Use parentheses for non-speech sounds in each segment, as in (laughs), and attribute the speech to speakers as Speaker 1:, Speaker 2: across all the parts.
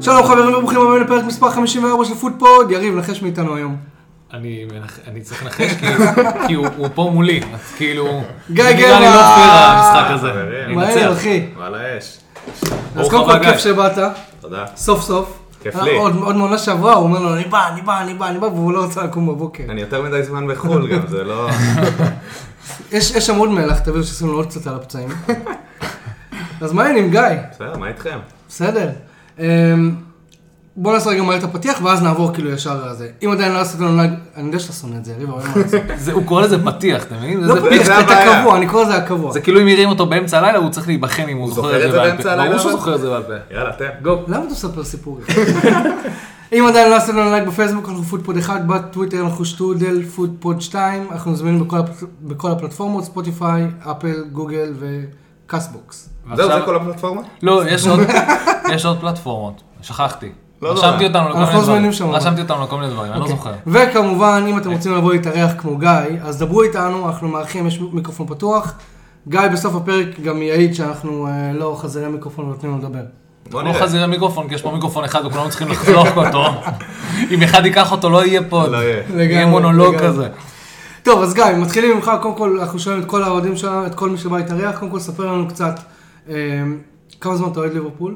Speaker 1: שלום חברים וברוכים הבאים לפרק מספר 54 של פודפוד, יריב נחש מאיתנו היום.
Speaker 2: אני, מנח- אני צריך לנחש כי, כי הוא, הוא פה מולי, אז כאילו...
Speaker 1: גיא
Speaker 2: זה נראה לי
Speaker 1: גבע!
Speaker 2: לא פייר המשחק הזה.
Speaker 3: חברים.
Speaker 2: אני
Speaker 1: מהר
Speaker 2: אנצח.
Speaker 1: אחי.
Speaker 3: וואלה אש,
Speaker 1: אז
Speaker 2: ברוך
Speaker 1: קודם כל
Speaker 2: הבא,
Speaker 1: כיף
Speaker 2: גיא.
Speaker 1: שבאת,
Speaker 3: תודה.
Speaker 1: סוף סוף.
Speaker 3: כיף
Speaker 1: אה,
Speaker 3: לי.
Speaker 1: עוד עוד מעונה שעברה הוא אומר לו אני בא, אני בא, אני בא, אני בא, והוא לא רצה לקום בבוקר.
Speaker 3: אני יותר מדי זמן בחו"ל גם, זה לא... (laughs)
Speaker 1: יש יש שם עוד מלח, תבינו ששמנו עוד קצת על הפצעים. אז מה העניינים גיא?
Speaker 3: בסדר, מה איתכם?
Speaker 1: בסדר. אמ, בוא נעשה רגע מהר את הפתיח ואז נעבור כאילו ישר לזה. אם עדיין לא עשיתם לנו נהג, אני יודע שאתה שונא את זה, יריב, אבל אין מה לעשות.
Speaker 2: זה, הוא קורא לזה פתיח, אתה מבין?
Speaker 1: לא
Speaker 2: זה
Speaker 1: פתיח,
Speaker 2: פתיח.
Speaker 3: זה
Speaker 1: את
Speaker 3: הבעיה.
Speaker 1: הקבוע, אני קורא לזה הקבוע.
Speaker 2: זה כאילו אם יראים אותו באמצע הלילה, הוא צריך להיבחן אם הוא זוכר
Speaker 3: זוכר
Speaker 2: את
Speaker 3: את
Speaker 2: זה
Speaker 3: זה
Speaker 2: בעל
Speaker 3: באמצע
Speaker 2: פה.
Speaker 3: הלילה,
Speaker 2: ברור שהוא
Speaker 3: אבל?
Speaker 2: זוכר את זה בעל פה.
Speaker 3: יאללה, תן.
Speaker 2: גו.
Speaker 1: למה אתה מספר סיפורים? (laughs) אם עדיין לא עשיתם לנו לייק בפייסבוק, אנחנו פודפוד 1, בטוויטר אנחנו שטודל פודפוד 2, אנחנו זמינים בכל הפ- בכל הפלטפורמות, ספוטיפיי, אפל, גוגל וקאסטבוקס.
Speaker 3: זהו,
Speaker 2: ועכשיו-
Speaker 3: זה כל הפלטפורמה?
Speaker 2: לא, יש עוד, יש עוד פלטפורמות, שכחתי.
Speaker 3: לא נורא.
Speaker 2: רשמתי אותנו לכל
Speaker 1: אנחנו
Speaker 2: מיני
Speaker 1: לא זמינים
Speaker 2: דברים.
Speaker 1: שם, אוקיי. אבל.
Speaker 2: רשמתי אותנו לכל מיני דברים, אני לא זוכר.
Speaker 1: וכמובן, אם אתם רוצים לבוא להתארח כמו גיא, אז דברו איתנו, אנחנו מארחים, יש מיקרופון פתוח. גיא בסוף הפרק גם יעיד שאנחנו אה, לא חזרי מיקרופון ונותנים לו לדבר.
Speaker 3: בוא
Speaker 2: לא
Speaker 3: נראה.
Speaker 2: חזירי מיקרופון, כי יש פה מיקרופון אחד וכולנו צריכים לחלוק
Speaker 3: (laughs)
Speaker 2: אותו. אם אחד ייקח אותו, לא יהיה פה.
Speaker 3: לא יהיה.
Speaker 1: לגמרי,
Speaker 2: יהיה מונולוג
Speaker 1: לגמרי.
Speaker 2: כזה.
Speaker 1: טוב, אז גיא, מתחילים ממך, קודם כל, אנחנו שואלים את כל האוהדים שלנו, את כל מי שבא להתארח, קודם כל, ספר לנו קצת, אה, כמה זמן אתה אוהד ליברפול,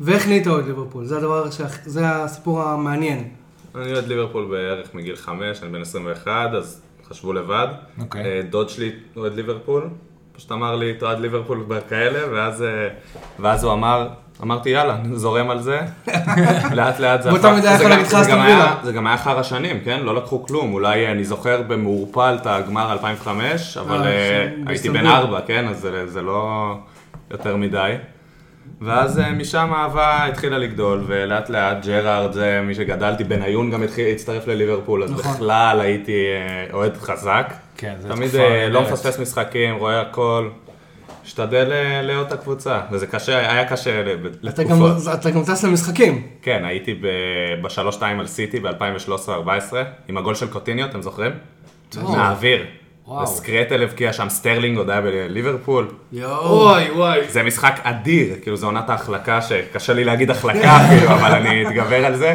Speaker 1: ואיך נהיית אוהד ליברפול, זה הדבר, שהכ- זה הסיפור המעניין.
Speaker 3: אני אוהד ליברפול בערך מגיל חמש, אני בן 21, אז חשבו לבד.
Speaker 2: אוקיי.
Speaker 3: אה, דוד שלי אוהד ליברפול, פשוט אמר לי, אתה אוהד ליברפול כאלה, ואז, אה, ואז הוא אמר... אמרתי יאללה, זורם על זה, (laughs) לאט לאט זה
Speaker 1: באותה מידה
Speaker 3: זה
Speaker 1: יכול
Speaker 3: גם-
Speaker 1: להגיד לך
Speaker 3: זה
Speaker 1: אסטון
Speaker 3: גם היה-
Speaker 1: וילה.
Speaker 3: זה גם היה חרא שנים, כן? לא לקחו כלום, אולי אה, אני זוכר במעורפל את הגמר 2005, אבל
Speaker 1: אה,
Speaker 3: אה,
Speaker 1: ש-
Speaker 3: הייתי
Speaker 1: באיסטנבול.
Speaker 3: בן ארבע, כן? אז זה- זה לא יותר מדי. ואז אה, משם האהבה התחילה לגדול, ולאט לאט ג'רארד זה מי שגדלתי, בניון גם התחיל- הצטרף לליברפול, אז
Speaker 1: נכון.
Speaker 3: בכלל הייתי אה, אוהד חזק.
Speaker 2: כן, זה
Speaker 3: תמיד
Speaker 2: תקופה
Speaker 3: אה, לא
Speaker 2: נהדרת.
Speaker 3: מפספס משחקים, רואה הכל. משתדל אה, לאהוד את הקבוצה, וזה קשה, היה קשה ל-
Speaker 1: אתה
Speaker 2: לא-
Speaker 1: גם,
Speaker 3: לתקופות.
Speaker 1: אתה גם טס למשחקים.
Speaker 3: כן, הייתי ב- בשלוש-שתיים על סיטי ב-2013-2014, עם הגול של קוטיניו, אתם זוכרים?
Speaker 2: וואו.
Speaker 3: מהאוויר.
Speaker 2: וואו.
Speaker 3: וסקרטל הבקיע שם, סטרלינג עוד היה בליברפול.
Speaker 1: יואו.
Speaker 2: וואי.
Speaker 3: זה משחק אדיר, כאילו זו עונת ההחלקה, שקשה לי להגיד החלקה (laughs) אפילו, אבל אני אתגבר על זה.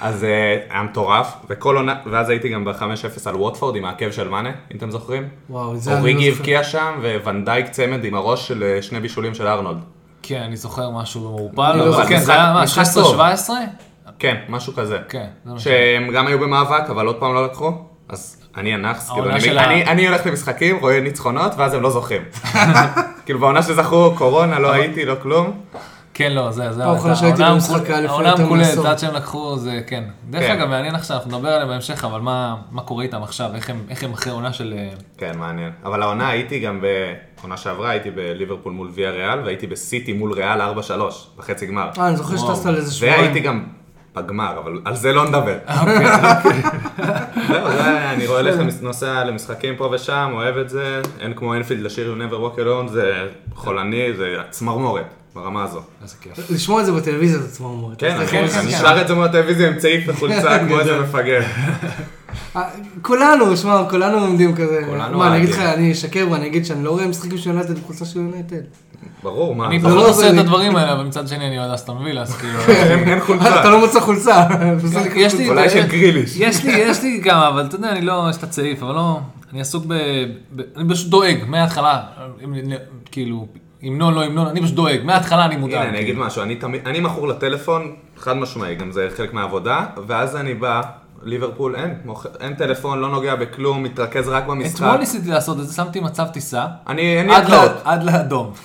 Speaker 3: אז אה, היה מטורף, וכל עונה, ואז הייתי גם ב-5-0 על ווטפורד עם העקב של מאנה, אם אתם זוכרים.
Speaker 1: וואו, זה אני
Speaker 3: אוריגי
Speaker 1: לא זוכר.
Speaker 3: הבקיע שם, וונדייק צמד עם הראש של אה, שני בישולים של ארנולד.
Speaker 2: כן, אני זוכר משהו
Speaker 1: אני
Speaker 2: במעורפל,
Speaker 1: לא
Speaker 2: אבל
Speaker 1: זוכר.
Speaker 2: כן, זה היה מה,
Speaker 3: משחק טוב.
Speaker 2: 16-17?
Speaker 3: כן, משהו כזה.
Speaker 2: כן, זה מה ש...
Speaker 3: שהם גם היו במאבק, אבל עוד פעם לא לקחו, אז אני הנאחס, כאילו,
Speaker 2: העונה
Speaker 3: אני,
Speaker 2: של ה-
Speaker 3: אני, אני הולך למשחקים, רואה ניצחונות, ואז הם לא זוכים. (laughs) כאילו, בעונה שזכו, קורונה, לא הייתי, לא כלום.
Speaker 2: כן, לא, זה, זה...
Speaker 1: פעם אחרונה
Speaker 2: הייתה-
Speaker 1: שהייתי
Speaker 2: העונה
Speaker 1: במשחק
Speaker 2: המקול-
Speaker 1: היה לפני
Speaker 2: העונה
Speaker 1: יותר
Speaker 2: המקוללת,
Speaker 1: מעשור.
Speaker 2: עד שהם לקחו, זה כן. דרך
Speaker 3: כן.
Speaker 2: אגב, מעניין עכשיו, אנחנו נדבר עליהם בהמשך, אבל מה מה קורה איתם עכשיו, איך הם- איך הם אחרי עונה של... אה,
Speaker 3: כן, מעניין. אבל העונה הייתי גם, בעונה שעברה הייתי בליברפול מול ויה ריאל, והייתי בסיטי מול ריאל 4-3, בחצי גמר.
Speaker 1: אה, אני זוכר שטסת על איזה שבועיים.
Speaker 3: והייתי גם בגמר, אבל על זה לא נדבר. זהו, זה- אני רואה לכם, נוסע למשחקים פה ושם, אוהב את זה, אין כמו אינפילד לשיר You Never Walk Alone, זה חולני, זה צמרמורת ברמה הזו.
Speaker 2: איזה כיף.
Speaker 1: לשמוע את זה בטלוויזיה זה עצמו אמור.
Speaker 3: כן,
Speaker 1: אתה
Speaker 3: נכון,
Speaker 1: מסתכל-
Speaker 3: אני שר את זה מהטלוויזיה עם צעיף וחולצה כמו איזה מפגר.
Speaker 1: אה, כולנו, שמע, כולנו עומדים כזה.
Speaker 3: כולנו
Speaker 1: מה, אני אגיד לך,
Speaker 3: אוהדים.
Speaker 1: אני אשקר ואני אגיד שאני לא רואה משחקים של יונייטד בחולצה של יונייטד.
Speaker 3: ברור, מה,
Speaker 2: אני
Speaker 3: זה-
Speaker 1: לא
Speaker 2: פחות
Speaker 1: עוזר
Speaker 2: עושה את
Speaker 1: לי.
Speaker 2: הדברים האלה, אבל מצד שני אני אוהד אסטון וילה, אז
Speaker 1: (laughs)
Speaker 2: כאילו...
Speaker 3: אין אין חולצה.
Speaker 1: אתה לא מוצא חולצה. (laughs) בסדר,
Speaker 2: כן, יש לי...
Speaker 3: אולי של גריליש.
Speaker 2: יש לי, יש לי כמה, אבל אתה יודע, אני לא, יש את הצעיף, אבל לא, אני עסוק ב... ב אני פשוט דואג, מההתחלה, אם- כאילו, המנון לא המנון, אני פשוט דואג, מההתחלה אני מודאג.
Speaker 3: הנה, אני אגיד משהו, אני תמיד, אני מכור לטלפון, חד משמעי, גם זה חלק מהעבודה, ואז אני בא, ליברפול אין, מוכ- אין טלפון, לא נוגע בכלום, מתרכז רק
Speaker 2: אתמול
Speaker 3: במשחק.
Speaker 2: ניסיתי לעשות את זה, שמתי מצב טיסה,
Speaker 3: אני, אין לי
Speaker 2: עד
Speaker 3: התלאות.
Speaker 2: ל- עד לאדום. (laughs)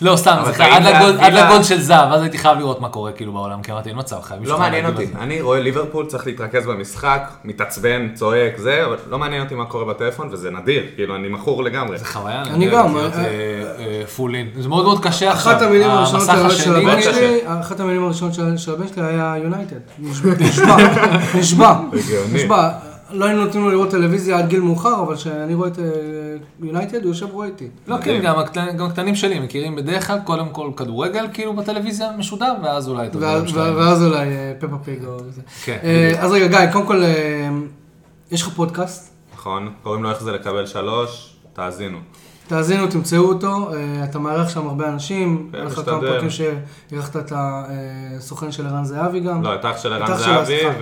Speaker 2: לא, סתם,
Speaker 3: אבל
Speaker 2: זה חי- עד
Speaker 3: תגיד
Speaker 2: לגול-
Speaker 3: לה-
Speaker 2: עד לגול של זהב, אז הייתי חייב לראות מה קורה כאילו בעולם, כי אמרתי, אין מצב, חייב
Speaker 3: לא מעניין אותי, אני רואה ליברפול, צריך להתרכז במשחק, מתעצבן, צועק, זה, אבל לא מעניין אותי מה קורה בטלפון, וזה נדיר, כאילו, אני מכור לגמרי.
Speaker 2: זה חוויה,
Speaker 1: אני
Speaker 2: יודע,
Speaker 1: גם,
Speaker 2: להיות,
Speaker 1: אה,
Speaker 2: אה, אה, פולין. זה מאוד מאוד קשה עכשיו.
Speaker 1: אחת המילים הראשונות
Speaker 2: אה, המסך
Speaker 1: של- של
Speaker 2: השני-
Speaker 1: הבן
Speaker 3: קשה.
Speaker 1: שלי, אחת המילים הראשונות של- של הבן שלי היה יונייטד. נשבע, (laughs) נשבע, נשבע,
Speaker 3: הגיוני.
Speaker 1: נשבע. לא היינו נותנים לו לראות טלוויזיה עד גיל מאוחר, אבל כשאני רואה את אה, יונייטד, הוא יושב רואה איתי.
Speaker 2: לא, כן,
Speaker 3: מדהים.
Speaker 2: גם הקטנים, גם הקטנים שלי מכירים בדרך כלל קודם כל כדורגל, כאילו בטלוויזיה משודר, ואז אולי את הדברים
Speaker 1: ואז-
Speaker 2: שלהם.
Speaker 1: ואז אולי אה, פפה פיג או זה.
Speaker 2: כן,
Speaker 1: אה, אז רגע, גיא, קודם כל, אה, יש לך פודקאסט?
Speaker 3: נכון, קוראים לו איך זה לקבל שלוש, תאזינו.
Speaker 1: תאזינו, תמצאו אותו, אה, אתה מארח שם הרבה אנשים,
Speaker 3: כן,
Speaker 1: היה לך כמה
Speaker 3: משתדל.
Speaker 1: פרקים שאירחת את הסוכן של ערן זהבי גם.
Speaker 3: לא, את אח של
Speaker 1: את
Speaker 3: ערן
Speaker 1: אח שלה,
Speaker 3: זהבי
Speaker 1: סליחה.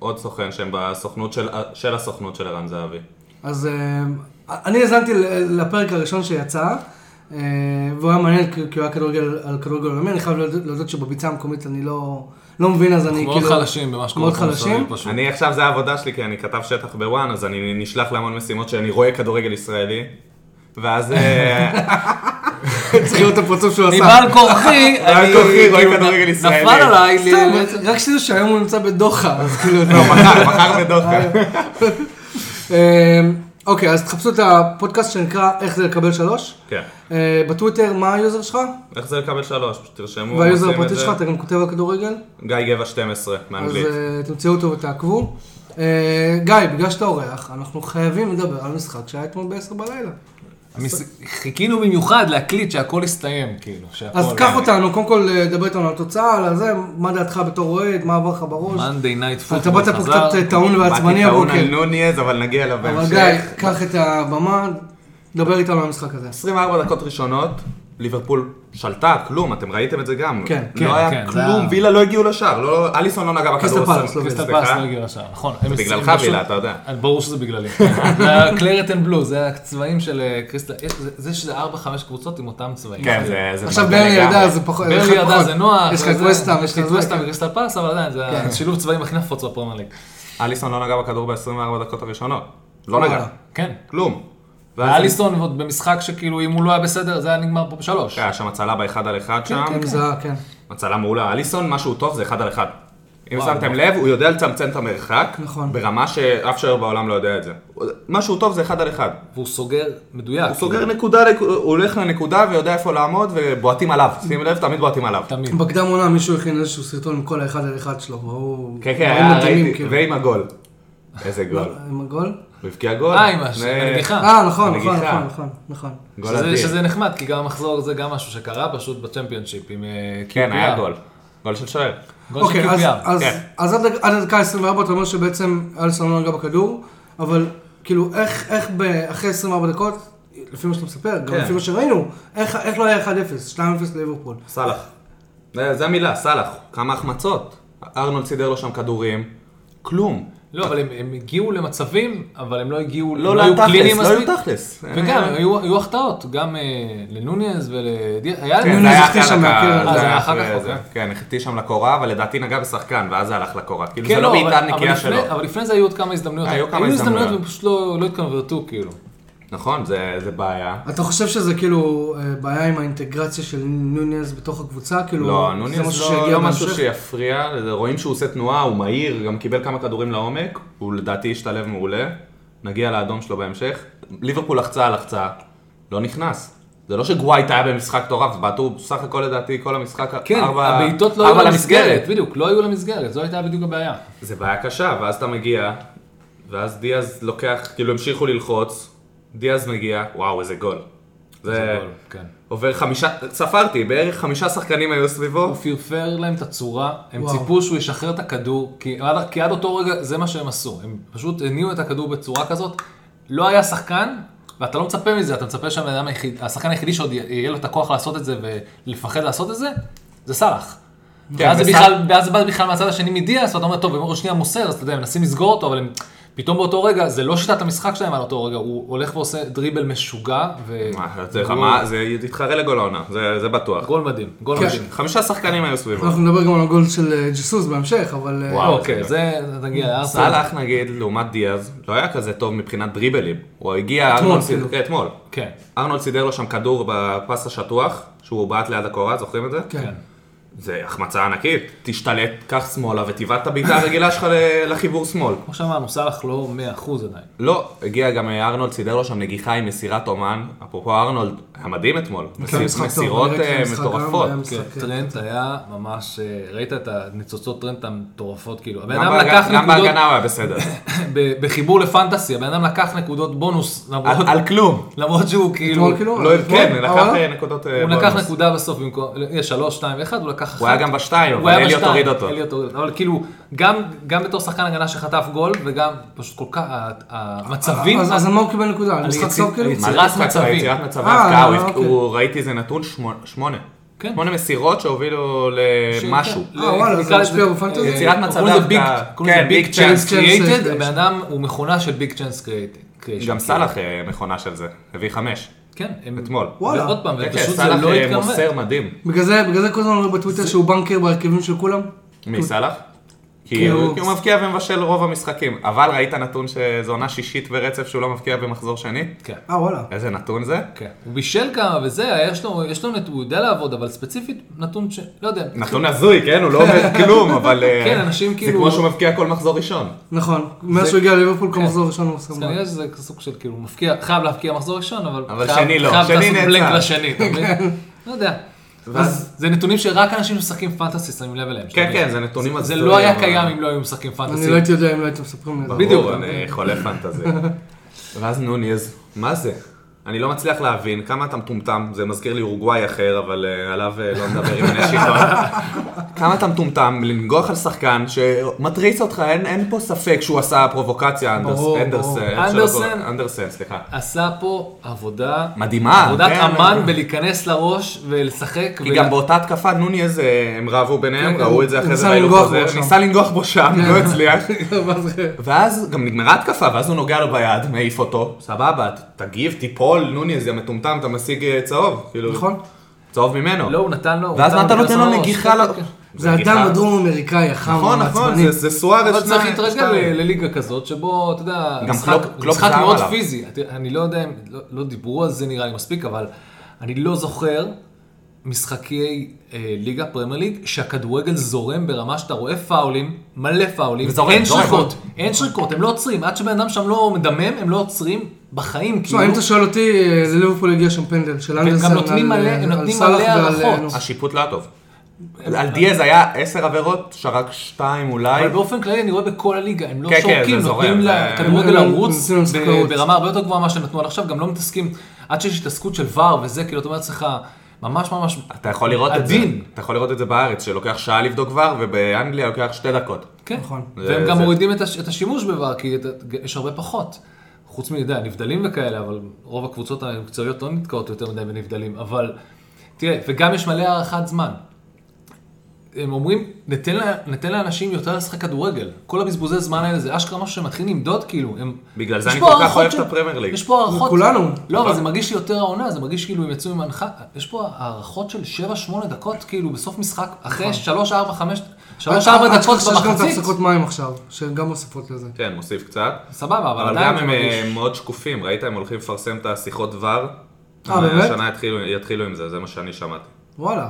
Speaker 3: ועוד סוכן שהם בסוכנות של, של הסוכנות של ערן זהבי.
Speaker 1: אז אה, אני האזנתי ל- לפרק הראשון שיצא, אה, והוא היה מעניין כי כי הוא היה כדורגל על כדורגל עולמי, אני חייב להודות להודות שבביצה המקומית אני לא לא מבין, אז אני
Speaker 2: אנחנו
Speaker 1: כאילו...
Speaker 2: מאוד חלשים במה שקורה.
Speaker 1: מאוד
Speaker 2: פה
Speaker 1: חלשים?
Speaker 2: מסביב פשוט.
Speaker 3: אני עכשיו, זה העבודה שלי, כי אני כתב שטח בוואן, אז אני נשלח להמון משימות שאני רואה כדורגל ישראלי,
Speaker 1: (laughs)
Speaker 3: ואז אה,
Speaker 1: צריך לראות את הפרצוף שהוא
Speaker 2: אני
Speaker 1: עשה.
Speaker 2: בעל כורחי,
Speaker 3: בעל
Speaker 2: אני-
Speaker 3: כורחי רואה
Speaker 2: כאילו,
Speaker 3: כדורגל
Speaker 2: נ-
Speaker 3: ישראלי.
Speaker 2: נפל עליי, כאילו,
Speaker 1: סתם,
Speaker 2: ל-
Speaker 1: רק שתדעו שהיום הוא נמצא בדוחה, אז כאילו...
Speaker 3: לא, מחר, מחר בדוחה.
Speaker 1: (laughs) אה, אוקיי, אז תחפשו את הפודקאסט שנקרא איך זה לקבל שלוש.
Speaker 3: כן.
Speaker 1: אה, בטוויטר, מה היוזר שלך?
Speaker 3: איך זה לקבל שלוש? פשוט תרשמו.
Speaker 1: והיוזר
Speaker 3: עושים את
Speaker 1: הפרטי
Speaker 3: זה.
Speaker 1: שלך, אתה גם כותב על כדורגל?
Speaker 3: גיא גבע 12,
Speaker 1: אז
Speaker 3: מאנגלית.
Speaker 1: אה, תמצאו אותו ותעקבו. אה, גיא, בגלל שאתה אורח, אנחנו חייבים לדבר על משחק שהיה אתמול ב-10 בלילה.
Speaker 2: המס- חיכינו במיוחד להקליט שהכל הסתיים, כאילו, שהכל...
Speaker 1: אז קח אותנו, קודם כל אה, דבר איתנו על התוצאה, על הזה, מה דעתך בתור אוהד, מה עבר לך בראש.
Speaker 2: מאנדי נייט
Speaker 1: אתה באת פה קצת אה, טעון ועצבני
Speaker 3: באתי טעון על
Speaker 1: הבוקר.
Speaker 3: נוניז, אבל נגיע אליו
Speaker 1: אבל
Speaker 3: בהמשך.
Speaker 1: גיא, קח את הבמה, דבר איתנו על המשחק הזה.
Speaker 3: 24 דקות ראשונות, ליברפול שלטה, כלום, אתם ראיתם את זה גם.
Speaker 1: כן,
Speaker 3: לא
Speaker 2: כן,
Speaker 3: היה
Speaker 2: כן, זה
Speaker 3: כלום,
Speaker 2: היה-
Speaker 3: וילה לא הגיעו לשער, לא- אליסון לא נגע בכדור.
Speaker 1: קריסטל
Speaker 3: עשרים-
Speaker 1: פלאס, לא
Speaker 2: קריסטל
Speaker 3: סליחה.
Speaker 2: פלאס לא הגיעו לשער, נכון. הם-
Speaker 3: בגללך,
Speaker 2: הם פשוט-
Speaker 3: וילה, אתה יודע.
Speaker 2: אה, ברור שזה בגללי. (laughs) זה היה קלרט אנד בלו, זה הצבעים של אה, קריסטל, יש- זה- זה שזה 4-5 קבוצות עם אותם צבעים.
Speaker 3: כן, זה... זה
Speaker 1: עכשיו
Speaker 3: מבלבל
Speaker 1: ברני ידע,
Speaker 3: לגמרי.
Speaker 1: זה פחות...
Speaker 2: ברלי
Speaker 1: לך
Speaker 2: ידע
Speaker 1: פחות.
Speaker 2: זה נוח.
Speaker 1: יש לך
Speaker 2: וזה-
Speaker 1: את וסטאם, יש
Speaker 2: יש לי את ווסטאם
Speaker 1: לך כן. את
Speaker 2: וקריסטל פלאס, אבל עדיין, זה השילוב צבעים הכי נפוץ בפרמייר ליג.
Speaker 3: אליסון לא נגע בכדור ב-24 דקות הראשונות. לא נגע.
Speaker 1: וואלה.
Speaker 2: כן.
Speaker 3: כלום. ואז-
Speaker 2: ואליסון עוד במשחק שכאילו אם הוא לא היה בסדר זה היה נגמר פה בשלוש.
Speaker 3: היה שם הצלה באחד על אחד שם.
Speaker 1: כן, זה, כן.
Speaker 3: הצלה מעולה. אליסון, מה שהוא טוב זה אחד על אחד. אם
Speaker 2: וואו.
Speaker 3: שמתם לב, הוא יודע לצמצם את המרחק,
Speaker 1: נכון.
Speaker 3: ברמה שאף שוער בעולם לא יודע את זה. מה שהוא טוב זה אחד על אחד.
Speaker 2: והוא סוגר מדויק. כאילו,
Speaker 3: הוא סוגר נקודה, לכ- הוא הולך לנקודה ויודע איפה לעמוד ובועטים עליו. שים לב, תמיד בועטים עליו.
Speaker 2: כן. תמיד.
Speaker 1: בקדם עונה מישהו הכין איזשהו סרטון עם כל האחד על אחד שלו, והוא...
Speaker 3: כן,
Speaker 1: דברים
Speaker 3: כן, היה,
Speaker 1: מדהימים,
Speaker 3: ראיתי,
Speaker 1: כאילו.
Speaker 2: (laughs)
Speaker 3: ועם הגול. איזה גול.
Speaker 1: לא, עם הגול?
Speaker 3: הוא הבקיע גול.
Speaker 2: אה, עם הש-
Speaker 3: לפני-
Speaker 2: הנגיחה.
Speaker 1: אה, נכון, נכון,
Speaker 3: הנגיחה.
Speaker 1: נכון, נכון, נכון.
Speaker 3: גול
Speaker 2: שזה,
Speaker 3: אדיר.
Speaker 2: שזה נחמד, כי גם המחזור זה גם משהו שקרה פשוט בצ'מפיונשיפ עם אה,
Speaker 3: כן,
Speaker 2: QPR.
Speaker 3: היה גול. גול של שוער.
Speaker 2: גול של
Speaker 1: אוקיי, אז-
Speaker 2: QPR.
Speaker 1: אז-
Speaker 3: כן.
Speaker 1: אז עד עד הדקה 24 אתה אומר שבעצם אלסון לא נגע בכדור, אבל כאילו איך איך ב- אחרי 24 דקות, לפי מה שאתה מספר, גם
Speaker 3: כן.
Speaker 1: לפי מה שראינו, איך איך לא היה 1-0, 2-0 ליברפול.
Speaker 3: סאלח. אה, זה זה המילה, סאלח. כמה החמצות. ארנולד סידר לו שם כדורים. כלום.
Speaker 2: לא, אבל הם, הם הגיעו למצבים, אבל הם לא הגיעו,
Speaker 3: לא
Speaker 2: הם היו
Speaker 3: לתכלס,
Speaker 2: קליניים
Speaker 3: לא
Speaker 2: מספיק.
Speaker 3: היו תכלס. אה.
Speaker 2: וגם, היו, היו החטאות, גם אה, לנוניאז ולדיר, היה
Speaker 3: כן,
Speaker 1: נו,
Speaker 3: זה
Speaker 1: נו,
Speaker 3: היה
Speaker 1: זכתי
Speaker 3: אחרי
Speaker 1: שם מהקרן.
Speaker 3: הדקה,
Speaker 2: אה,
Speaker 3: זה
Speaker 2: זה
Speaker 3: היה
Speaker 2: היה אחר
Speaker 3: אחרי
Speaker 2: כך,
Speaker 3: זה.
Speaker 2: אוקיי.
Speaker 3: כן, החטיא שם לקורה, אבל לדעתי נגע בשחקן, ואז זה הלך לקורה. כאילו,
Speaker 2: כן,
Speaker 3: זה לא
Speaker 2: אבל-
Speaker 3: בעיטה
Speaker 2: אבל
Speaker 3: נקייה
Speaker 2: לפני-
Speaker 3: שלו.
Speaker 2: אבל לפני זה היו עוד כמה הזדמנויות.
Speaker 3: היו כמה
Speaker 2: הזדמנויות
Speaker 3: הזדמנויות.
Speaker 2: והם פשוט לא לא התקנברטו, כאילו.
Speaker 3: נכון, זה זה בעיה.
Speaker 1: אתה חושב שזה כאילו אה, בעיה עם האינטגרציה של נוניאז בתוך הקבוצה? כאילו,
Speaker 3: לא,
Speaker 1: זה
Speaker 3: נוניס
Speaker 1: משהו
Speaker 3: לא,
Speaker 1: שיגיע
Speaker 3: לא משהו
Speaker 1: בהמשך?
Speaker 3: שיפריע, רואים שהוא עושה תנועה, הוא מהיר, גם קיבל כמה כדורים לעומק, הוא לדעתי השתלב מעולה, נגיע לאדום שלו בהמשך. ליברפול לחצה, לחצה, לא נכנס. זה לא שגווייט היה במשחק מטורף, בעטו בסך הכל לדעתי כל המשחק,
Speaker 2: כן,
Speaker 3: ארבע-
Speaker 2: הבעיטות לא
Speaker 3: ארבע
Speaker 2: היו למסגרת, בדיוק, לא היו למסגרת, זו הייתה בדיוק הבעיה.
Speaker 3: זה בעיה קשה, ואז אתה מגיע, ואז דיאז לוקח, כאילו המשיכו ללחוץ, דיאז מגיע, וואו איזה גול.
Speaker 2: זה
Speaker 3: זה
Speaker 2: גול, כן.
Speaker 3: עובר חמישה, ספרתי, בערך חמישה שחקנים היו סביבו.
Speaker 2: הוא פרפר להם את הצורה, הם
Speaker 1: וואו.
Speaker 2: ציפו שהוא ישחרר את הכדור, כי עד, כי עד אותו רגע זה מה שהם עשו, הם פשוט הניעו את הכדור בצורה כזאת, לא היה שחקן, ואתה לא מצפה מזה, אתה מצפה שהבן אדם היחיד, השחקן היחידי שעוד יהיה לו את הכוח לעשות את זה ולפחד לעשות את זה, זה סאלח.
Speaker 3: כן,
Speaker 2: ואז זה
Speaker 3: וסאלח-
Speaker 2: בכלל, ואז זה בא בכלל מהצד השני מדיאס, ואתה אומר, טוב, אם הוא שנייה מוסר, אז אתה יודע, הם מנסים לסגור אותו, אבל הם... פתאום באותו רגע, זה לא שיטת המשחק שלהם על אותו רגע, הוא הולך ועושה דריבל משוגע, ו...
Speaker 3: מה, זה
Speaker 2: גול-
Speaker 3: רמה, זה יתחרה לגול העונה, זה זה בטוח.
Speaker 2: גול מדהים, גול
Speaker 1: כן.
Speaker 2: מדהים.
Speaker 3: חמישה שחקנים היו סביבו.
Speaker 1: אנחנו נדבר גם על הגול של אה, ג'סוס בהמשך, אבל... אה,
Speaker 3: וואו.
Speaker 2: אוקיי, זה, תגיע לארסנל.
Speaker 3: סאלח נגיד, לעומת דיאז, לא היה כזה טוב מבחינת דריבלים. הוא הגיע,
Speaker 1: אתמול,
Speaker 3: ארנולד
Speaker 1: כאילו.
Speaker 3: סידר- כן, אתמול.
Speaker 2: כן.
Speaker 3: ארנולד סידר לו שם כדור בפס השטוח, שהוא בעט ליד הקורה, זוכרים את זה?
Speaker 1: כן.
Speaker 3: זה החמצה ענקית. תשתלט, קח שמאלה ותבעט את הבעיטה הרגילה שלך ל- לחיבור שמאל.
Speaker 2: כמו שאמרנו, סאלח לא 100% עדיין.
Speaker 3: לא, הגיע גם אה, ארנולד, סידר לו שם נגיחה עם מסירת אומן. אפרופו ארנולד, היה מדהים אתמול.
Speaker 1: כן, משחק טוב,
Speaker 3: מסירות
Speaker 1: אני ראיתי את
Speaker 3: אה,
Speaker 1: המשחק גם,
Speaker 3: מטורפות.
Speaker 1: היה משחק, כן.
Speaker 2: טרנט היה ממש, אה, ראית את הניצוצות טרנט המטורפות, כאילו, הבן
Speaker 3: גם
Speaker 2: אדם
Speaker 3: בהגנה-
Speaker 2: לקח
Speaker 3: גם
Speaker 2: נקודות,
Speaker 3: בהגנה הוא היה בסדר.
Speaker 2: (laughs) ב- בחיבור לפנטסי, הבן אדם לקח נקודות בונוס, למרות-
Speaker 3: על- על כלום.
Speaker 2: למרות שהוא כאילו,
Speaker 1: אתמול כאילו?
Speaker 3: לא,
Speaker 1: אתמול?
Speaker 3: כן, לקח
Speaker 1: אה,
Speaker 3: אה, נקודות אה,
Speaker 2: הוא
Speaker 3: בונוס.
Speaker 2: לקח נקודה בסוף במקום, לא, יש 3, 2, 1, הוא לקח...
Speaker 3: הוא היה גם בשתיים,
Speaker 2: הוא
Speaker 3: אבל
Speaker 2: היה
Speaker 3: אליוט
Speaker 2: בשתיים,
Speaker 3: הוריד אותו.
Speaker 2: אליוט הוריד אותו. אבל כאילו, גם, גם בתור שחקן הגנה שחטף גול, וגם פשוט כל כך... ה- המצבים...
Speaker 1: אז אז על מה הוא קיבל נקודה? על
Speaker 2: אני
Speaker 1: משחק
Speaker 2: יצ-
Speaker 1: סוף כאילו?
Speaker 2: אני יצ-
Speaker 3: מה זה
Speaker 2: יצירת
Speaker 3: משחק?
Speaker 2: מצבים.
Speaker 3: יצירת מצבי
Speaker 1: אה,
Speaker 3: הפקעה, הוא הפק-
Speaker 1: אוקיי.
Speaker 3: הוא ראיתי איזה נתון שמונה. שמונה
Speaker 2: כן.
Speaker 3: שמונה מסירות שהובילו למשהו.
Speaker 1: אה, וואלה, זה
Speaker 2: נקרא
Speaker 1: משפיע
Speaker 2: לזה,
Speaker 1: בפנטזי?
Speaker 2: אה,
Speaker 3: יצירת מצבי
Speaker 2: קוראים לזה ביג-
Speaker 3: הפקעה.
Speaker 2: קוראים לזה
Speaker 3: כן,
Speaker 2: ביג
Speaker 3: big
Speaker 2: צ'אנס
Speaker 1: chance created.
Speaker 2: קריאייטד, הבן אדם הוא מכונה של ביג צ'אנס קריאייטד.
Speaker 3: גם סאלח אה, מכונה של זה, הביא חמש.
Speaker 2: כן, הם-
Speaker 3: אתמול.
Speaker 1: וואלה.
Speaker 2: ועוד פעם,
Speaker 3: כן, כן,
Speaker 2: ופשוט זה
Speaker 3: סאלח,
Speaker 2: לא
Speaker 3: אה,
Speaker 2: התכוון.
Speaker 3: מוסר מדהים.
Speaker 1: בגלל זה בגלל זה כל הזמן אומרים בטוויטר שהוא בנקר בהרכבים של כולם?
Speaker 3: מי, סאלח? כי
Speaker 1: כי
Speaker 2: כאילו-
Speaker 3: הוא
Speaker 1: הוא-
Speaker 3: כי הוא מבקיע ומבשל רוב המשחקים. אבל ראית נתון שזו עונה שישית ברצף שהוא לא מבקיע במחזור שני?
Speaker 2: כן.
Speaker 1: אה, וואלה.
Speaker 3: איזה נתון זה?
Speaker 2: כן. הוא בישל כמה וזה, יש לו, יש לו נת... הוא יודע לעבוד, אבל ספציפית נתון ש... לא יודע.
Speaker 3: נתון הזוי, כן? הוא לא אומר כלום, אבל... אה,
Speaker 2: כן, אנשים
Speaker 3: זה
Speaker 2: כאילו-
Speaker 3: כמו שהוא מבקיע כל מחזור ראשון.
Speaker 1: נכון. מאז שהוא הגיע לליברפול כל מחזור ראשון הוא שם
Speaker 2: כן. אז
Speaker 1: גול.
Speaker 2: כנראה שזה סוג של כאילו, הוא מפקיע, חייב להפקיע מחזור ראשון, אבל,
Speaker 3: אבל
Speaker 2: חייב,
Speaker 3: שני לא.
Speaker 2: חייב
Speaker 3: שני
Speaker 2: לעשות
Speaker 3: נעצר.
Speaker 2: בלנק לשני, אתה מבין?
Speaker 3: (laughs)
Speaker 2: לא יודע.
Speaker 3: ואז-
Speaker 2: אז זה נתונים שרק אנשים שמשחקים פנטסי שמים לב אליהם.
Speaker 3: כן,
Speaker 2: שאתה
Speaker 3: כן,
Speaker 2: מבין.
Speaker 3: זה נתונים
Speaker 2: זה
Speaker 3: הזויים.
Speaker 2: לא היה
Speaker 3: אבל-
Speaker 2: קיים אם לא היו משחקים
Speaker 1: אני
Speaker 2: פנטסי.
Speaker 1: לא הייתי יודע אם לא הייתם מספרים לי את זה.
Speaker 2: בדיוק.
Speaker 3: ברור, אני חולה פנטזיה. ואז נוניז, מה זה? אני לא מצליח להבין כמה אתה מטומטם, זה מזכיר לי אורוגוואי אחר, אבל אה, עליו אה, לא נדבר עם עיני שיטות.
Speaker 1: (laughs)
Speaker 3: כמה אתה מטומטם לנגוח על שחקן שמתריס אותך, אין, אין פה ספק שהוא עשה פרובוקציה, אנדרס,
Speaker 1: ברור,
Speaker 3: אנדרס,
Speaker 1: ברור.
Speaker 3: אה, איך שלא
Speaker 2: אנדרסן.
Speaker 3: קורא- אנדרסן, סליחה.
Speaker 2: עשה פה עבודה,
Speaker 3: מדהימה.
Speaker 2: עבודת
Speaker 3: כן,
Speaker 2: אמן
Speaker 3: אה.
Speaker 2: בלהיכנס לראש ולשחק.
Speaker 3: כי
Speaker 2: ול-
Speaker 3: גם באותה התקפה נוניז, אה, הם רבו ביניהם,
Speaker 1: כן, כן,
Speaker 3: ראו את זה
Speaker 1: הוא
Speaker 3: אחרי זה,
Speaker 1: ניסה
Speaker 3: ראינו
Speaker 1: לנגוח
Speaker 3: חוזר,
Speaker 1: בו שם.
Speaker 3: ניסה לנגוח בו שם,
Speaker 1: (laughs)
Speaker 3: לא הצליח.
Speaker 1: ואז-
Speaker 3: ואז גם נגמרה התקפה, ואז הוא נוגע לו ביד, מעיף אותו, סבבה, ת- תגיב, תיפול, נוני, איזה מטומטם, אתה משיג אה, צהוב, כאילו,
Speaker 1: נכון.
Speaker 3: צהוב ממנו.
Speaker 2: לא, הוא נתן לו. הוא
Speaker 3: ואז מה אתה
Speaker 2: לו
Speaker 3: נותן לו
Speaker 2: לראש.
Speaker 3: נגיחה? ל-
Speaker 2: כן, כן.
Speaker 1: זה
Speaker 3: נגיחה.
Speaker 1: אדם הדרום אמריקאי החם,
Speaker 3: נכון, נכון,
Speaker 1: העצבני.
Speaker 3: זה- זה סוארץ
Speaker 2: אבל צריך
Speaker 3: שניים,
Speaker 2: להתרגל
Speaker 3: שתיים.
Speaker 2: ל- לליגה כזאת, שבו, אתה יודע,
Speaker 3: גם
Speaker 2: משחק-
Speaker 3: קלופ- קלופ
Speaker 2: משחק
Speaker 3: זר
Speaker 2: מאוד
Speaker 3: עליו.
Speaker 2: פיזי. אתה- אני לא יודע אם, לא- לא דיברו על זה נראה לי מספיק, אבל אני לא זוכר משחקי אה, ליגה פרמייר ליג, שהכדורגל זורם ברמה שאתה רואה פאולים, מלא פאולים,
Speaker 3: וזורם,
Speaker 2: אין
Speaker 3: זורם.
Speaker 2: שריקות, אין שריקות, הם לא עוצרים, עד שבן אדם שם לא מדמם, הם לא עוצרים
Speaker 3: לא,
Speaker 2: בחיים, כאילו.
Speaker 1: תשמע, אם אתה שואל אותי, אה, לליברפול הגיע שם פנדל של
Speaker 2: והם
Speaker 1: אנדרסן
Speaker 2: גם נותנים
Speaker 1: על- אה,
Speaker 2: מלא- הם
Speaker 1: על
Speaker 2: נותנים
Speaker 1: סאלח
Speaker 2: מלא
Speaker 1: ועל,
Speaker 2: הערכות.
Speaker 1: נו,
Speaker 3: השיפוט לא היה טוב. על דיאז היה עשר עבירות, שרק שתיים אולי.
Speaker 2: אבל באופן כללי אני רואה בכל הליגה, הם לא
Speaker 3: כן, כן,
Speaker 2: שורקים,
Speaker 3: זה
Speaker 2: נותנים
Speaker 3: זורם, זה-
Speaker 2: לכדורגל
Speaker 1: הם- הם
Speaker 2: לרוץ
Speaker 1: נותנים להם
Speaker 2: ב-
Speaker 1: חקלאות.
Speaker 2: ברמה הרבה יותר גבוהה ממה שנתנו עד עכשיו, גם לא מתעסקים, עד שיש התעסקות של ור וזה, כאילו אתה אומר לעצמך, ממש ממש,
Speaker 3: אתה יכול לראות את זה.
Speaker 2: עדין.
Speaker 3: אתה יכול לראות את זה בארץ, שלוקח שעה לבדוק כבר, ובאנגליה לוקח שתי דקות.
Speaker 2: כן,
Speaker 1: נכון.
Speaker 2: והם
Speaker 3: זה-
Speaker 2: גם
Speaker 3: זה-
Speaker 2: מורידים את הש- את השימוש בוור, כי אתה- יש הרבה פחות. חוץ מנבדל, נבדלים וכאלה, אבל רוב הקבוצות המקצועיות לא נתקעות יותר מדי בנבדלים, אבל תראה, וגם יש מלא הארכת זמן. הם אומרים, ניתן, לה, ניתן לאנשים יותר לשחק כדורגל. כל הבזבוזי זמן האלה, זה אשכרה משהו שמתחיל למדוד, כאילו, הם...
Speaker 3: בגלל זה
Speaker 2: יש
Speaker 3: אני
Speaker 2: פה
Speaker 3: כל כך
Speaker 2: הערכות
Speaker 3: אוהב את הפרמייר ליג.
Speaker 2: יש פה הערכות...
Speaker 1: כולנו.
Speaker 2: לא, אבל זה מרגיש לי יותר העונה, זה מרגיש כאילו הם יצאו ממנחה. יש פה הערכות של 7-8 דקות, כאילו, בסוף משחק, אחרי
Speaker 1: נכון.
Speaker 2: 3-4-5... 3-4
Speaker 1: אל תשכח
Speaker 2: דקות
Speaker 1: שיש גם את
Speaker 2: במחצית.
Speaker 1: הפסקות מים עכשיו, שהן גם מוסיפות לזה.
Speaker 3: כן, מוסיף קצת.
Speaker 2: סבבה, אבל
Speaker 3: אבל
Speaker 2: עדיין
Speaker 3: גם
Speaker 2: זה
Speaker 3: הם אה,
Speaker 2: מרגיש...
Speaker 3: מאוד שקופים, ראית? הם הולכים לפרסם את השיחות ור.
Speaker 1: אה, באמת?
Speaker 3: השנה יתחילו- יתחילו עם זה, זה מה שאני שמעתי.
Speaker 1: וואלה,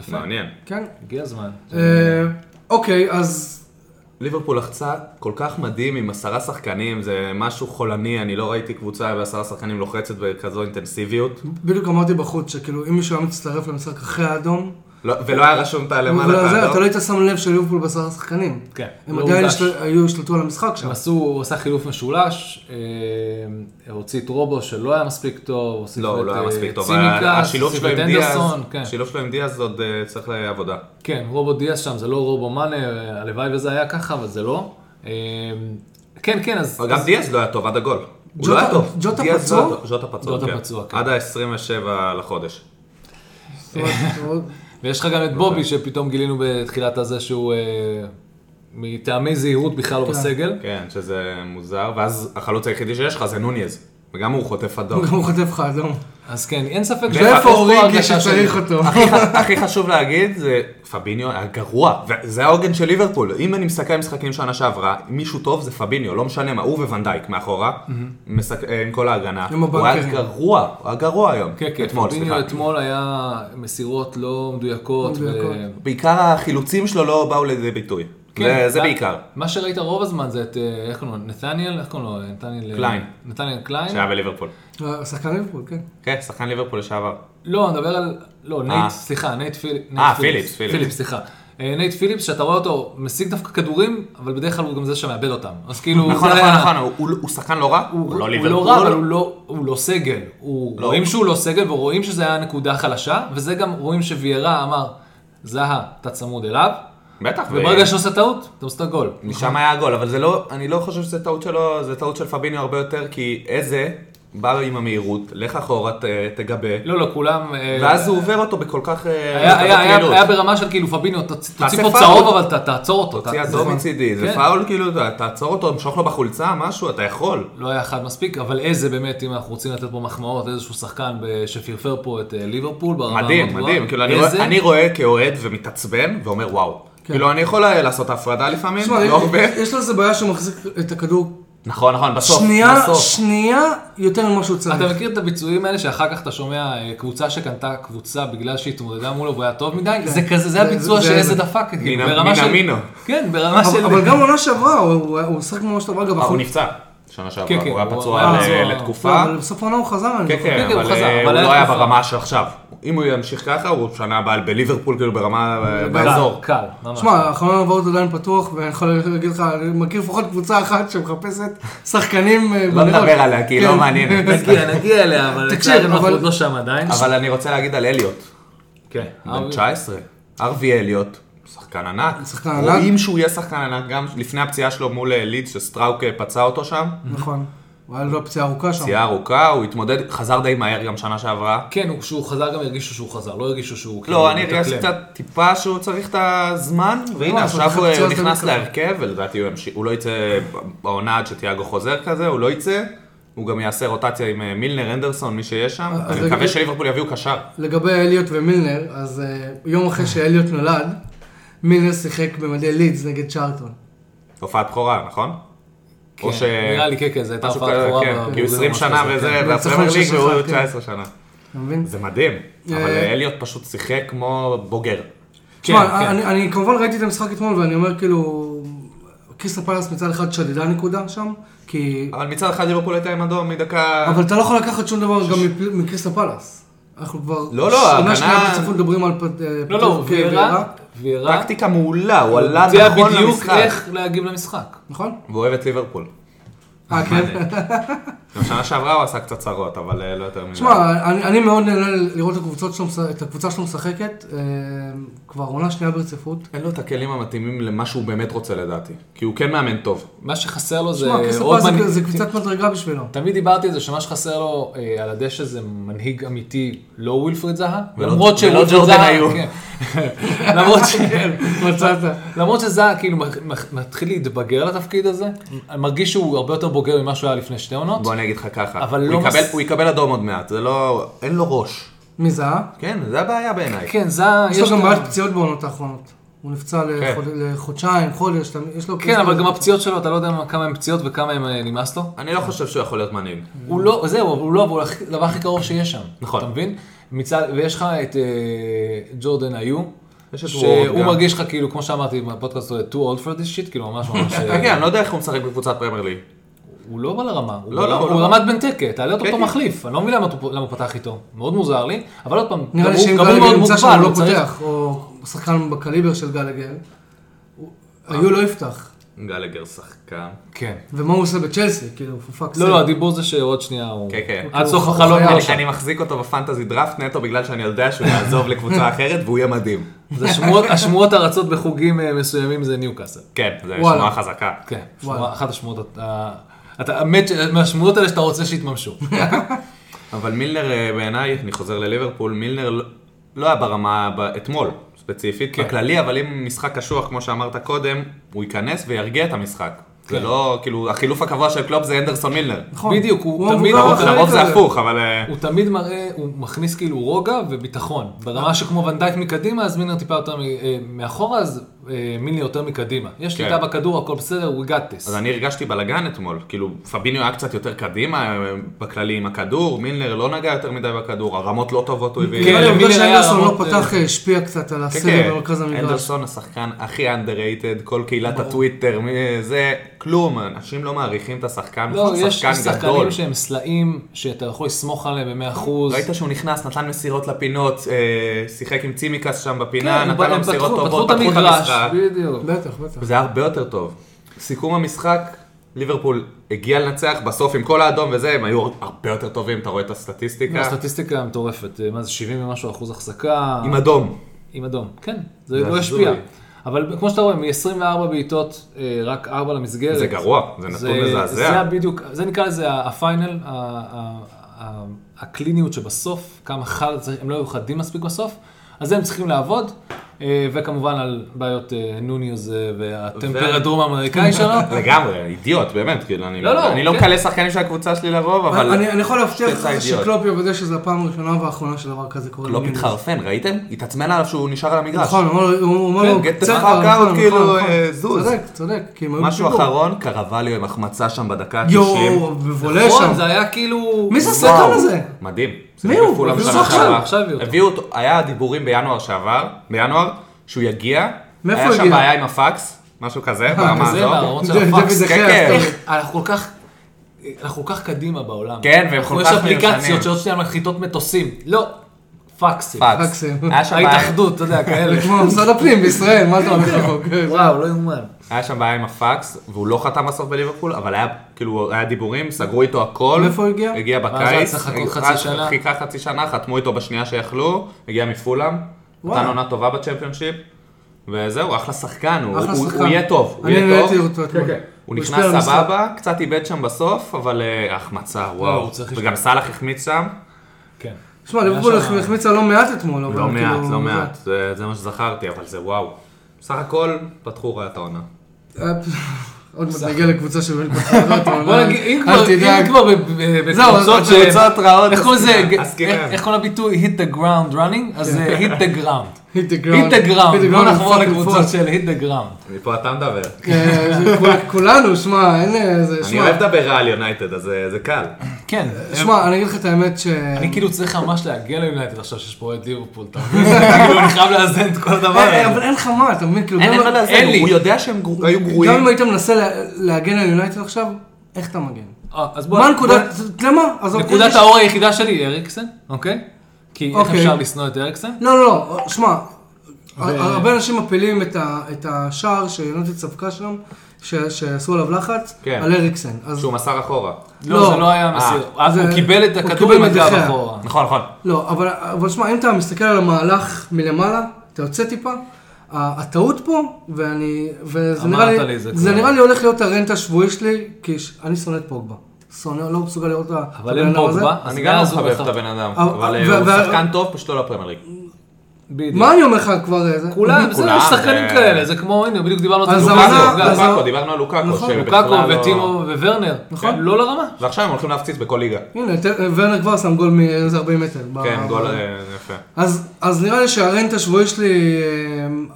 Speaker 2: יפה,
Speaker 3: מעניין.
Speaker 1: כן.
Speaker 2: הגיע הזמן.
Speaker 1: אה, אוקיי, אז
Speaker 3: ליברפול לחצה כל כך מדהים עם עשרה שחקנים, זה משהו חולני, אני לא ראיתי קבוצה בעשרה שחקנים לוחצת בכזו אינטנסיביות.
Speaker 1: בדיוק אמרתי בחוץ, שכאילו אם מישהו היה מצטרף למשחק אחרי האדום,
Speaker 3: לא- ולא היה רשום את הלמעלה
Speaker 1: אבל זה, אתה
Speaker 3: האדום.
Speaker 1: לא היית שם לב של ליברפול בעשרה השחקנים.
Speaker 2: כן,
Speaker 1: הם
Speaker 2: לא
Speaker 1: עדיין
Speaker 2: הורגש.
Speaker 1: השתל- היו השתלטו על המשחק שם.
Speaker 2: הם עשו, הוא עשה חילוף משולש, אה, הוציא את רובו שלא היה מספיק טוב, הוסיף
Speaker 3: לא, הוא
Speaker 2: את,
Speaker 3: לא היה
Speaker 2: אה,
Speaker 3: מספיק טוב. ה-
Speaker 2: צימקס,
Speaker 3: השילוב
Speaker 2: הוסיף
Speaker 3: שלו
Speaker 2: את
Speaker 3: עם דיאז,
Speaker 2: אנדרסון, כן.
Speaker 3: השילוב שלו עם דיאז עוד אה, צריך לעבודה.
Speaker 2: כן, רובו דיאז שם, זה לא רובו מאנה, אה, הלוואי וזה היה ככה, אבל זה לא. אה, כן, כן, אז...
Speaker 3: אבל גם
Speaker 2: אז-
Speaker 3: דיאז לא היה טוב עד הגול. הוא לא
Speaker 1: ג'וטה-
Speaker 3: היה טוב.
Speaker 1: ג'וטה
Speaker 3: דיאז לא היה
Speaker 1: פצוע?
Speaker 3: טוב. ג'וטה פצוע,
Speaker 2: ג'וטה
Speaker 3: כן.
Speaker 2: פצוע, כן.
Speaker 3: עד ה-27 לחודש.
Speaker 1: זאת אומרת, מאוד-
Speaker 2: ויש לך גם את
Speaker 3: אוקיי.
Speaker 2: בובי, שפתאום גילינו בתחילת הזה שהוא אה, מטעמי זהירות בכלל לא
Speaker 1: כן.
Speaker 2: בסגל.
Speaker 3: כן, שזה מוזר, ואז החלוץ היחידי שיש לך זה נוניז, וגם הוא
Speaker 2: (laughs)
Speaker 3: חוטף אדום.
Speaker 1: גם הוא חוטף לך לא. אדום.
Speaker 2: אז כן, אין ספק שיש
Speaker 1: ואיפה
Speaker 2: פה
Speaker 1: אוריגי
Speaker 2: הרגשה של-
Speaker 1: שצריך
Speaker 3: (laughs)
Speaker 1: אותו?
Speaker 3: הכי ח- הכי חשוב להגיד זה, פביניו היה גרוע, וזה העוגן של ליברפול. אם אני מסתכל על משחקים שנה שעברה, מישהו טוב זה פביניו, לא משנה מה, הוא וונדייק מאחורה, מסק- אה, עם כל ההגנה.
Speaker 1: עם
Speaker 3: הוא היה
Speaker 1: הבנקרים.
Speaker 3: גרוע, הוא היה גרוע היום.
Speaker 2: כן, כן,
Speaker 3: אתמול,
Speaker 2: פביניו
Speaker 3: סליחה.
Speaker 2: אתמול היה מסירות לא מדויקות.
Speaker 1: לא מדויקות.
Speaker 2: ו-
Speaker 3: בעיקר החילוצים שלו לא באו לידי ביטוי.
Speaker 2: כן,
Speaker 3: זה- זה
Speaker 2: מה-
Speaker 3: בעיקר.
Speaker 2: מה שראית רוב הזמן זה את, אה, איך קוראים לו, נתניאל, איך קוראים לו, נתניאל... אה,
Speaker 3: קליין.
Speaker 2: נתניאל קליין.
Speaker 3: שהיה בליברפול.
Speaker 1: שחקן ליברפול, כן.
Speaker 3: כן, שחקן ליברפול לשעבר.
Speaker 2: לא, אני מדבר על... לא, נייט,
Speaker 3: אה.
Speaker 2: סליחה, נייט פיל- נייט
Speaker 3: אה, פיליפס, פיליפס.
Speaker 2: פיליפס, סליחה. אה, נייט פיליפס, שאתה רואה אותו משיג דווקא כדורים, אבל בדרך כלל הוא גם זה שמאבד אותם. אז כאילו...
Speaker 3: נכון,
Speaker 2: זה
Speaker 3: נכון,
Speaker 2: היה-
Speaker 3: נכון, הוא- הוא הוא שחקן לא רע,
Speaker 2: הוא
Speaker 3: הוא לא
Speaker 2: הוא
Speaker 3: ליברפול.
Speaker 2: לא רע, אבל הוא לא- הוא לא סגל. הוא-
Speaker 3: לא.
Speaker 2: רואים שהוא לא סגל, ורואים שזה היה נקודה חלשה, וזה גם רואים שוויירה אמר, זהה, אתה צמוד אליו,
Speaker 3: בטח. אה, ו-
Speaker 2: וברגע שעושה טעות, אתה עושה את הגול.
Speaker 3: משם היה הגול, אבל זה לא, אני לא חושב שזה טעות שלו, זה טעות של פביניו הרבה יותר, כי איזה בא עם המהירות, לך אחורה, ת- תגבה,
Speaker 2: לא, לא, כולם... אה,
Speaker 3: ואז הוא עובר אותו בכל כך... אה,
Speaker 2: היה- היה- היה
Speaker 3: בקלילות.
Speaker 2: היה ברמה של כאילו פביניו, תוצ- תוציא פה
Speaker 3: פאול.
Speaker 2: צהוב, אבל ת- תעצור אותו.
Speaker 3: תוציא
Speaker 2: ת-
Speaker 3: אדום
Speaker 2: נכון.
Speaker 3: מצידי, זה
Speaker 2: כן.
Speaker 3: פאול כאילו, אתה- תעצור אותו, תמשוך לו בחולצה, משהו, אתה יכול.
Speaker 2: לא היה חד מספיק, אבל איזה באמת, אם אנחנו רוצים לתת פה מחמאות, איזשהו שחקן ב- שפרפר פה את אה, ליברפול ברמה
Speaker 3: מדהים,
Speaker 2: מאוד
Speaker 3: מדהים,
Speaker 2: גבוהה.
Speaker 3: כאילו אני רואה-
Speaker 2: איזה?
Speaker 3: אני רואה כאוהד ומתעצבן, ואומר וואו.
Speaker 1: כן.
Speaker 3: כאילו אני יכול אה, לעשות הפרדה לפעמים,
Speaker 1: תשמע,
Speaker 3: לא
Speaker 2: אה,
Speaker 3: הרבה.
Speaker 1: יש- יש לו איזה בעיה שהוא מחזיק את הכדור
Speaker 3: נכון, נכון, בסוף,
Speaker 1: שנייה,
Speaker 3: בסוף.
Speaker 1: שנייה יותר ממה שהוא צריך.
Speaker 2: אתה מכיר את הביצועים האלה שאחר כך אתה שומע אה, קבוצה שקנתה קבוצה בגלל שהיא התמודדה מולו והוא היה טוב מדי?
Speaker 3: כן.
Speaker 2: זה כזה, זה
Speaker 1: זה-
Speaker 2: הביצוע
Speaker 1: זה-
Speaker 2: שאיזה
Speaker 1: זה-
Speaker 2: דפק, כאילו,
Speaker 3: מן-
Speaker 2: ברמה
Speaker 3: מן
Speaker 2: של...
Speaker 3: המינו.
Speaker 2: כן, ברמה
Speaker 1: אבל-
Speaker 2: של...
Speaker 1: אבל גם עונה שעברה, הוא- הוא הוא שיחק ממש טוב, אגב,
Speaker 3: אה,
Speaker 1: אנחנו-
Speaker 3: הוא נפצע. שנה
Speaker 2: נכון. כן,
Speaker 3: שעברה,
Speaker 2: כן,
Speaker 3: הוא היה
Speaker 2: הוא
Speaker 3: פצוע
Speaker 2: היה
Speaker 3: ל-
Speaker 2: פצוע.
Speaker 1: לא,
Speaker 3: לתקופה.
Speaker 1: אבל בסוף העונה הוא חזר, אני
Speaker 3: כן,
Speaker 1: זוכר.
Speaker 3: כן,
Speaker 2: כן, הוא
Speaker 3: אבל
Speaker 2: חזר,
Speaker 3: אה,
Speaker 2: אבל
Speaker 3: הוא
Speaker 2: היה
Speaker 3: לא היה
Speaker 2: תקופה.
Speaker 3: ברמה של עכשיו. אם הוא ימשיך ככה, הוא שנה הבאה בליברפול, כאילו ברמה אה,
Speaker 1: כן.
Speaker 2: קל,
Speaker 3: באזור.
Speaker 2: קל, ממש.
Speaker 1: תשמע, חלון העברות עדיין פתוח, ואני יכול להגיד לך, אני מכיר לפחות קבוצה אחת שמחפשת שחקנים אה,
Speaker 3: לא
Speaker 1: בנרות.
Speaker 3: נדבר עליה, כי היא לא
Speaker 1: כן. (laughs)
Speaker 3: מעניינת.
Speaker 2: נגיע, נגיע אליה, אבל
Speaker 1: תקשיב,
Speaker 2: לצערנו אנחנו
Speaker 1: אבל-
Speaker 2: עוד לא שם עדיין.
Speaker 3: אבל אני רוצה להגיד על אליוט.
Speaker 1: אה,
Speaker 2: כן.
Speaker 3: בן 19. ארווי אליוט, שחקן ענק.
Speaker 1: אוקיי. שחקן ענק.
Speaker 3: רואים שהוא יהיה שחקן ענק, גם לפני הפציעה שלו מול אה, לידס, שסטראוק אה, פצע אותו שם.
Speaker 1: נכון. הוא היה לו פציעה ארוכה שם.
Speaker 3: פציעה ארוכה, הוא התמודד, חזר די מהר גם שנה שעברה.
Speaker 2: כן, הוא- כשהוא חזר גם הרגישו שהוא חזר, לא הרגישו שהוא... כאילו
Speaker 3: לא, אני הרגשתי
Speaker 2: מתאקלם.
Speaker 3: קצת טיפה שהוא צריך את הזמן, והנה
Speaker 1: לא,
Speaker 3: עכשיו
Speaker 1: אבל
Speaker 3: הוא
Speaker 1: הפציעה
Speaker 3: הוא
Speaker 1: זה
Speaker 3: נכנס
Speaker 1: מתקבל.
Speaker 3: להרכב, ולדעתי הוא ימשיך, הוא לא יצא בעונה עד שתיאגו חוזר כזה, הוא לא יצא. הוא גם יעשה רוטציה עם אה, מילנר, הנדרסון, מי שיש
Speaker 2: אה,
Speaker 3: שם.
Speaker 1: אז
Speaker 3: אני
Speaker 1: רגע-
Speaker 3: מקווה שליברפול יביאו קשר.
Speaker 1: לגבי אליוט ומילנר, אז אה, יום אחרי שאליוט נולד, מילנר שיחק במדי לידס נגד צ'ארטון.
Speaker 3: הופעת בכורה, נכון? או
Speaker 2: כן,
Speaker 3: ש...
Speaker 2: נראה לי כן, כן, זה הייתה
Speaker 3: משהו
Speaker 2: הופעה
Speaker 3: כזה,
Speaker 2: בכורה.
Speaker 3: כן,
Speaker 2: בבוגרים
Speaker 3: כי הוא 20
Speaker 2: או
Speaker 3: שנה
Speaker 2: משהו כזה,
Speaker 3: וזה,
Speaker 2: כן.
Speaker 1: ניצחון
Speaker 3: והפרמייר ליג
Speaker 1: של
Speaker 3: והוא
Speaker 1: שחק, כן.
Speaker 3: 19 שנה.
Speaker 1: אתה מבין?
Speaker 3: זה מדהים, אבל
Speaker 1: אה,
Speaker 3: אליוט פשוט שיחק כמו בוגר.
Speaker 2: כן,
Speaker 1: תשמע,
Speaker 2: כן.
Speaker 1: אני- אני כמובן ראיתי את המשחק אתמול, ואני אומר כאילו, קריסטל פלאס מצד אחד שדדה נקודה שם, כי...
Speaker 3: אבל מצד אחד ליברפול הייתה עם אדום מדקה...
Speaker 1: אבל אתה לא יכול לקחת שום דבר גם מפל- מקריסטל פלאס. אנחנו כבר...
Speaker 3: לא, לא,
Speaker 1: שנה
Speaker 3: ההגנה-
Speaker 1: שנייה בצפון מדברים על פת- אה,
Speaker 2: לא,
Speaker 1: פתוח
Speaker 2: לא,
Speaker 1: כבעירה,
Speaker 2: ויירה, ויירה,
Speaker 3: טקטיקה מעולה, הוא
Speaker 2: הוא
Speaker 3: עלה
Speaker 2: יודע
Speaker 3: נכון
Speaker 2: בדיוק
Speaker 3: למשחק.
Speaker 2: איך להגיב למשחק.
Speaker 1: נכון?
Speaker 3: והוא אוהב את ליברפול.
Speaker 1: אה, כן.
Speaker 3: גם שנה שעברה הוא עשה קצת צרות, אבל אה, לא יותר מזה.
Speaker 1: תשמע, אני, אני מאוד נהנה לראות את, הקבוצות שלו, מש- את הקבוצה שלו משחקת, אה, כבר עונה שנייה ברציפות.
Speaker 3: אין לו את הכלים המתאימים למה שהוא באמת רוצה לדעתי. כי הוא כן מאמן טוב.
Speaker 2: מה שחסר לו זה
Speaker 1: תשמע, כסף
Speaker 2: עוד
Speaker 1: זה,
Speaker 2: מנהיג.
Speaker 1: זה קפיצת מדרגה בשבילו.
Speaker 2: תמיד דיברתי על זה שמה שחסר לו אה, על הדשא זה מנהיג אמיתי, לא ווילפריד זהה.
Speaker 3: ולא-
Speaker 2: למרות
Speaker 3: ולא
Speaker 2: שווילפריד
Speaker 3: ג'ורדן
Speaker 2: זהה-
Speaker 3: היו.
Speaker 2: כן. (laughs) למרות ש...
Speaker 1: מצאת.
Speaker 2: למרות שזהה כאילו מח- מח- מתחיל להתבגר לתפקיד הזה, אני מרגיש שהוא הרבה יותר בוגר ממה שהוא היה לפני שתי עונות.
Speaker 3: בוא אני אגיד לך ככה.
Speaker 2: אבל
Speaker 3: הוא
Speaker 2: לא
Speaker 3: יקבל-
Speaker 2: מס-
Speaker 3: הוא יקבל אדום עוד מעט, זה לא... אין לו ראש.
Speaker 1: מי זה, אה?
Speaker 3: כן, זה הבעיה בעיניי.
Speaker 2: כן, זהה...
Speaker 1: יש לו גם
Speaker 2: לו-
Speaker 1: בעיית פציעות בעונות האחרונות. הוא נפצע לחוד- לחודשיים, חודש, אתה- יש לו...
Speaker 2: כן, אבל גם הפציעות שלו, אתה לא יודע כמה הן פציעות וכמה הן אה, נמאס לו.
Speaker 3: אני לא חושב שהוא יכול להיות מנהיג.
Speaker 2: הוא לא, זהו, אבל הוא לא, אבל הוא הכי- הדבר הכי קרוב שיש שם.
Speaker 3: נכון.
Speaker 2: אתה מבין? מצד, ויש לך את אה, ג'ורדן איו,
Speaker 3: יש את וורד
Speaker 2: שהוא
Speaker 3: גם.
Speaker 2: מרגיש לך כאילו, כמו שאמרתי בפודקאסט, הוא אה, too old for this shit, כאילו ממש ממש, אה,
Speaker 3: כן, כן, אני לא יודע איך הוא משחק בקבוצת פרמייר ליג.
Speaker 2: הוא לא בא לרמה, הוא
Speaker 3: לא, לא,
Speaker 2: ברמה-
Speaker 3: הוא
Speaker 2: הוא
Speaker 3: לא.
Speaker 2: רמת בן תקה, תעלה אותו
Speaker 3: כן,
Speaker 2: פה
Speaker 3: כן.
Speaker 2: מחליף, אני לא מבין למה הוא- למה הוא פתח איתו, מאוד מוזר לי, אבל עוד פעם,
Speaker 1: נראה
Speaker 2: גם
Speaker 1: לי
Speaker 2: הוא-
Speaker 1: שאם
Speaker 2: גם הוא
Speaker 1: גלגר
Speaker 2: מאוד
Speaker 1: נמצא שם,
Speaker 2: מוגבל,
Speaker 1: הוא לא
Speaker 2: הוא צריך,
Speaker 1: פותח, או שחקן בקליבר של גלגר, הוא-
Speaker 2: אה.
Speaker 1: היו לא יפתח.
Speaker 3: גלגר שחקן.
Speaker 2: כן.
Speaker 1: ומה הוא עושה בצ'לסי? כאילו, for fuck's
Speaker 2: לא, לא,
Speaker 1: sake.
Speaker 2: הדיבור זה שעוד שנייה הוא,
Speaker 3: כן, כן.
Speaker 2: עד סוף
Speaker 1: הוא
Speaker 2: החלום
Speaker 1: חייב.
Speaker 2: יהיה
Speaker 3: אני-
Speaker 2: שם.
Speaker 3: אני מחזיק אותו בפנטזי דראפט נטו בגלל שאני יודע שהוא יעזוב לקבוצה אחרת והוא יהיה מדהים.
Speaker 2: זה שמועות- השמועות הרצות בחוגים אה, מסוימים זה ניוקאסל.
Speaker 3: כן, זו
Speaker 1: וואלה.
Speaker 3: שמועה חזקה.
Speaker 2: כן,
Speaker 1: וואלה.
Speaker 2: שמועה- אחת השמועות, אתה- אתה, האמת, ש- מהשמועות האלה שאתה רוצה שיתממשו.
Speaker 3: אבל מילנר אה, בעיניי, אני חוזר לליברפול, מילנר לא- לא היה ברמה ב- אתמול, ספציפית,
Speaker 2: כן.
Speaker 3: בכללי, אבל אם משחק קשוח, כמו שאמרת קודם, הוא ייכנס וירגיע את המשחק. זה
Speaker 2: כן.
Speaker 3: לא, כאילו, החילוף הקבוע של קלופ זה אנדרסון מילנר.
Speaker 1: נכון.
Speaker 2: בדיוק, הוא תמיד-
Speaker 1: המבוגר
Speaker 2: הוא
Speaker 1: האחראי
Speaker 3: לרוב זה
Speaker 1: כזה.
Speaker 3: הפוך, אבל... אה,
Speaker 2: הוא תמיד מראה, הוא מכניס כאילו רוגע וביטחון. ברמה שכמו ונדייק מקדימה, אז מילנר טיפה יותר מ- אה, מאחורה, אז אה, מילנר יותר מקדימה. יש
Speaker 3: כן.
Speaker 2: שליטה בכדור, הכל בסדר, we got this.
Speaker 3: אז אני הרגשתי בלאגן אתמול, כאילו פביניו היה קצת יותר קדימה אה, בכללי עם הכדור, מילנר לא נגע יותר מדי בכדור, הרמות לא טובות הוא הביא.
Speaker 1: נראה לי
Speaker 2: כן,
Speaker 1: העובדה
Speaker 2: מילר היה
Speaker 1: שאנדרסון לא
Speaker 2: רמות,
Speaker 1: פתח אה, השפיע קצת על
Speaker 3: כן,
Speaker 1: הסדר במרכז
Speaker 3: כן,
Speaker 1: המגרש.
Speaker 3: אנדרסון השחקן הכי underrated, כל קהילת הטוויטר, מי- זה כלום, אנשים לא מעריכים את השחקן,
Speaker 2: לא,
Speaker 3: הוא
Speaker 2: יש יש
Speaker 3: שחקן גדול.
Speaker 2: שחקנים שהם סלעים, שאתה יכול לסמוך עליהם כן, ב-100%.
Speaker 3: ראית שהוא נכנס, נתן מסירות לפינות, אה, שיחק עם צימקס שם בפינה, נתן לו
Speaker 2: כן, הם
Speaker 3: מסירות
Speaker 2: פתחו
Speaker 3: טובות,
Speaker 2: פתחו את המגרש, בדיוק.
Speaker 1: בטח, בטח.
Speaker 3: זה היה הרבה יותר טוב. סיכום המשחק, ליברפול הגיע לנצח, בסוף עם כל האדום וזה, הם היו הרבה יותר כן. טובים, אתה רואה את הסטטיסטיקה,
Speaker 2: הסטטיסטיקה מטורפת, אה, מה זה 70 ומשהו אחוז החזקה.
Speaker 3: עם אדום.
Speaker 2: עם אדום. כן, זה
Speaker 3: זה
Speaker 2: לא
Speaker 3: הזוי.
Speaker 2: ישפיע. אבל כמו שאתה רואה, מ-24 בעיטות, אה, רק 4 למסגרת.
Speaker 3: זה גרוע, זה נתון מזעזע.
Speaker 2: זה בדיוק, זה נקרא לזה ה- הפיינל, ה- ה- ה- הקליניות שבסוף, כמה חל, צריך- הם לא היו חדים מספיק בסוף, אז הם צריכים לעבוד, אה, וכמובן על בעיות אה, נוניוז אה, והטמפר
Speaker 3: ו-
Speaker 2: הדרום האמריקאי
Speaker 3: (laughs)
Speaker 2: שלו.
Speaker 3: לגמרי, אידיוט, באמת, כאילו, אני
Speaker 2: לא, לא,
Speaker 3: אני לא
Speaker 2: כן.
Speaker 3: מקלל שחקנים של הקבוצה שלי לרוב, אבל... כן,
Speaker 1: אני אני יכול להבטיח
Speaker 3: שתי
Speaker 1: לך
Speaker 3: ציידיות.
Speaker 1: שקלופ יוודא שזו הפעם הראשונה והאחרונה שדבר כזה קורה.
Speaker 3: לא
Speaker 1: למינוס.
Speaker 3: מתחרפן, ראיתם? התעצמן עליו שהוא נשאר על המגרש.
Speaker 1: נכון, הוא אמר לו- הוא אמר לו,
Speaker 3: כן, get the
Speaker 1: צא
Speaker 3: fuck
Speaker 1: כבר,
Speaker 3: out,
Speaker 1: נכון,
Speaker 3: כאילו,
Speaker 1: נכון, נכון.
Speaker 3: אה, זוז.
Speaker 1: צודק, צודק, כי הם היו
Speaker 3: משהו
Speaker 1: בפיגור.
Speaker 3: אחרון, קרווליו עם החמצה שם בדקה ה-90.
Speaker 1: יואו, ובולה
Speaker 2: נכון, זה
Speaker 1: שם.
Speaker 2: היה כאילו...
Speaker 1: מי זה הסרטון הזה?
Speaker 3: מדהים.
Speaker 1: מי
Speaker 3: שיחק
Speaker 1: הוא?
Speaker 3: בפולהאם
Speaker 1: הביאו
Speaker 3: שנה
Speaker 1: אותו עכשיו.
Speaker 3: שעברה.
Speaker 2: עכשיו הביאו אותו.
Speaker 3: הביאו אותו, היה דיבורים בינואר שעבר, בינואר, שהוא יגיע.
Speaker 1: מאיפה
Speaker 3: היה שם
Speaker 1: הגיע? אה,
Speaker 3: בעיה עם הפקס, משהו כזה, ברמה
Speaker 2: כזה,
Speaker 3: הזאת.
Speaker 2: בהערות של
Speaker 1: דוד
Speaker 2: הפקס.
Speaker 1: דחיה,
Speaker 3: כן, כן.
Speaker 1: אז אתה-
Speaker 2: איך, אה, אנחנו כל כך... אנחנו כל כך קדימה בעולם.
Speaker 3: כן, והם כל כך
Speaker 2: יש אפליקציות
Speaker 3: מיושנים.
Speaker 2: שעוד שנייה מנחיתות מטוסים. לא, פקסים.
Speaker 3: פקס.
Speaker 1: פקסים.
Speaker 3: היה שם בעיה-
Speaker 2: ההתאחדות, אתה יודע,
Speaker 1: (laughs)
Speaker 2: כאלה.
Speaker 1: זה כמו משרד הפנים בישראל, מה אתה
Speaker 3: כן.
Speaker 1: הולך לחוק?
Speaker 2: וואו, לא יאומן.
Speaker 3: היה שם בעיה עם הפקס, והוא לא חתם בסוף בליברפול, אבל היה, כאילו, היה דיבורים, סגרו איתו הכל.
Speaker 1: מאיפה הוא הגיע?
Speaker 3: הגיע
Speaker 2: ואז היה
Speaker 3: בקיץ.
Speaker 2: צריך לחכות
Speaker 3: רק
Speaker 2: חצי שנה.
Speaker 3: חיכה חצי שנה, חתמו איתו בשנייה שיכלו, הגיע מפולאם.
Speaker 1: וואלה.
Speaker 3: נתן עונה טובה בצ'מפיונשיפ. וזהו, אחלה שחקן, הוא-
Speaker 1: אחלה
Speaker 3: הוא הוא
Speaker 1: שחקן.
Speaker 3: יהיה טוב. הוא
Speaker 1: אני
Speaker 3: יהיה
Speaker 1: ראיתי
Speaker 3: טוב.
Speaker 1: אותו אתמול.
Speaker 3: הוא
Speaker 1: השפיע על
Speaker 3: נכנס
Speaker 1: המשחק.
Speaker 3: סבבה, קצת איבד שם בסוף, אבל אה, החמצה,
Speaker 1: לא,
Speaker 3: וואו.
Speaker 2: הוא צריך
Speaker 3: וגם סאלח החמיץ שם.
Speaker 2: כן.
Speaker 1: שמע, ליברפול
Speaker 2: שם-
Speaker 1: החמיצה לא מעט אתמול. אבל
Speaker 3: לא מעט,
Speaker 1: כאילו,
Speaker 3: לא מעט. זה זה מה שזכרתי, אבל זה וואו. בסך הכל, פתחו רע את העונה.
Speaker 1: אה, (laughs) עוד מעט נגיע לקבוצה שבאמת פתחה אותה.
Speaker 2: בוא נגיד, אם כבר-
Speaker 1: לא, אל תדאג.
Speaker 2: אם כבר ב- ב-
Speaker 1: זהו, אז
Speaker 2: בקבוצות
Speaker 1: עוד
Speaker 2: ש-
Speaker 1: קבוצות רעות,
Speaker 2: איך קוראים לזה?
Speaker 3: עסקינן,
Speaker 2: ג-
Speaker 3: עסקינן.
Speaker 2: איך- איך קוראים לביטוי hit the ground
Speaker 1: כן.
Speaker 2: running? אז אה, hit the
Speaker 1: (laughs)
Speaker 2: ground.
Speaker 1: hit the ground. לא
Speaker 2: hit the ground. בוא
Speaker 1: ground,
Speaker 2: נחבור
Speaker 1: fucking
Speaker 2: לקבוצות
Speaker 1: fuck.
Speaker 2: של hit the ground.
Speaker 3: מפה אתה מדבר.
Speaker 1: אה, זה כול- כולנו, שמע, אין איזה...
Speaker 3: אני אוהב לדבר רע על יונייטד, אז אה, זה קל.
Speaker 2: כן.
Speaker 1: שמע, אני אגיד לך את האמת ש...
Speaker 2: אני כאילו צריך ממש להגיע ליונייטד עכשיו שיש פה את ליברפול, אתה מבין? כאילו אני חייב לאזן את כל הדבר
Speaker 1: אה, אה,
Speaker 2: הזה.
Speaker 1: אבל אין לך מה, אתה מבין? כאילו,
Speaker 3: אין
Speaker 1: גם-
Speaker 3: אין מה
Speaker 2: אין
Speaker 3: לזה,
Speaker 2: לי.
Speaker 3: הוא יודע שהם גרו- היו גרועים.
Speaker 1: גם אם היית מנסה לה- להגן על יונייטד עכשיו, איך אתה מגן?
Speaker 2: אה, אז בוא-
Speaker 1: מה
Speaker 2: בוא-
Speaker 1: הנקודת... אתה יודע מה? עזוב,
Speaker 2: נקודת
Speaker 1: יש-
Speaker 2: האור היחידה שלי היא אריקסן, אוקיי? כי איך
Speaker 1: אוקיי.
Speaker 2: אפשר לשנוא את אריקסן?
Speaker 1: לא, לא, לא, שמע, הרבה אנשים מפילים את ה- את השער שיונתן ספגה שם, ש- שעשו עליו לחץ,
Speaker 3: כן.
Speaker 1: על אריקסן. אז
Speaker 3: שהוא מסר אחורה.
Speaker 2: לא,
Speaker 1: לא.
Speaker 2: זה לא
Speaker 3: אה.
Speaker 2: היה מסיר. אז
Speaker 1: זה-
Speaker 2: הוא קיבל את
Speaker 1: הוא
Speaker 2: הכדור
Speaker 1: קיבל
Speaker 2: עם הגב
Speaker 1: מדחיה.
Speaker 2: אחורה.
Speaker 3: נכון, נכון.
Speaker 1: לא, אבל, אבל שמע, אם אתה מסתכל על המהלך מלמעלה, אתה יוצא טיפה, ה- הטעות פה, ואני, וזה
Speaker 2: אמרת
Speaker 1: נראה לי,
Speaker 2: לי את זה
Speaker 1: זה
Speaker 2: כבר.
Speaker 1: נראה לי הולך להיות הרנט השבועי שלי, כי ש- אני שונא את פוגבה. שונא, לא מסוגל לראות את ה- את
Speaker 2: אבל אין
Speaker 1: הבן אדם הזה.
Speaker 2: פוגבה, אז
Speaker 3: אני גם לא
Speaker 2: מאז הוא
Speaker 3: מחבב את
Speaker 2: בחר-
Speaker 3: הבן אדם,
Speaker 1: אבל-
Speaker 3: אבל אה,
Speaker 1: ו-
Speaker 3: הוא
Speaker 1: ו-
Speaker 3: שחקן טוב, פשוט לא לפרמייר ליג.
Speaker 2: בדיוק.
Speaker 1: מה אני אומר לך כבר אה, איזה?
Speaker 2: כולם, זה
Speaker 3: כולם, אה.
Speaker 2: יש שחקנים
Speaker 3: זה-
Speaker 2: כאלה, זה כמו, הנה, בדיוק דיברנו על זה.
Speaker 1: אז
Speaker 2: לוקאקו,
Speaker 1: העונה-
Speaker 2: גם-
Speaker 1: אז-
Speaker 3: לוקאקו, דיברנו על לוקאקו,
Speaker 1: נכון,
Speaker 3: שבכלל
Speaker 2: לוקאקו
Speaker 3: אוקיי. לא-
Speaker 2: וטימו וורנר,
Speaker 1: נכון.
Speaker 2: לא לרמה.
Speaker 3: ועכשיו הם הולכים להפציץ בכל ליגה.
Speaker 1: הנה, ת- אה, ורנר כבר שם גול מאיזה 40 מטר. ב-
Speaker 3: כן, גול אה, יפה.
Speaker 1: אז, אז נראה לי שהרנט השבועי שלי,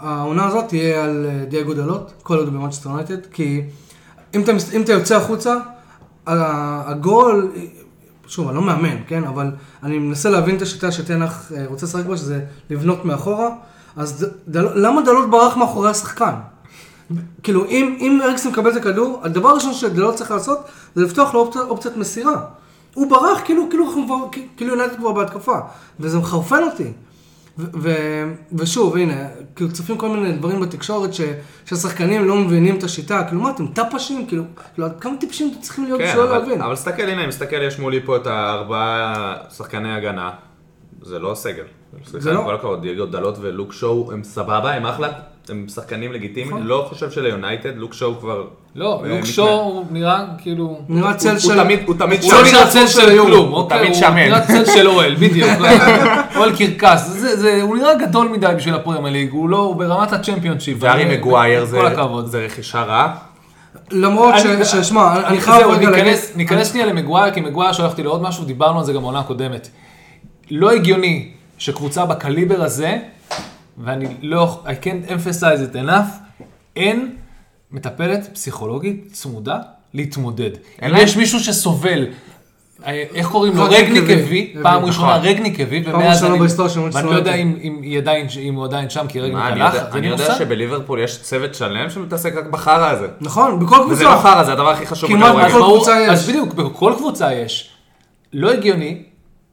Speaker 1: אה, העונה הזאת, תהיה על אה, דייגו דלות, כל עוד הוא במאצ'סטר יונייטד, כי אם אתה, מס- אם אתה יוצא החוצה, ה- הגול, אה, שוב, אני לא מאמן, כן? אבל אני מנסה להבין את השיטה שתנח אה, רוצה לשחק בה, שזה לבנות מאחורה, אז ד, דל, למה דלות ברח מאחורי השחקן? כאילו, אם, אם אריקסון מקבל את הכדור, הדבר הראשון שדלות צריך לעשות, זה לפתוח לו אופציה, אופציית מסירה. הוא ברח, כאילו, כאילו, אנחנו כבר- כאילו יונייטד כבר בהתקפה, וזה מחרפן אותי. ו- ו- ושוב, הנה, כאילו צופים כל מיני דברים בתקשורת ש- שהשחקנים לא מבינים את השיטה, כאילו מה אתם טפשים? כאילו, כאילו עד כמה טיפשים אתם צריכים להיות
Speaker 3: כן,
Speaker 1: בשביל לא
Speaker 3: אבל-
Speaker 1: להבין?
Speaker 3: אבל סתכל, הנה, מסתכל, יש מולי פה את הארבעה שחקני הגנה. זה לא סגל. סליחה,
Speaker 1: זה לא.
Speaker 3: עם כל הכבוד, דייגו דלות ולוק שואו הם סבבה, הם אחלה, הם שחקנים
Speaker 1: נכון.
Speaker 3: לגיטימיים. לא חושב שליונייטד, לוק שואו כבר...
Speaker 2: לא,
Speaker 3: אה,
Speaker 2: לוק
Speaker 3: מתנה.
Speaker 2: שואו הוא נראה כאילו...
Speaker 1: נראה
Speaker 3: הוא-
Speaker 1: צל
Speaker 3: הוא
Speaker 1: של...
Speaker 3: תמיד- הוא תמיד
Speaker 2: הוא לא
Speaker 3: שמן.
Speaker 2: נראה צל של כלום,
Speaker 3: הוא
Speaker 2: אוקיי?
Speaker 3: תמיד
Speaker 2: הוא
Speaker 3: שמן.
Speaker 2: נראה
Speaker 3: (laughs)
Speaker 2: צל של אוהל, בדיוק. אוהל קרקס. זה- זה- הוא נראה גדול מדי בשביל הפרמייר ליג, הוא לא, הוא ברמת הצ'מפיונשיפ.
Speaker 3: וארי
Speaker 2: אני-
Speaker 3: מגווייר זה-
Speaker 2: כל הכבוד.
Speaker 3: זה רכישה רעה.
Speaker 1: למרות ש-
Speaker 2: אני-
Speaker 1: ששמע, אני- אני
Speaker 2: זהו,
Speaker 1: חייב רגע להגיד...
Speaker 2: ניכנס- ניכנס שנייה למגווייר, כי מגווייר שולח אותי לעוד משהו, דיברנו על זה גם בעונה הקודמת. לא הגיוני שקבוצה בקליבר הזה, ואני לא, I can't emphasize it enough, אין מטפלת פסיכולוגית צמודה להתמודד. אם
Speaker 3: להם-
Speaker 2: יש מישהו שסובל, אה, איך קוראים לו?
Speaker 1: רגניק
Speaker 2: רגניק
Speaker 1: הביא.
Speaker 2: הביא,
Speaker 1: הביא,
Speaker 2: פעם
Speaker 1: נכון.
Speaker 2: ראשונה רגניק הביא,
Speaker 1: פעם
Speaker 2: ומאז
Speaker 1: ראשונה
Speaker 2: אני,
Speaker 1: בהיסטוריה של מנצ'סטר
Speaker 2: ואני לא יודע
Speaker 1: יונייטד.
Speaker 2: אם- אם היא עדיין- אם הוא עדיין שם, כי רגניק
Speaker 3: מה, אני
Speaker 2: הלך, אז
Speaker 3: יודע-
Speaker 2: אין
Speaker 3: אני
Speaker 2: לי
Speaker 3: יודע
Speaker 2: מושג.
Speaker 3: שבליברפול יש צוות שלם שמתעסק רק בחרא הזה.
Speaker 1: נכון, בכל
Speaker 3: וזה לא
Speaker 1: קבוצה.
Speaker 3: חרא, זה הדבר הכי חשוב.
Speaker 1: כמעט
Speaker 3: בכדורגל.
Speaker 1: בכל-
Speaker 2: ברור,
Speaker 1: קבוצה יש.
Speaker 2: אז בדיוק, בכל קבוצה יש. לא הגיוני,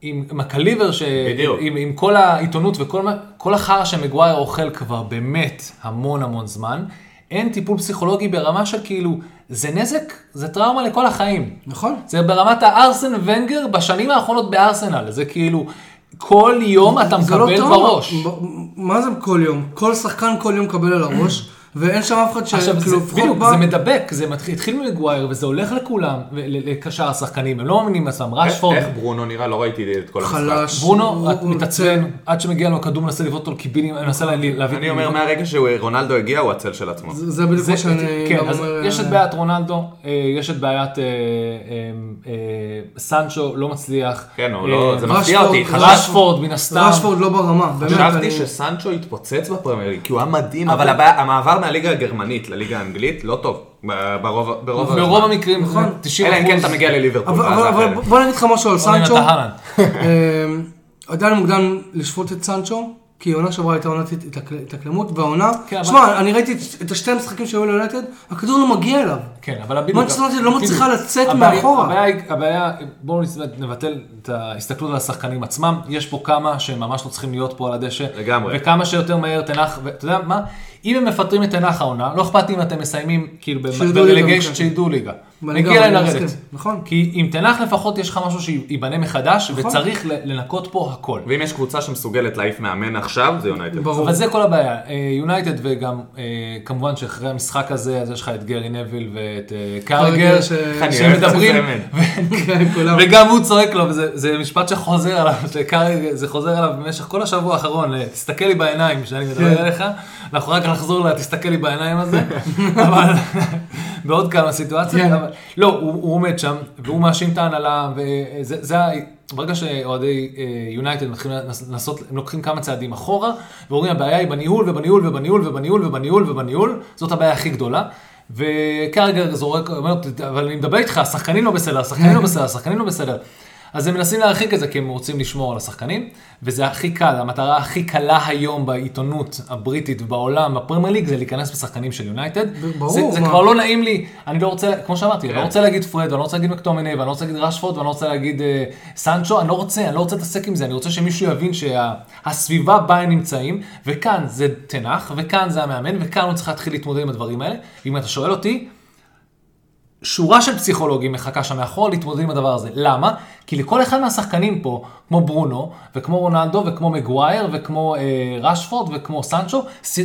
Speaker 2: עם, עם הקליבר, ש...
Speaker 3: בדיוק.
Speaker 2: עם, עם כל העיתונות וכל מה- כל החרא שמגווייר אוכל כבר באמת המון המון זמן, אין טיפול פסיכולוגי ברמה של כאילו, זה נזק, זה טראומה לכל החיים.
Speaker 1: נכון.
Speaker 2: זה ברמת הארסן ונגר בשנים האחרונות בארסנל, זה כאילו... כל יום אתה
Speaker 1: זה לא
Speaker 2: מקבל
Speaker 1: טראומה.
Speaker 2: בראש.
Speaker 1: ב- מה זה כל יום? כל שחקן כל יום מקבל על הראש, ואין שם אף אחד ש...
Speaker 2: עכשיו, זה,
Speaker 1: כאילו, לפחות
Speaker 2: בדיוק,
Speaker 1: ב-
Speaker 2: זה מדבק, זה מתחיל, התחיל מגווייר, וזה הולך לכולם, ל- לקשר השחקנים, הם לא מאמינים לעצמם,
Speaker 1: אה,
Speaker 3: איך
Speaker 2: רשפורד,
Speaker 3: איך ברונו נראה? לא ראיתי את כל המשחק.
Speaker 1: חלש. הוא-
Speaker 2: ברונו
Speaker 1: הוא-
Speaker 2: מתעצבן, עד שמגיע לו הכדור מנסה לבעוט אותו לקיבינים, מנסה לה- להביא...
Speaker 3: אני אומר מהרגע שרונלדו הגיע הוא הצל של עצמו.
Speaker 1: זה זה בדיוק
Speaker 2: זה,
Speaker 1: מה שאני
Speaker 2: כן,
Speaker 1: גם
Speaker 2: אז
Speaker 1: אומר...
Speaker 2: יש את
Speaker 1: אה,
Speaker 2: בעיית רונלדו, אה, יש את בעיית אה, אה, אה, סנצ'ו, לא מצליח.
Speaker 3: כן, הוא
Speaker 2: אה,
Speaker 3: לא, זה מפתיע
Speaker 1: רשפורד,
Speaker 3: אותי. חשבתי-
Speaker 2: רשפורד מן הסתם.
Speaker 1: רשפורד לא ברמה, באמת.
Speaker 3: חשבתי
Speaker 1: אני-
Speaker 3: שסנצ'ו התפוצץ בפרמיירי, כי הוא היה מדהים, אבל הבעיה- המעבר מהליגה הגרמנית לליגה האנגלית לא טוב. ב- ברוב ברוב
Speaker 2: ברוב
Speaker 3: הזמן.
Speaker 2: המקרים,
Speaker 1: נכון.
Speaker 2: 90
Speaker 3: אלא אם כן אתה
Speaker 2: אחוז.
Speaker 3: מגיע לליברפול.
Speaker 1: אבל-
Speaker 3: ואז
Speaker 1: אבל
Speaker 3: זה
Speaker 1: אבל
Speaker 3: אחרת.
Speaker 1: בוא נגיד לך משהו על
Speaker 2: עונה
Speaker 1: סנצ'ו.
Speaker 2: נתן הלנד.
Speaker 1: אמ, עדיין מוקדם לשפוט את סנצ'ו, כי העונה שעברה הייתה עונת הת- התאקל- התאקלמות, והעונה...
Speaker 2: כן, אבל-
Speaker 1: שמע, אני ראיתי את- את השתי המשחקים שהיו ליולטד, הכדור לא מגיע אליו.
Speaker 2: כן, אבל הבידוק...
Speaker 1: מנצ'סטר יונייטד לא מצליחה לצאת
Speaker 2: הבעיה-
Speaker 1: מאחורה.
Speaker 2: הבעיה היא- הבעיה, בואו נס- נבטל את ההסתכלות על השחקנים עצמם, יש פה כמה שהם ממש לא צריכים להיות פה על הדשא.
Speaker 3: לגמרי.
Speaker 2: וכמה שיותר מהר תנח, ואתה יודע מה? אם הם מפטרים את תנח העונה, לא אכפת לי אם אתם מסיימים כאילו
Speaker 1: שירדו ליגה,
Speaker 2: ברלגיישן,
Speaker 1: כן.
Speaker 2: שידעו ליגה.
Speaker 1: בליגה,
Speaker 2: מגיע להם
Speaker 1: אני
Speaker 2: לרדת.
Speaker 1: מסכים, נכון.
Speaker 2: כי עם תנח לפחות יש לך משהו שייבנה מחדש, וצריך ל- לנקות פה הכל.
Speaker 3: ואם יש קבוצה שמסוגלת להעיף מאמן עכשיו, זה יונייטד.
Speaker 1: ברור.
Speaker 2: אבל זה כל הבעיה, אה, יונייטד וגם אה, כמובן שאחרי המשחק הזה, אז יש לך את גרי נביל ואת אה, קרגר,
Speaker 1: קרגר ש-
Speaker 3: אני
Speaker 2: שמדברים,
Speaker 3: אוהב את
Speaker 1: כן, כולם.
Speaker 2: וגם הוא צועק לו, וזה זה משפט שחוזר עליו, שקרגר- זה חוזר עליו במשך כל השבוע האחרון, ל- תסתכל לי בעיניים כשאני מדבר
Speaker 1: כן.
Speaker 2: אליך, אנחנו רק נחזור ל"תסתכל לי בעיניים" הזה, (laughs) אבל בעוד כמה סיטואציות,
Speaker 1: כן.
Speaker 2: אבל- לא, הוא הוא עומד שם, והוא מאשים את ההנהלה, וזה זה ה... ברגע שאוהדי אה, יונייטד מתחילים לנס- לנסות, הם לוקחים כמה צעדים אחורה, ואומרים הבעיה היא בניהול ובניהול ובניהול ובניהול ובניהול ובניהול, זאת הבעיה הכי גדולה. וקרגר זורק, אומר, "ת- אבל אני מדבר איתך, השחקנים לא בסדר, השחקנים
Speaker 1: כן.
Speaker 2: לא בסדר, השחקנים לא בסדר. אז הם מנסים להרחיק את זה כי הם רוצים לשמור על השחקנים, וזה הכי קל, המטרה הכי קלה היום בעיתונות הבריטית ובעולם, בפרמייר ליג, זה להיכנס בשחקנים של יונייטד.
Speaker 1: ברור,
Speaker 2: זה, זה
Speaker 1: מה?
Speaker 2: כבר לא נעים לי, אני לא רוצה, כמו שאמרתי, אני לא
Speaker 3: כן.
Speaker 2: רוצה להגיד פרד, ואני לא רוצה להגיד מקטומני, ואני לא רוצה להגיד רשפורד, ואני לא רוצה להגיד אה, סנצ'ו, אני לא רוצה, אני לא רוצה להתעסק עם זה, אני רוצה שמישהו יבין שהסביבה בה הם נמצאים, וכאן זה תנח, וכאן זה המאמן, וכאן הוא צריך להתחיל להתמודד עם הדברים האלה. אם אתה שואל אותי, שורה של פסיכולוגים מחכה שם מאחור להתמודד עם הדבר הזה. למה? כי לכל אחד מהשחקנים פה, כמו ברונו, וכמו רונלדו, וכמו מגווייר, וכמו אה, רשפורד, וכמו סנצ'ו, ש...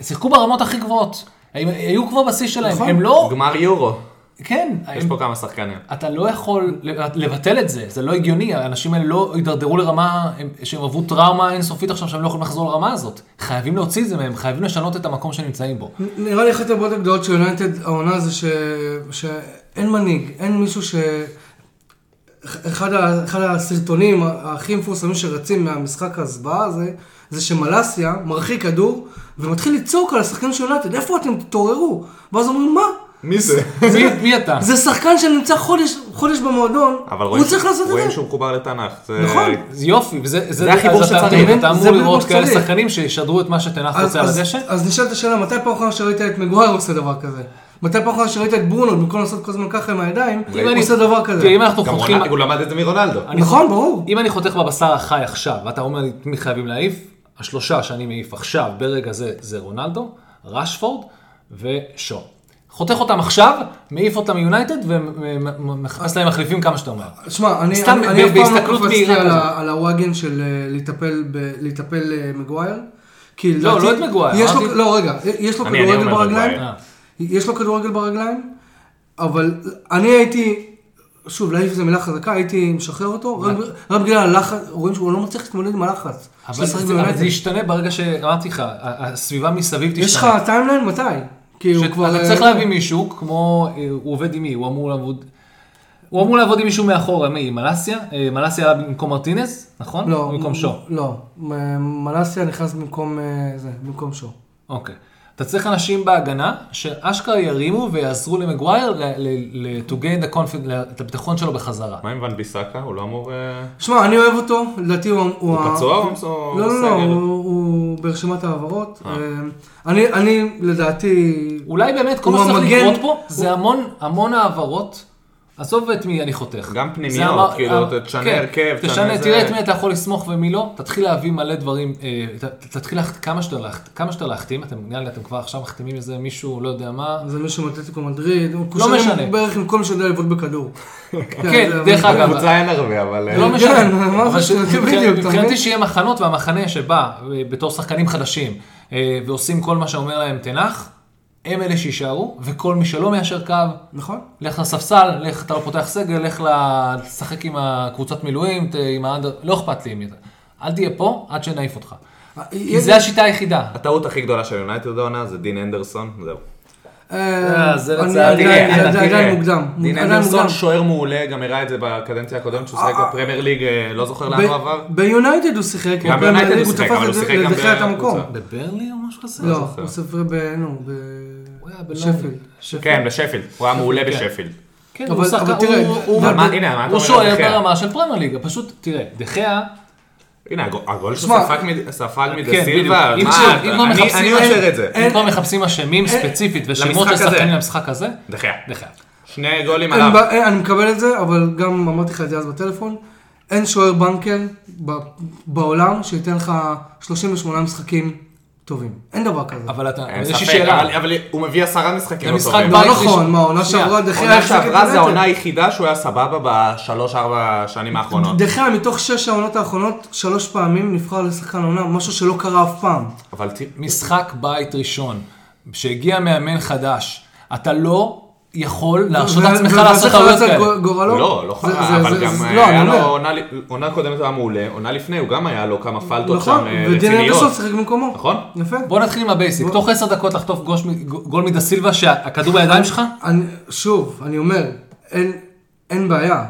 Speaker 2: ושיחקו ברמות הכי גבוהות. הם היו כבר בשיא שלהם,
Speaker 1: נכון.
Speaker 2: הם לא...
Speaker 3: גמר יורו.
Speaker 2: כן,
Speaker 3: יש
Speaker 2: הם...
Speaker 3: פה כמה שחקנים.
Speaker 2: אתה לא יכול לבטל את זה, זה לא הגיוני, האנשים האלה לא הידרדרו לרמה הם- שהם עברו טראומה אינסופית עכשיו שהם לא יכולים לחזור לרמה הזאת. חייבים להוציא את זה מהם, חייבים לשנות את המקום שהם נמצאים בו.
Speaker 1: נראה לי אחת הבעיות הגדולות של יונייטד העונה זה ש... שאין מנהיג, אין מישהו ש... אחד, ה... אחד הסרטונים הכי מפורסמים שרצים מהמשחק ההסבעה הזה, זה שמלאסיה מרחיק כדור ומתחיל לצעוק על השחקנים של יונייטד, איפה אתם תתעוררו? ואז אומרים, מה?
Speaker 3: מי זה?
Speaker 2: מי- מי אתה?
Speaker 1: זה שחקן שנמצא חודש, חודש במועדון,
Speaker 3: אבל
Speaker 1: הוא
Speaker 3: רואים
Speaker 1: צריך לעשות את
Speaker 3: רואים
Speaker 1: זה.
Speaker 3: שהוא מחובר לתנ"ך. זה-
Speaker 1: נכון.
Speaker 2: זה יופי, וזה זה
Speaker 3: החיבור
Speaker 2: אז אתה-
Speaker 3: שצריך.
Speaker 2: אתה מבין? אתה
Speaker 1: זה
Speaker 2: אמור
Speaker 1: בדיוק
Speaker 2: לראות
Speaker 1: מה
Speaker 2: כאלה
Speaker 1: שצריך.
Speaker 2: שחקנים שישדרו את מה שתנח
Speaker 1: אז,
Speaker 2: רוצה על
Speaker 1: אז,
Speaker 2: הדשא.
Speaker 1: אז נשאלת השאלה, מתי פעם אחרונה שראית את מגווייר עושה דבר כזה? מתי פעם אחרונה שראית את ברונו, במקום לעשות כל הזמן ככה עם הידיים,
Speaker 2: אם
Speaker 1: הוא
Speaker 2: אני-
Speaker 1: עושה דבר כזה?
Speaker 2: תראה, אם אנחנו
Speaker 3: גם
Speaker 2: חותכים...
Speaker 3: רונלדו- הוא למד את זה מרונלדו.
Speaker 2: אני-
Speaker 1: נכון, ברור.
Speaker 2: אם אני חותך בבשר החי עכשיו, ואתה אומר לי את מי חייבים להעיף, השלושה שאני מעיף עכשיו, ברגע זה, זה רונלדו, רשפורד ושו. חותך אותם עכשיו, מעיף אותם מיונייטד ומחפש להם מחליפים כמה שאתה אומר.
Speaker 1: שמע, אני,
Speaker 2: סתם
Speaker 1: אני, אני אף
Speaker 2: ב-
Speaker 1: פעם לא
Speaker 2: בהסתכלות
Speaker 1: קפצתי
Speaker 2: מהירה
Speaker 1: על,
Speaker 2: כזאת.
Speaker 1: ה- על הוואגן של אה, לטפל, ב, לטפל אה, מגווייר. כי
Speaker 2: לא,
Speaker 1: לדעתי-
Speaker 2: לא את מגווייר,
Speaker 1: יש לו,
Speaker 2: אמרתי-
Speaker 1: לא, רגע, יש לו
Speaker 3: אני- אני
Speaker 1: כדורגל
Speaker 3: אומר
Speaker 1: ברגליים,
Speaker 3: מגווייר.
Speaker 1: יש לו כדורגל ברגליים, אבל אני הייתי, שוב, להעיף זו מילה חזקה, הייתי משחרר אותו, רק ב- רק בגלל הלחץ, רואים שהוא לא מצליח להתמודד עם הלחץ.
Speaker 2: אבל
Speaker 1: שהוא משחק
Speaker 2: זה- אבל
Speaker 1: ביונייטד.
Speaker 2: זה ישתנה ברגע שאמרתי לך, ה- הסביבה מסביב תשתנה.
Speaker 1: יש לך טיימליין מתי? כי הוא כבר...
Speaker 2: שאתה
Speaker 1: אה,
Speaker 2: צריך להביא מישהו, כמו, אה, הוא עובד עם מי, הוא אמור לעבוד, הוא אמור לעבוד עם מישהו מאחורה, מי, מלאסיה? אה, מלאסיה עלה במקום מרטינס, נכון?
Speaker 1: לא,
Speaker 2: במקום שו.
Speaker 1: לא, מ- מלאסיה נכנס במקום אה, זה, במקום שו.
Speaker 2: אוקיי. אתה צריך אנשים בהגנה, שאשכרה ירימו ויעזרו למגווייר ל- ל- ל- to gain the confidence, ל- את הביטחון שלו בחזרה.
Speaker 3: מה עם ון ביסאקה? הוא לא אמור... אה,
Speaker 1: שמע, אני אוהב אותו, לדעתי הוא... הוא
Speaker 3: הוא
Speaker 1: ה-
Speaker 3: פצוע או או
Speaker 1: לא, לא,
Speaker 3: בסגל?
Speaker 1: לא, הוא- הוא ברשימת ההעברות. אה, אני, אני, לדעתי...
Speaker 2: אולי באמת כל
Speaker 1: הוא
Speaker 2: מה שצריך
Speaker 1: המגן-
Speaker 2: לקרות פה, זה המון המון העברות עזוב את מי אני חותך.
Speaker 3: גם
Speaker 2: זה
Speaker 3: פנימיות,
Speaker 2: אמר-
Speaker 3: כאילו,
Speaker 2: אה,
Speaker 3: תשנה
Speaker 2: כן,
Speaker 3: הרכב, תשנה
Speaker 2: תשנה,
Speaker 3: זה.
Speaker 2: תראה את מי אתה יכול לסמוך ומי לא, תתחיל להביא מלא דברים, אה, ת- ת- תתחיל להחת- כמה שאתה להחת- כמה שאתה להחתים, אתם נראה לי אתם כבר עכשיו מחתימים איזה מישהו, לא יודע מה.
Speaker 1: זה מישהו מאתלטיקו מדריד, הוא קושר
Speaker 2: לא משנה.
Speaker 1: עם- בערך עם כל מי שיודע לבעוט
Speaker 2: (laughs)
Speaker 1: בכדור.
Speaker 2: כן,
Speaker 1: זה-
Speaker 2: דרך אגב,
Speaker 3: בקבוצה אין הרבה, אבל... אה,
Speaker 2: לא
Speaker 1: כן,
Speaker 2: משנה,
Speaker 1: מה
Speaker 2: אבל
Speaker 1: זה
Speaker 2: ש-
Speaker 1: שזה-
Speaker 2: מבחינת-
Speaker 1: בדיוק, אתה
Speaker 2: מבחינתי
Speaker 1: מבין?
Speaker 2: שיהיה מחנות והמחנה שבא אה, בתור שחקנים חדשים אה, ועושים כל מה שאומר להם תנח, הם אלה שיישארו, וכל מי שלא מיישר קו,
Speaker 1: נכון.
Speaker 2: לך לספסל, לך, אתה לא פותח סגל, לך ל- לשחק עם הקבוצת מילואים, ת- עם האנדר, לא אכפת לי מי אתה. אל תהיה פה עד שנעיף אותך.
Speaker 1: אה,
Speaker 2: כי זה השיטה היחידה.
Speaker 3: הטעות הכי גדולה של יונייטד העונה זה דין הנדרסון, זהו.
Speaker 1: אה,
Speaker 2: זה
Speaker 1: אני-
Speaker 2: לצערי,
Speaker 1: עדיין-
Speaker 2: אתה
Speaker 1: עדיין-
Speaker 3: תראה,
Speaker 1: עדיין מוקדם.
Speaker 3: דין
Speaker 1: עדיין
Speaker 3: אנדרסון
Speaker 1: מוקדם.
Speaker 3: שוער מעולה, גם הראה את זה בקדנציה הקודמת שהוא שיחק בפרמייר ליג, אה, לא זוכר לאן
Speaker 1: ב-
Speaker 3: הוא עבר.
Speaker 1: ביונייטד הוא שיחק,
Speaker 3: גם
Speaker 1: בפרמייר
Speaker 3: כן, ביונייטד
Speaker 1: ליג
Speaker 3: הוא שיחק,
Speaker 1: תפס
Speaker 3: אבל
Speaker 1: את
Speaker 3: הוא
Speaker 1: זה-
Speaker 3: שיחק גם
Speaker 1: לדחיה את המקום.
Speaker 3: בקבוצה.
Speaker 2: בברלי או משהו כזה?
Speaker 1: לא,
Speaker 3: זוכר.
Speaker 1: הוא סופר ב... נו, ב...
Speaker 2: הוא היה בלונדון.
Speaker 1: שפילד.
Speaker 3: כן, בשפילד. הוא היה מעולה בשפילד.
Speaker 2: כן,
Speaker 1: אבל-
Speaker 2: הוא שחקן,
Speaker 1: אבל תראה,
Speaker 2: הוא- הוא-
Speaker 1: אבל
Speaker 2: הוא-
Speaker 3: מה- הנה, מה אתה
Speaker 2: הוא
Speaker 3: אומר
Speaker 2: שוער
Speaker 3: על דחיה?
Speaker 2: ברמה של פרמייר ליגה, פשוט, תראה, דחיה,
Speaker 3: הנה, הגול- הגול
Speaker 1: שמע,
Speaker 3: שספג מד- ספג
Speaker 2: כן,
Speaker 3: מדה
Speaker 2: בדיוק.
Speaker 3: סילבה,
Speaker 2: אם
Speaker 3: מה,
Speaker 2: שוב, אם כבר
Speaker 3: אני-
Speaker 2: מחפשים-
Speaker 3: אני עוצר את זה.
Speaker 2: אם כבר מחפשים
Speaker 1: אה,
Speaker 2: אשמים ספציפית ושמות של
Speaker 3: למשחק הזה.
Speaker 2: שחקנים למשחק הזה,
Speaker 3: דחיה.
Speaker 2: דחיה.
Speaker 3: שני גולים
Speaker 1: אין
Speaker 3: עליו.
Speaker 1: ב- אין, אני מקבל את זה, אבל גם אמרתי לך את זה אז בטלפון, אין שוער בנקר ב- בעולם שייתן לך 38 משחקים טובים. אין דבר כזה.
Speaker 2: אבל אתה,
Speaker 3: אין
Speaker 2: יש לי
Speaker 1: אה,
Speaker 3: ספק,
Speaker 2: שאלה.
Speaker 3: אבל- אבל הוא מביא עשרה משחקים לא
Speaker 2: למשחק
Speaker 3: טובים.
Speaker 2: בית
Speaker 1: לא נכון,
Speaker 2: יש-
Speaker 1: מה, עונה
Speaker 2: שנייה,
Speaker 1: שעברה דחייה
Speaker 3: עונה שעברה זה העונה היחידה שהוא היה סבבה בשלוש-ארבע שנים האחרונות.
Speaker 1: דחיה מתוך שש העונות האחרונות, שלוש פעמים נבחר לשחקן העונה, משהו שלא קרה אף פעם.
Speaker 3: אבל תראה,
Speaker 2: משחק בית ראשון, שהגיע מאמן חדש, אתה לא יכול להרשות
Speaker 1: ו-
Speaker 2: לעצמך
Speaker 1: ו- וזה
Speaker 2: לעשות טעויות
Speaker 1: חרץ על
Speaker 2: כאלה.
Speaker 1: גו- גורלו?
Speaker 3: לא, לא
Speaker 1: זה- זה-
Speaker 3: חרא, אבל
Speaker 1: זה-
Speaker 3: גם אה,
Speaker 1: זה- לא,
Speaker 3: היה
Speaker 1: אני
Speaker 3: לו
Speaker 1: אומר.
Speaker 3: עונה, עונה קודמת הוא היה מעולה, עונה לפני הוא גם היה לו כמה פלטות שם
Speaker 1: נכון,
Speaker 3: אה,
Speaker 1: ודין אנדרסון
Speaker 3: רציניות.
Speaker 1: שיחק במקומו.
Speaker 3: נכון.
Speaker 1: יפה.
Speaker 2: בוא נתחיל עם הבייסיק, תוך עשר דקות לחטוף גוש מ- גול מדה סילבה שהכדור בידיים שלך?
Speaker 1: אני, שוב, אני אומר, אין, אין בעיה. ה-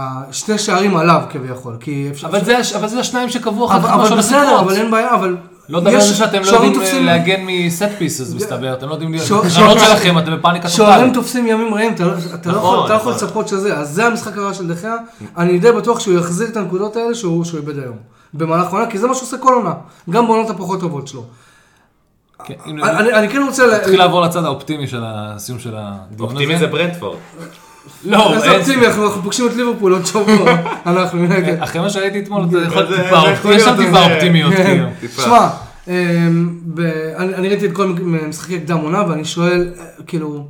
Speaker 1: ה- שני שערים עליו כביכול, כי אפשר...
Speaker 2: אבל זה הש- אבל זה השניים שקבעו אחר
Speaker 1: אבל,
Speaker 2: כך מה
Speaker 1: אבל
Speaker 2: שהולך
Speaker 1: בסדר,
Speaker 2: לקרות.
Speaker 1: אבל אין בעיה, אבל...
Speaker 2: לא לדבר על
Speaker 1: יש-
Speaker 2: זה שאתם לא
Speaker 1: שוערים
Speaker 2: יודעים אה,
Speaker 1: תופסים-
Speaker 2: להגן מסט פיסס, מסתבר, אתם לא יודעים...
Speaker 1: שוע-
Speaker 2: הרעיונות
Speaker 1: שוערים-
Speaker 2: שלכם, אתם בפאניקה
Speaker 1: שוערים
Speaker 2: טוטאלית.
Speaker 1: תופסים ימים רעים, אתה לא אתה לא
Speaker 3: נכון,
Speaker 1: יכול- אתה לא יכול
Speaker 3: נכון.
Speaker 1: לצפות שזה, אז זה המשחק הרע של דחיה, אני די בטוח שהוא יחזיר את הנקודות האלה שהוא שהוא איבד היום. במהלך העונה, כי זה מה שהוא עושה כל עונה, גם בעונות הפחות טובות שלו.
Speaker 2: כן, אם
Speaker 1: אני- אני אני כן רוצה... ל-
Speaker 2: נתחיל לעבור לצד האופטימי של הסיום של הדיון הזה.
Speaker 3: אופטימי זה ברנדפורד.
Speaker 2: לא,
Speaker 1: איזה
Speaker 2: אין-
Speaker 1: אופטימי, אנחנו אנחנו פוגשים את ליברפול עוד
Speaker 2: (laughs)
Speaker 1: שבוע, אנחנו מנגד.
Speaker 2: אחרי מה שראיתי אתמול, אתה יכול
Speaker 3: זה-
Speaker 2: טיפה
Speaker 3: זה יכול
Speaker 2: אופטימי, יש שם
Speaker 3: להיות,
Speaker 2: טיפה
Speaker 3: זה-
Speaker 2: אופטימיות,
Speaker 1: כן. (laughs)
Speaker 2: כאילו.
Speaker 3: טיפה.
Speaker 1: שמע, אמ, ב- אני אני ראיתי את כל משחקי קדם עונה, ואני שואל, אה, כאילו,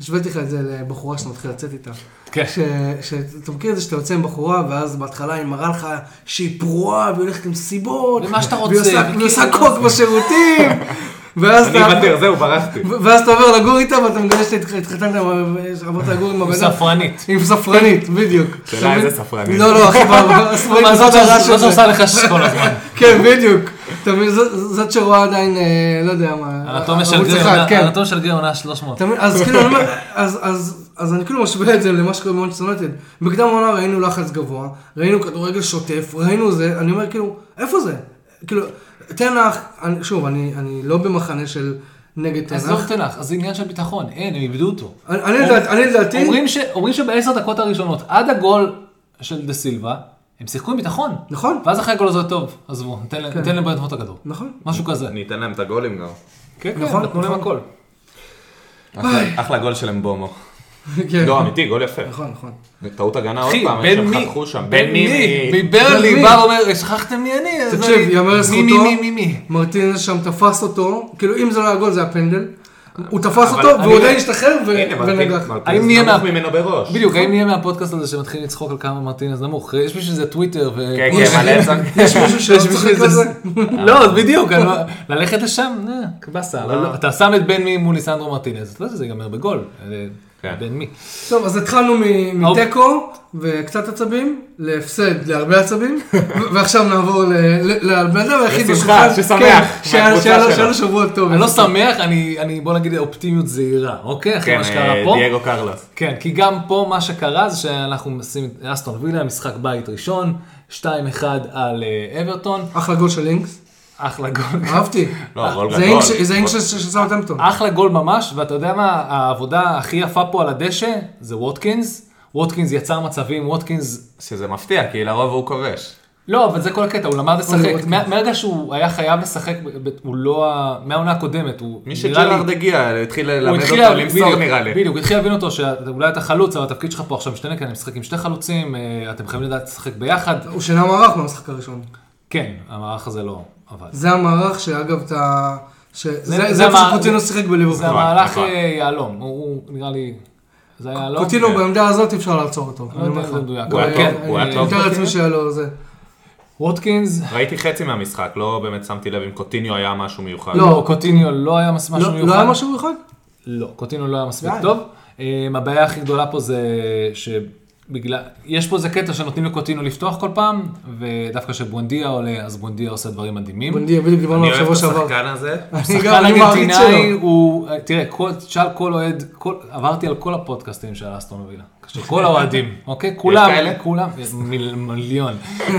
Speaker 1: השוויתי לך את זה לבחורה שאתה מתחיל לצאת
Speaker 3: (laughs)
Speaker 1: איתה.
Speaker 2: כן.
Speaker 1: ש- שאתה מכיר את זה שאתה יוצא עם בחורה, ואז בהתחלה היא מראה לך שהיא פרועה, והיא הולכת עם סיבות,
Speaker 2: ומה שאתה רוצה,
Speaker 1: והיא עושה-
Speaker 2: וכאילו-
Speaker 1: והיא עושה קוק
Speaker 2: (laughs)
Speaker 1: בשירותים, ואז
Speaker 3: אני
Speaker 1: אתה...
Speaker 3: אוותר, זהו, ברחתי.
Speaker 1: ו- ואז אתה עובר לגור איתה ואתה מגלה שהתחתנת, עברת לגור עם הבן אדם.
Speaker 2: ספרנית.
Speaker 1: עם ספרנית, בדיוק.
Speaker 3: שאלה איזה ספרנית.
Speaker 1: לא, לא, אחי, ב-
Speaker 2: אבל
Speaker 1: הספרנית
Speaker 2: זאת
Speaker 1: זאת הרע של
Speaker 2: זאת
Speaker 1: זה.
Speaker 2: שעושה לך שש
Speaker 1: (laughs)
Speaker 2: כל הזמן.
Speaker 1: כן, בדיוק. אתה מבין, ז- זאת שרואה עדיין, אה, לא יודע מה,
Speaker 2: אנטומיה של
Speaker 1: ערוץ
Speaker 2: גריר,
Speaker 1: אחד,
Speaker 2: עונה-
Speaker 1: כן.
Speaker 2: אנטומיה של גריר עונה 300.
Speaker 1: אתה מבין, אז כאילו, אני אומר, אז- אז- אז אני כאילו משווה את זה למה שקורה במונצ'סטר יונייטד. בקדם העונה ראינו לחץ גבוה, ראינו כדורגל שוטף, ראינו זה, אני אומר כאילו, איפה זה? כאילו, תנח, אני- שוב, אני אני לא במחנה של נגד
Speaker 2: עזוב
Speaker 1: תנח.
Speaker 2: תנח, אז זה עניין של ביטחון, אין, הם איבדו אותו.
Speaker 1: אני- אני לדעת- אני לדעתי,
Speaker 2: אומרים ש- אומרים שבעשר דקות הראשונות, עד הגול של דה סילבה, הם שיחקו עם ביטחון.
Speaker 1: נכון, כן.
Speaker 2: ואז אחרי הגול הזה, טוב, עזבו, ניתן להם- ניתן להם ברנדפורד את הכדור.
Speaker 1: נכון.
Speaker 2: משהו כזה.
Speaker 3: אני אתן להם את הגולים גם.
Speaker 2: כן, כן,
Speaker 1: נכון,
Speaker 2: נתנו להם
Speaker 1: נכון.
Speaker 2: הכל.
Speaker 3: אחלה- אחלה גול של אמבומו.
Speaker 1: כן.
Speaker 3: לא, אמיתי, גול יפה.
Speaker 1: נכון, נכון.
Speaker 3: טעות הגנה עוד
Speaker 2: אחי,
Speaker 3: פעם, איך
Speaker 2: בן
Speaker 3: שהם
Speaker 2: מי?
Speaker 3: חתכו שם. בן מי? מי?
Speaker 1: בן
Speaker 2: מברלי
Speaker 1: מי?
Speaker 2: בא ואומר, שכחתם מי אני? אז
Speaker 1: תקשיב,
Speaker 2: אני-
Speaker 1: יאמר
Speaker 2: מי,
Speaker 1: לזכותו.
Speaker 2: מי, מי, מי, מי?
Speaker 1: מרטינז שם תפס אותו, כאילו אם זה לא היה גול זה היה פנדל. הוא תפס
Speaker 3: אבל
Speaker 1: אותו
Speaker 3: אני-
Speaker 1: והוא עדיין השתחרר ו-
Speaker 3: הנה,
Speaker 1: ונגח.
Speaker 2: האם
Speaker 3: מרטינס
Speaker 2: נהיה
Speaker 3: נמוך
Speaker 2: מה-
Speaker 3: ממנו בראש.
Speaker 2: בדיוק, האם נהיה מהפודקאסט הזה שמתחיל לצחוק על כמה מרטינז נמוך? יש בשביל זה טוויטר ו...
Speaker 3: כן, כן, מלא צחק.
Speaker 1: יש מישהו שלא
Speaker 2: יש
Speaker 1: צוחק
Speaker 2: בשביל
Speaker 1: על
Speaker 2: זה...
Speaker 1: זה?
Speaker 2: לא, אז בדיוק, אני לא- ללכת לשם, אה, קבאסה. אבל
Speaker 3: לא.
Speaker 2: לא. אתה שם את בן מי מול ליסנדרו מרטינז, אתה יודע שזה ייגמר בגול. אה,
Speaker 3: כן.
Speaker 2: בן מי.
Speaker 1: טוב, אז התחלנו מ-
Speaker 3: אוקיי.
Speaker 1: מתיקו וקצת עצבים, להפסד להרבה עצבים, ו- ועכשיו נעבור ל- ל- לבן אדם היחיד
Speaker 3: לשמחה,
Speaker 1: בשולחן.
Speaker 3: ששמח
Speaker 1: כן,
Speaker 3: מהקבוצה
Speaker 1: שהיה- שהיה לו-
Speaker 3: שלו.
Speaker 1: שהיה לו שבוע טוב.
Speaker 2: אני לא שמח, אני, אני- בוא נגיד אופטימיות זהירה, אוקיי? אחרי
Speaker 3: כן,
Speaker 2: מה שקרה
Speaker 3: אה,
Speaker 2: פה.
Speaker 3: דייגו קרלס.
Speaker 2: כן, כי גם פה מה שקרה זה שאנחנו עושים את אסטון וילה, משחק בית ראשון, 2-1 על אה, אברטון,
Speaker 1: אחלה גול של אינקס,
Speaker 2: אחלה גול. (laughs)
Speaker 1: אהבתי.
Speaker 3: לא, גול
Speaker 1: זה
Speaker 3: גדול.
Speaker 1: אינקס- זה אינקס ש- ששם את המפטון.
Speaker 2: אחלה גול ממש, ואתה יודע מה, העבודה הכי יפה פה על הדשא זה ווטקינס. ווטקינס יצר מצבים, ווטקינס,
Speaker 3: שזה מפתיע, כי לרוב הוא כובש.
Speaker 2: לא, אבל זה כל הקטע, הוא למד לשחק.
Speaker 1: לראות
Speaker 2: מה- מהרגע שהוא היה חייב לשחק, ב- ב- הוא לא... ה- מהעונה הקודמת, הוא נראה
Speaker 3: מי
Speaker 2: לי-
Speaker 3: שג'רארד הגיע, התחיל
Speaker 2: הוא
Speaker 3: ללמד
Speaker 2: התחיל
Speaker 3: אותו
Speaker 2: להבין-
Speaker 3: למסור
Speaker 2: בדיוק,
Speaker 3: נראה לי.
Speaker 2: בדיוק, הוא התחיל להבין אותו שאולי אתה חלוץ, אבל התפקיד שלך פה עכשיו משתנה, כי אני משחק עם שתי חלוצים, אה, אתם חייבים לדעת לשחק ביחד.
Speaker 1: הוא שינה מערך מהמשחק הראשון.
Speaker 2: כן, המערך הזה לא עבד.
Speaker 1: זה המערך שאגב, אתה... ש- זה
Speaker 2: זה
Speaker 1: זה איפה
Speaker 2: המערך-
Speaker 1: שקוטינו שיחק בליברפול.
Speaker 2: זה המהלך
Speaker 3: נכון.
Speaker 2: אה, יהלום, הוא- הוא נראה לי... זה היה יהלום?
Speaker 1: קוטינו
Speaker 3: כן.
Speaker 1: בעמדה הזאת אי אפשר לעצור אותו.
Speaker 2: לא
Speaker 1: אני אומר
Speaker 2: יודע,
Speaker 1: לך.
Speaker 2: זה מדויק.
Speaker 3: הוא היה
Speaker 2: כן,
Speaker 3: טוב, אוקיי. הוא היה
Speaker 2: אה,
Speaker 1: אני
Speaker 3: טוב.
Speaker 1: מתאר לעצמי שהיה לו זה.
Speaker 2: ווטקינס,
Speaker 3: ראיתי חצי מהמשחק, לא באמת שמתי לב אם קוטיניו היה משהו מיוחד.
Speaker 2: לא, קוטיניו לא היה מס- משהו
Speaker 1: לא
Speaker 2: מיוחד.
Speaker 1: לא היה משהו מיוחד?
Speaker 2: לא, קוטינו לא היה מספיק
Speaker 1: די.
Speaker 2: טוב. אמ, הבעיה הכי גדולה פה זה שבגלל, יש פה איזה קטע שנותנים לקוטינו לפתוח כל פעם, ודווקא כשבואנדיה עולה, אז בואנדיה עושה דברים מדהימים.
Speaker 1: בונדיה, בדיוק דיברנו
Speaker 3: אני
Speaker 1: עליו
Speaker 3: אוהב את
Speaker 1: לא, שבוע שעבר.
Speaker 3: השחקן
Speaker 1: (laughs)
Speaker 3: הזה.
Speaker 1: אני
Speaker 2: שחקן
Speaker 1: גם- אני מעריץ
Speaker 2: ארגנטינאי
Speaker 1: שלו.
Speaker 2: הוא, תראה, כל, תשאל כל אוהד, כל, עברתי על כל הפודקאסטים של אסטון ווילה, של כל האוהדים, אוקיי? כולם,
Speaker 3: כאלה?
Speaker 2: כולם, מיל- מיליון.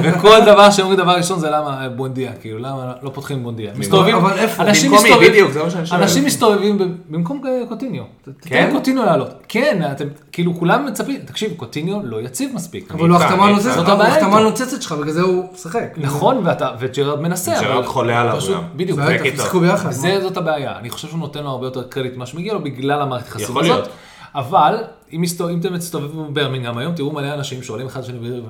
Speaker 2: וכל דבר שאומרים דבר ראשון זה למה אה, בונדיה, כאילו, למה לא פותחים בונדיה. מסתובבים,
Speaker 1: אבל איפה?
Speaker 2: אנשים
Speaker 3: במקומי,
Speaker 2: מסתובבים,
Speaker 3: בדיוק, זה מה שאני שואל.
Speaker 2: אנשים מסתובבים ב- במקום אה, קוטיניו.
Speaker 3: כן?
Speaker 2: תן קוטיניו לעלות. כן, אתם, כאילו, כולם מצפים, תקשיב, קוטיניו לא יציב מספיק.
Speaker 1: אבל הוא
Speaker 3: איתך,
Speaker 1: החתמה
Speaker 3: אני
Speaker 1: נוצצת-
Speaker 3: איתך.
Speaker 2: זאת
Speaker 1: הוא
Speaker 2: הבעיה
Speaker 1: החתמה
Speaker 2: איתו.
Speaker 1: נוצצת שלך, בגלל זה הוא משחק.
Speaker 2: נכון, ואתה, וג'רד מנסה. אבל
Speaker 3: ג'רארד חולה עליו
Speaker 2: פשוט-
Speaker 3: גם.
Speaker 2: בדיוק.
Speaker 1: זה
Speaker 3: זה
Speaker 1: היה
Speaker 3: קיצור.
Speaker 1: שיחקו ביחד.
Speaker 2: זה, זאת הבעיה, אני חושב שהוא נותן לו הרבה יותר קרדיט ממה שמגיע לו בגלל המערכת החסימה
Speaker 3: יכול
Speaker 2: הזאת.
Speaker 3: להיות.
Speaker 2: אבל אם, מסתו, אם אתם תסתובבו בברמינגהם היום, תראו מלא אנשים שואלים אחד שני בערב,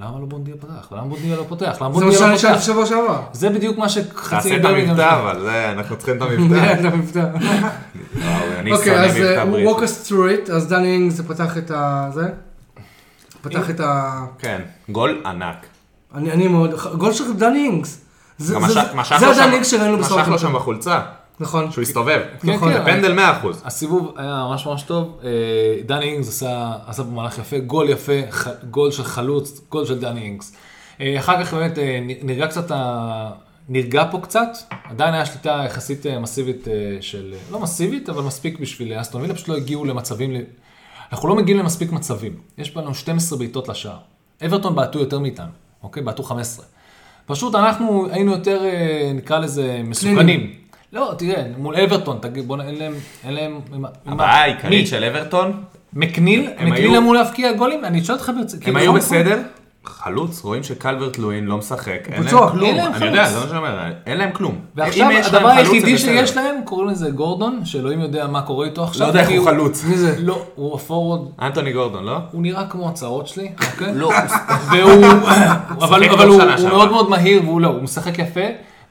Speaker 2: למה לא בונדיה פתח? למה בונדיה לא פותח? למה
Speaker 1: זה מה
Speaker 2: בונדיה
Speaker 1: שאני
Speaker 2: לא
Speaker 1: שאלתי
Speaker 2: פותח?
Speaker 1: שבוע שעבר. (laughs)
Speaker 2: זה בדיוק מה
Speaker 3: תעשה
Speaker 2: שחצי
Speaker 3: את
Speaker 2: מברמינגהם
Speaker 3: המבטא,
Speaker 2: שלך.
Speaker 3: אבל זה, אנחנו צריכים
Speaker 1: (laughs)
Speaker 3: את המבטא.
Speaker 1: כן, המבטא.
Speaker 3: וואו, אני
Speaker 1: אוקיי, אז
Speaker 3: שונא מבטא
Speaker 1: אה, הוא walk
Speaker 3: בריטי.
Speaker 1: us through it, אז דני אינגס פתח את ה... זה? פתח את ה...
Speaker 3: כן, גול ענק.
Speaker 1: אני אני מאוד... גול של דני אינגס. זה
Speaker 3: גם
Speaker 1: זה-
Speaker 3: משך- משך
Speaker 1: זה
Speaker 3: לו שם-
Speaker 1: הדני אינגס שראינו בסוף.
Speaker 3: משך לו שם בחולצה,
Speaker 1: נכון.
Speaker 3: שהוא הסתובב.
Speaker 2: כן,
Speaker 1: נכון.
Speaker 2: כן,
Speaker 3: פנדל 100%.
Speaker 2: הסיבוב היה ממש ממש טוב, אה, דני אינגס עשה, עשה פה מהלך יפה, גול יפה, ח, גול של חלוץ, גול של דני אינגס. אה, אחר כך באמת אה, נ- נרגע קצת, ה- נרגע פה קצת, עדיין היה שליטה יחסית אה, מסיבית אה, של, לא מסיבית, אבל מספיק בשביל אסטון וילה, פשוט לא הגיעו למצבים, ל- אנחנו לא מגיעים למספיק מצבים, יש לנו 12 בעיטות לשער, אברטון בעטו יותר מאיתנו, אוקיי? בעטו 15. פשוט אנחנו היינו יותר, אה, נקרא לזה, מסוכנים. לא, תראה, מול אברטון, תגיד, בוא, נ- אין להם, אין להם, מה-
Speaker 3: הבעיה
Speaker 2: מי?
Speaker 3: העיקרית של אברטון,
Speaker 2: מקניל,
Speaker 3: הם
Speaker 2: מקניל
Speaker 3: היו-
Speaker 2: אמור להבקיע גולים, אני שואל אותך ברצינות.
Speaker 1: כאילו
Speaker 2: כאילו,
Speaker 3: הם היו בסדר, חלוץ, רואים שקלברט לואין לא משחק, אין
Speaker 1: פצוע.
Speaker 3: להם כלום,
Speaker 2: אין להם
Speaker 3: אני יודע,
Speaker 2: חלוץ.
Speaker 3: זה מה שאני אומר, אין להם כלום.
Speaker 2: ועכשיו
Speaker 3: אם יש להם
Speaker 2: הדבר
Speaker 3: חלוץ, זה
Speaker 2: היחידי
Speaker 3: בסדר.
Speaker 2: שיש להם, קוראים לזה גורדון, שאלוהים יודע מה קורה איתו עכשיו.
Speaker 3: לא יודע איך
Speaker 2: כי
Speaker 3: הוא חלוץ.
Speaker 1: מי
Speaker 3: (laughs)
Speaker 1: זה?
Speaker 2: לא, הוא הפורוד,
Speaker 3: אנטוני גורדון, לא?
Speaker 2: הוא נראה כמו הצהרות שלי, אוקיי? (laughs)
Speaker 3: לא,
Speaker 2: והוא, (laughs) אבל,
Speaker 3: טוב
Speaker 2: אבל הוא,
Speaker 3: שנה
Speaker 2: הוא
Speaker 3: שעברה.
Speaker 2: מאוד מאוד מהיר, והוא לא, הוא משחק יפה,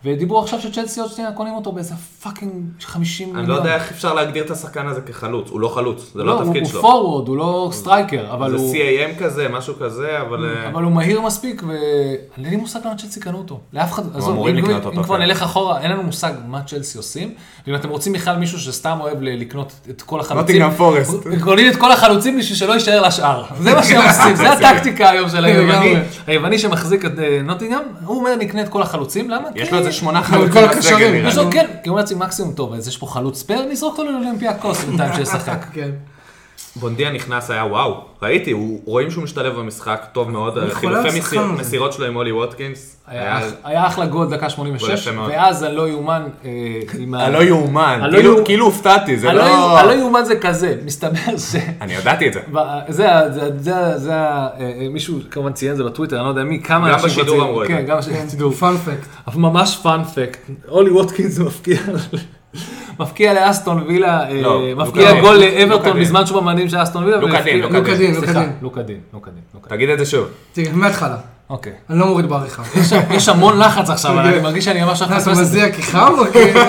Speaker 2: ודיברו עכשיו שצ'לסי עוד שנייה קונים אותו באיזה פאקינג 50 מיליון.
Speaker 3: אני לא יודע איך אפשר להגדיר את השחקן הזה כחלוץ, הוא לא חלוץ, זה
Speaker 2: לא,
Speaker 3: לא
Speaker 2: הוא,
Speaker 3: התפקיד
Speaker 2: הוא
Speaker 3: שלו.
Speaker 2: פורוורד, הוא לא סטרייקר, אבל
Speaker 3: זה
Speaker 2: הוא,
Speaker 3: CAM כזה, משהו כזה, אבל... אה,
Speaker 2: כן. אבל הוא מהיר מספיק, ואין לי מושג למה צ'לסי קנו אותו. לאף אחד, עזוב,
Speaker 3: אמורים
Speaker 2: אם-
Speaker 3: לקנות
Speaker 2: אם- אם
Speaker 3: אותו,
Speaker 2: כבר
Speaker 3: כן.
Speaker 2: נלך אחורה, אין לנו מושג מה צ'לסי עושים, ואם אתם רוצים בכלל מישהו שסתם אוהב ל- לקנות את כל החלוצים,
Speaker 3: Nottingham Forest.
Speaker 2: קונים את כל החלוצים בשביל שלא יישאר לשאר. זה מה
Speaker 3: (laughs)
Speaker 2: שהם עושים, זה הטקטיקה היום של היווני,
Speaker 1: לגמרי.
Speaker 2: היווני שמחזיק את אה, נוטינגהאם, הוא אומר נקנה את כל החלוצים, למה?
Speaker 3: יש
Speaker 2: כי-
Speaker 3: לו איזה שמונה
Speaker 1: אבל כל
Speaker 3: חלוצים בסגל,
Speaker 1: הקשרים,
Speaker 3: נראה
Speaker 2: יש
Speaker 3: לי.
Speaker 2: לו, כן, כי הוא אומר לעצמי מקסימום טוב, אז יש פה חלוץ ספייר, נזרוק אותו לאולימפיאקוס בינתיים
Speaker 3: (laughs)
Speaker 2: שישחק.
Speaker 1: כן.
Speaker 3: בונדיה נכנס, היה וואו, ראיתי, הוא- רואים שהוא משתלב במשחק טוב מאוד, אה,
Speaker 1: חולה על
Speaker 3: חילופי
Speaker 1: השחקן
Speaker 3: מסיר-
Speaker 1: הזה.
Speaker 3: מסירות שלו עם אולי ווטקינס.
Speaker 2: היה אח- היה אחלה גול דקה 86,
Speaker 3: יפה מאוד. לא
Speaker 2: ואז הלא יאומן אה, עם ה...
Speaker 3: הלא יאומן,
Speaker 2: הלא
Speaker 3: כאילו-
Speaker 2: יאומן.
Speaker 3: כאילו הופתעתי, זה
Speaker 2: הלא
Speaker 3: לא...
Speaker 2: יאומן- הלא יאומן זה כזה, מסתבר ש...
Speaker 3: אני ידעתי את זה.
Speaker 2: ב- זה, ה- זה, ה- זה, ה- זה, ה- אה, מישהו כמובן ציין את זה בטוויטר, אני לא יודע מי, כמה
Speaker 3: גם
Speaker 2: אנשים
Speaker 3: בשידור
Speaker 2: בטוויטר-
Speaker 3: אמרו את
Speaker 2: כן,
Speaker 3: זה.
Speaker 2: גם בשידור.
Speaker 1: פאנפקט.
Speaker 2: אבל ממש פאנפקט, אולי ווטקינס מפקיע, מפקיע לאסטון וילה, אה,
Speaker 3: לא, לוקה
Speaker 2: מפקיע
Speaker 3: דין,
Speaker 2: גול
Speaker 3: לוקה
Speaker 2: לאברטון
Speaker 3: דין.
Speaker 2: בזמן שהוא במאנים של אסטון וילה.
Speaker 3: לוקה דין,
Speaker 2: והפקיע- לא
Speaker 3: לוקה
Speaker 1: לוקה דין. דין, לוקה
Speaker 2: סליחה,
Speaker 1: דין.
Speaker 2: לוקה דין, לוקה דין, לוקה דין.
Speaker 3: תגיד את זה שוב.
Speaker 1: תראה, מההתחלה.
Speaker 2: אוקיי.
Speaker 1: אני לא מוריד
Speaker 2: (laughs)
Speaker 1: בעריכה.
Speaker 2: יש- יש המון לחץ עכשיו,
Speaker 3: אוקיי.
Speaker 2: אבל אני מרגיש שאני
Speaker 3: אה,
Speaker 2: ממש הולך
Speaker 1: אתה
Speaker 2: לפספס את זה.
Speaker 1: מזיע כי חם אוקיי? או כי...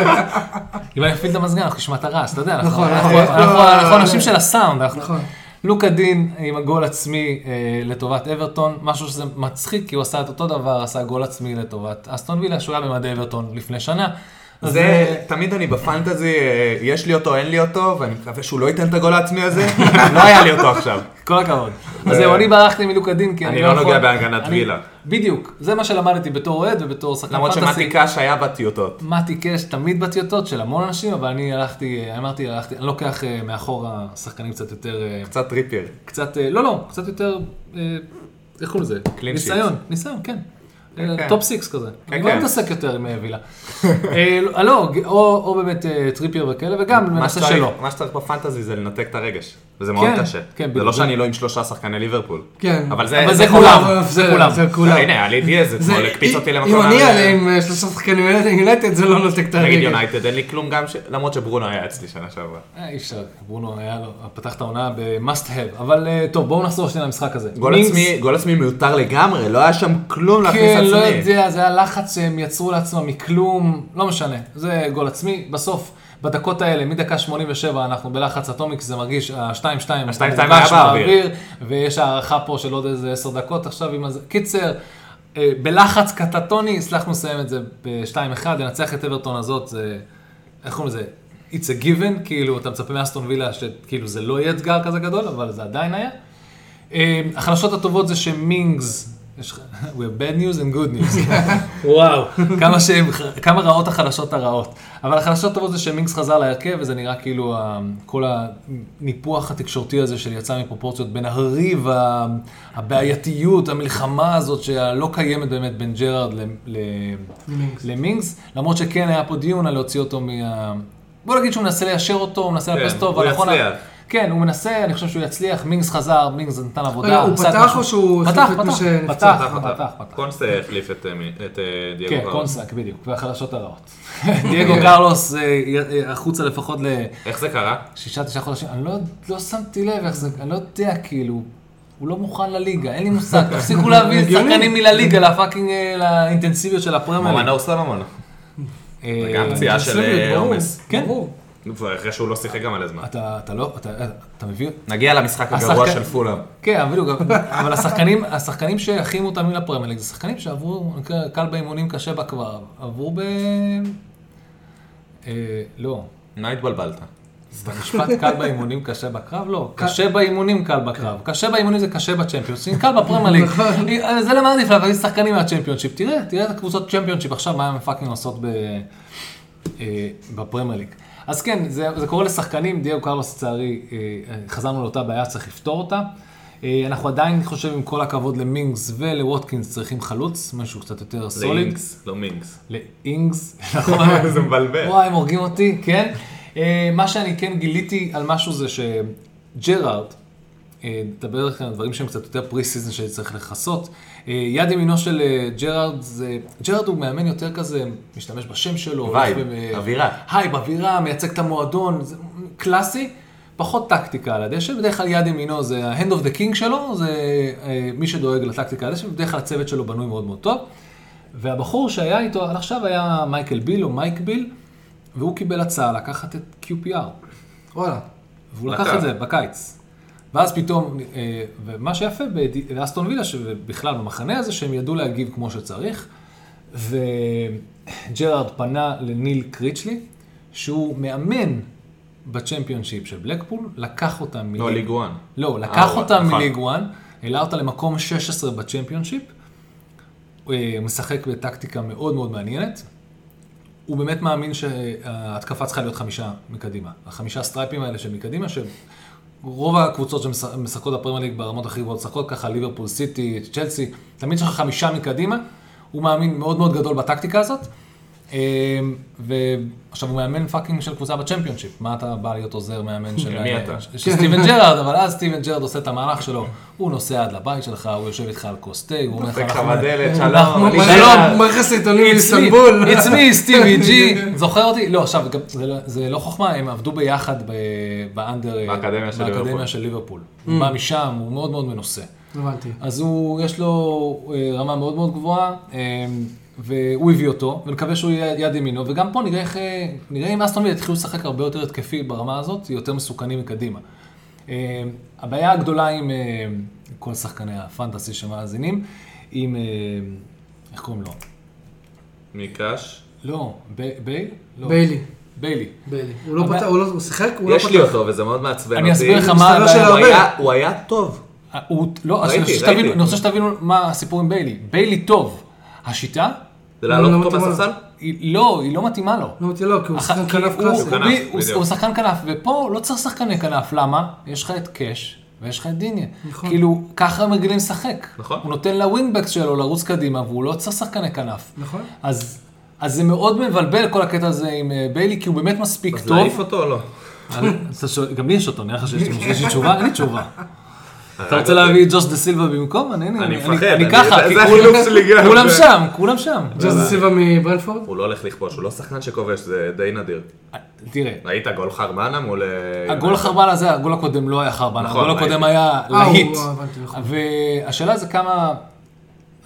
Speaker 2: אם אני אפעיל לא את המזגן, אנחנו נשמע את הרעש, אתה יודע, אנחנו-
Speaker 1: נכון,
Speaker 2: אנחנו
Speaker 1: נכון.
Speaker 2: אנחנו-
Speaker 3: לא,
Speaker 2: אנחנו אנשים של הסאונד, אנחנו...
Speaker 1: נכון.
Speaker 2: לוקה דין עם הגול עצמי אה, לטובת אברטון, משהו שזה מצחיק, כי הוא עשה את אותו דבר, עשה גול עצמי לטובת אסטון וילה, שהוא היה במדי אברטון לפני שנה. אז אה,
Speaker 3: זה, תמיד אני בפנטזי, אה, יש לי אותו, אין לי אותו, ואני מקווה שהוא לא ייתן את הגול העצמי הזה, (laughs) לא היה לי אותו עכשיו.
Speaker 2: כל הכבוד. אז זהו, אני ברחתי מלוקה דין, כי אני
Speaker 3: אה, אני
Speaker 2: לא
Speaker 3: לא
Speaker 2: יכול...
Speaker 3: נוגע בהגנת
Speaker 2: אני-
Speaker 3: וילה.
Speaker 2: בדיוק, זה מה שלמדתי בתור אוהד ובתור שחקן
Speaker 3: למרות שמתי קאש היה בטיוטות.
Speaker 2: מתי קש תמיד בטיוטות של המון אנשים, אבל אני הלכתי, אה, אמרתי, הלכתי, אני לוקח אה, מאחורה שחקנים קצת יותר... אה,
Speaker 3: קצת טריפר.
Speaker 2: קצת, אה, לא, לא, קצת יותר, אה, איך קוראים לזה?
Speaker 3: Clean sheet.
Speaker 2: ניסיון, ניסיון, כן.
Speaker 3: כן, כן.
Speaker 2: טופ סיקס כזה.
Speaker 3: כן,
Speaker 2: אני לא
Speaker 3: כן.
Speaker 2: מתעסק יותר עם אה, וילה. (laughs) אה, לא, לא, או או באמת אה, טריפייר וכאלה, וגם
Speaker 3: מה
Speaker 2: מנסה
Speaker 3: שצריך-
Speaker 2: שלא.
Speaker 3: מה שצריך בפנטזי זה לנתק את הרגש, וזה מאוד
Speaker 2: כן,
Speaker 3: קשה.
Speaker 2: כן,
Speaker 3: זה
Speaker 2: בדיוק.
Speaker 3: לא שאני לא עם שלושה שחקני ליברפול.
Speaker 1: כן.
Speaker 3: אבל זה
Speaker 2: אבל
Speaker 3: זה
Speaker 2: זה
Speaker 3: כולם. אה,
Speaker 2: כולם. זה כולם.
Speaker 1: זה כולם.
Speaker 3: הנה, היה לי דיאז אתמול, הקפיץ אותי למקום.
Speaker 1: אם אני
Speaker 3: מעל-
Speaker 1: אעלה עם אה, שלושה שחקנים יונטד זה לא נותק את הרגל.
Speaker 3: נגיד יונייטד, אין לי כלום גם, ש- למרות שברונו היה אצלי שנה שעברה.
Speaker 2: אה, אי אפשר, ברונו היה לו, פתח את העונה ב-must have, אבל אה, טוב, בואו נחזור שנייה למשחק הזה.
Speaker 3: גול
Speaker 2: מינקס-
Speaker 3: עצמי, גול עצמי מיותר לגמרי, לא היה שם כלום להכניס
Speaker 2: כן,
Speaker 3: עצמי.
Speaker 2: לא יודע, זה היה לחץ שהם יצרו לעצמם מכלום, לא משנה, זה גול עצמי. בסוף, בדקות האלה, מדקה 87 אנחנו בלחץ אטומי, כי זה מרגיש, אה, ה-2-2,
Speaker 3: ה-2-2 היה באוויר.
Speaker 2: ויש הערכה פה של עוד איזה 10 דקות עכשיו עם הזה. קיצר, אה, בלחץ קטטוני, הצלחנו לסיים את זה ב-2-1, לנצח את אברטון הזאת, זה, איך קוראים לזה? It's a given, כאילו, אתה מצפה מאסטון וילה, שכאילו זה לא יהיה אתגר כזה גדול, אבל זה עדיין היה. אה, החדשות הטובות זה שמינגס, יש לך, (laughs) we're bad news and good news. וואו. כמה, שהם, כמה רעות החדשות הרעות. אבל החדשות הטובות זה שמינגס חזר להרכב, וזה נראה כאילו ה- כל הניפוח התקשורתי הזה של יצא מפרופורציות בין הריב, ה- הבעייתיות, המלחמה הזאת שלא קיימת באמת בין ג'רארד ל- ל-
Speaker 1: מינגס.
Speaker 2: למינגס, למרות שכן היה פה דיון על להוציא אותו מה... בוא נגיד שהוא מנסה ליישר אותו, הוא מנסה
Speaker 3: כן,
Speaker 2: לאפס אותו,
Speaker 3: הוא
Speaker 2: אבל נכון-
Speaker 3: יצליח.
Speaker 2: כן, הוא מנסה, אני חושב שהוא יצליח, מינגס חזר, מינגס נתן עבודה.
Speaker 1: רגע, הוא
Speaker 2: עשה את
Speaker 1: פתח
Speaker 2: משהו.
Speaker 1: או שהוא
Speaker 2: פתח,
Speaker 1: החליף את מי
Speaker 2: פתח,
Speaker 1: שנפצע?
Speaker 2: פתח,
Speaker 3: פתח, פתח.
Speaker 2: פתח, פתח.
Speaker 3: קונסה החליף את אה, מי- את, אה, דייגו
Speaker 2: כן,
Speaker 3: קרלוס.
Speaker 2: קונסק, בדיוק, והחדשות
Speaker 3: (laughs)
Speaker 2: הרעות. דייגו קרלוס אה, אה, החוצה לפחות
Speaker 3: איך זה קרה?
Speaker 2: לשישה, תשעה חודשים, אני לא- לא שמתי לב איך זה, אני לא יודע, כאילו, הוא לא מוכן לליגה, אין לי מושג, תפסיקו להביא
Speaker 1: הגיוני.
Speaker 2: שחקנים מלליגה, לפאקינג, אה, לאינטנסיביות של הפרמייר.
Speaker 3: מומנו הוא סלומון.
Speaker 2: ליג. אה,
Speaker 3: גם פציעה של אה,
Speaker 1: ברור,
Speaker 3: עומס.
Speaker 2: כן.
Speaker 1: ברור.
Speaker 3: אחרי שהוא לא שיחק גם מלא
Speaker 2: (laughs)
Speaker 3: זמן.
Speaker 2: אתה אתה לא, אתה- אתה מבין?
Speaker 3: נגיע למשחק הגרוע
Speaker 2: השחקן-
Speaker 3: של פולאם.
Speaker 2: כן, אבל בדיוק, אבל השחקנים, השחקנים שהכי מותאמים לפרמייליג, זה שחקנים שעברו, נקרא, קל באימונים קשה בה כבר, עברו ב... אה, לא,
Speaker 3: מה התבלבלת?
Speaker 2: במשפט קל באימונים קשה בקרב? לא, קשה באימונים קל בקרב. קשה באימונים זה קשה בצ'מפיונשיפ, קל בפרמייליג. זה למה עדיף להביא שחקנים מהצ'מפיונשיפ. תראה, תראה את הקבוצות צ'מפיונשיפ עכשיו, מה הם פאקינג עושות ב- אה, בפרמייליג. אז כן, זה זה קורה לשחקנים, דייגו קרלוס לצערי, אה, אה, חזרנו לאותה בעיה, צריך לפתור אותה. אה, אנחנו עדיין, אני חושב, עם כל הכבוד למינגס ולווטקינס, צריכים חלוץ, משהו קצת יותר סוליד.
Speaker 3: לאינגס. לא מינגס.
Speaker 2: לאינגס, נכון.
Speaker 3: (laughs) זה מבלבל.
Speaker 2: וואי, הם הורגים אותי, כן. אה, מה שאני כן גיליתי על משהו זה שג'רארד, אה, נדבר לכם על דברים שהם קצת יותר פרי סיזן שצריך לכסות. אה, יד ימינו של אה, ג'רארד, זה- ג'רארד הוא מאמן יותר כזה, משתמש בשם שלו. הולך
Speaker 3: וייב,
Speaker 2: ו-
Speaker 3: אווירה.
Speaker 2: הייב, אווירה, מייצג את המועדון, זה קלאסי. פחות טקטיקה על הדשא, בדרך כלל יד ימינו זה ה-hand of the king שלו, זה אה, מי שדואג לטקטיקה על הדשא, בדרך כלל הצוות שלו בנוי מאוד מאוד טוב. והבחור שהיה איתו עד עכשיו היה מייקל ביל או מייק ביל, והוא קיבל הצעה לקחת את QPR.
Speaker 1: וואלה.
Speaker 2: והוא לקח
Speaker 3: לקח.
Speaker 2: את זה בקיץ. ואז פתאום, אה, ומה שיפה בד- באסטון וילה, שבכלל במחנה הזה, שהם ידעו להגיב כמו שצריך, וג'רארד פנה לניל קריצ'לי, שהוא מאמן בצ'מפיונשיפ של בלקפול, לקח אותם מליג...
Speaker 3: לא, ליג 1.
Speaker 2: לא, הוא לקח
Speaker 3: אה,
Speaker 2: אותם
Speaker 3: נכון.
Speaker 2: מליג 1, העלה אותה למקום 16 בצ'מפיונשיפ, הוא אה, משחק בטקטיקה מאוד מאוד מעניינת. הוא באמת מאמין שההתקפה צריכה להיות חמישה מקדימה. החמישה סטרייפים האלה של מקדימה, שרוב הקבוצות שמשחקות בפרמייר ליג ברמות הכי גבוהות משחקות ככה, ליברפול, סיטי, צ'לסי, תמיד יש לך חמישה מקדימה. הוא מאמין מאוד מאוד גדול בטקטיקה הזאת. אה, ועכשיו הוא מאמן פאקינג של קבוצה בצ'מפיונשיפ. מה אתה בא להיות עוזר מאמן של... אה,
Speaker 3: מי אתה?
Speaker 2: של סטיבן ג'רארד, אבל אז סטיבן ג'רארד עושה את המהלך שלו, הוא נוסע עד לבית שלך, הוא יושב איתך על כוס תה, הוא אומר לך,
Speaker 3: דופק לך
Speaker 2: אנחנו-
Speaker 3: בדלת,
Speaker 2: אנחנו- לא-
Speaker 3: שלום. אני
Speaker 2: שלום.
Speaker 3: ג'רארד.
Speaker 1: מערכת העיתונים
Speaker 2: It's me,
Speaker 1: מאיסטנבול.
Speaker 2: It's me, סטיבי
Speaker 1: (laughs)
Speaker 3: (laughs)
Speaker 2: ג'י, זוכר אותי? לא, עכשיו, גם- זה לא- זה לא חוכמה, הם עבדו ביחד ב- באנדר,
Speaker 3: באקדמיה של
Speaker 2: באקדמיה
Speaker 3: ליברפול. Mm.
Speaker 2: של ליברפול. הוא בא משם, הוא מאוד מאוד מנוסה.
Speaker 1: לא הבנתי.
Speaker 2: אז הוא, יש לו אה, רמה מאוד מאוד גבוהה, אה, והוא הביא אותו, ונקווה שהוא יהיה יד ימינו, וגם פה נראה איך, אה, נראה אם אסטון וילה יתחילו לשחק הרבה יותר התקפי ברמה הזאת, יותר מסוכנים מקדימה. אה, הבעיה הגדולה עם אה, כל שחקני הפנטסי שמאזינים, עם, אה, איך קוראים לו?
Speaker 3: מקאש.
Speaker 2: לא, ב- בייל? לא.
Speaker 1: ביילי.
Speaker 2: ביילי.
Speaker 1: ביילי. הוא לא
Speaker 2: אבל-
Speaker 1: פתח, הוא לא- הוא שיחק? הוא לא
Speaker 3: יש לי
Speaker 1: פתח.
Speaker 3: אותו וזה מאוד מעצבן אותי.
Speaker 2: אני אסביר לך מה
Speaker 1: מסתבר
Speaker 2: הבעיה.
Speaker 1: שלהרבה-
Speaker 3: הוא היה- הוא היה טוב.
Speaker 2: הוא- לא, אז
Speaker 3: לא ראיתי,
Speaker 2: אני רוצה
Speaker 3: ראיתי.
Speaker 2: שתבינו- אני רוצה שתבינו מה הסיפור עם ביילי. ביילי טוב. השיטה,
Speaker 1: לא,
Speaker 3: זה להעלות
Speaker 1: לא
Speaker 3: אותו
Speaker 1: מתאים לו.
Speaker 3: מהספסל?
Speaker 2: היא לא, היא לא מתאימה לו.
Speaker 1: לא, אותי לא, כי הוא
Speaker 2: אחת-
Speaker 1: שחקן
Speaker 2: אה, כי
Speaker 1: כנף
Speaker 2: הוא-
Speaker 1: קלאסי.
Speaker 2: הוא-
Speaker 3: כנף,
Speaker 2: הוא-
Speaker 3: בדיוק.
Speaker 2: הוא שחקן כנף, ופה לא צריך שחקני כנף, למה? יש לך את קאש, ויש לך את דיניה.
Speaker 1: נכון.
Speaker 2: כאילו, ככה הם רגילים לשחק.
Speaker 3: נכון.
Speaker 2: הוא נותן לווינבקס שלו לרוץ קדימה, והוא לא צריך שחקני כנף.
Speaker 1: נכון.
Speaker 2: אז, אז זה מאוד מבלבל כל הקטע הזה עם אה, ביילי, כי הוא באמת מספיק
Speaker 3: אז
Speaker 2: טוב.
Speaker 3: להעיף אותו או לא?
Speaker 2: אז אתה שואל- גם לי יש אותו, נראה לך שיש
Speaker 3: (laughs)
Speaker 2: לי- יש לי תשובה? אין לי תשובה. אתה רוצה להביא את ג'וש דה סילבה במקום? אני אני-
Speaker 3: מפחד,
Speaker 2: אני-
Speaker 3: אה, לא, אני-
Speaker 2: אני ככה,
Speaker 3: זה-
Speaker 2: כי
Speaker 3: זה
Speaker 2: כולם-
Speaker 3: החילוף שלי גם.
Speaker 2: כולם שם, כולם שם.
Speaker 1: ג'וזי סילבה מברנפורד?
Speaker 3: הוא לא הולך לכבוש, הוא לא שחקן שכובש, זה די נדיר.
Speaker 2: תראה,
Speaker 3: ראית גול חרמנה מול...
Speaker 1: כן.
Speaker 3: אה,
Speaker 2: הגול החרבן הזה, הגול הקודם לא היה חרבן,
Speaker 3: נכון,
Speaker 2: הגול הקודם
Speaker 3: ראיתי.
Speaker 2: היה
Speaker 1: אה, הוא-
Speaker 2: להיט.
Speaker 1: הבנתי, נכון.
Speaker 2: והשאלה זה כמה...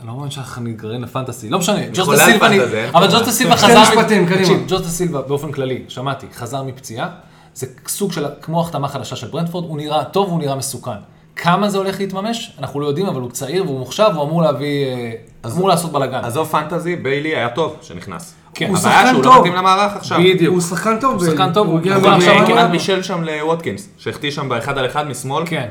Speaker 2: אני לא מאמין שאנחנו נתגרעין לפנטסי, לא משנה, ג'וס דה
Speaker 3: יכולה
Speaker 2: סילבה, אני-
Speaker 3: לפנטזי, אין
Speaker 2: אבל ג'וס דה סילבה
Speaker 1: שתי
Speaker 2: חזר,
Speaker 1: משפטים, קדימה.
Speaker 2: תקשיב, ג'וס דה סילבה באופן כללי, שמעתי, חזר מפציעה, זה סוג של, כמו החתמה חדשה של ברנדפורד, הוא נראה טוב, הוא נראה מסוכן. כמה זה הולך להתממש, אנחנו לא יודעים, אבל הוא צעיר והוא מוכשר, והוא אמור להביא, אה, אמור לעשות בלאגן.
Speaker 3: עזוב פנטזי, ביילי היה טוב שנכנס.
Speaker 2: כן,
Speaker 1: הוא
Speaker 3: הבעיה
Speaker 1: שחקן
Speaker 3: שהוא
Speaker 1: טוב.
Speaker 3: לא מתאים למערך עכשיו.
Speaker 2: בדיוק.
Speaker 1: הוא שחקן טוב.
Speaker 2: הוא שחקן
Speaker 1: ביילי.
Speaker 2: טוב, הוא
Speaker 1: הגיע
Speaker 2: יכול
Speaker 1: מה-
Speaker 2: עכשיו-
Speaker 1: מה-
Speaker 3: הוא כמעט
Speaker 1: מה-
Speaker 3: בישל שם לווטקינס, שהחטיא שם באחד על אחד משמאל.
Speaker 2: כן,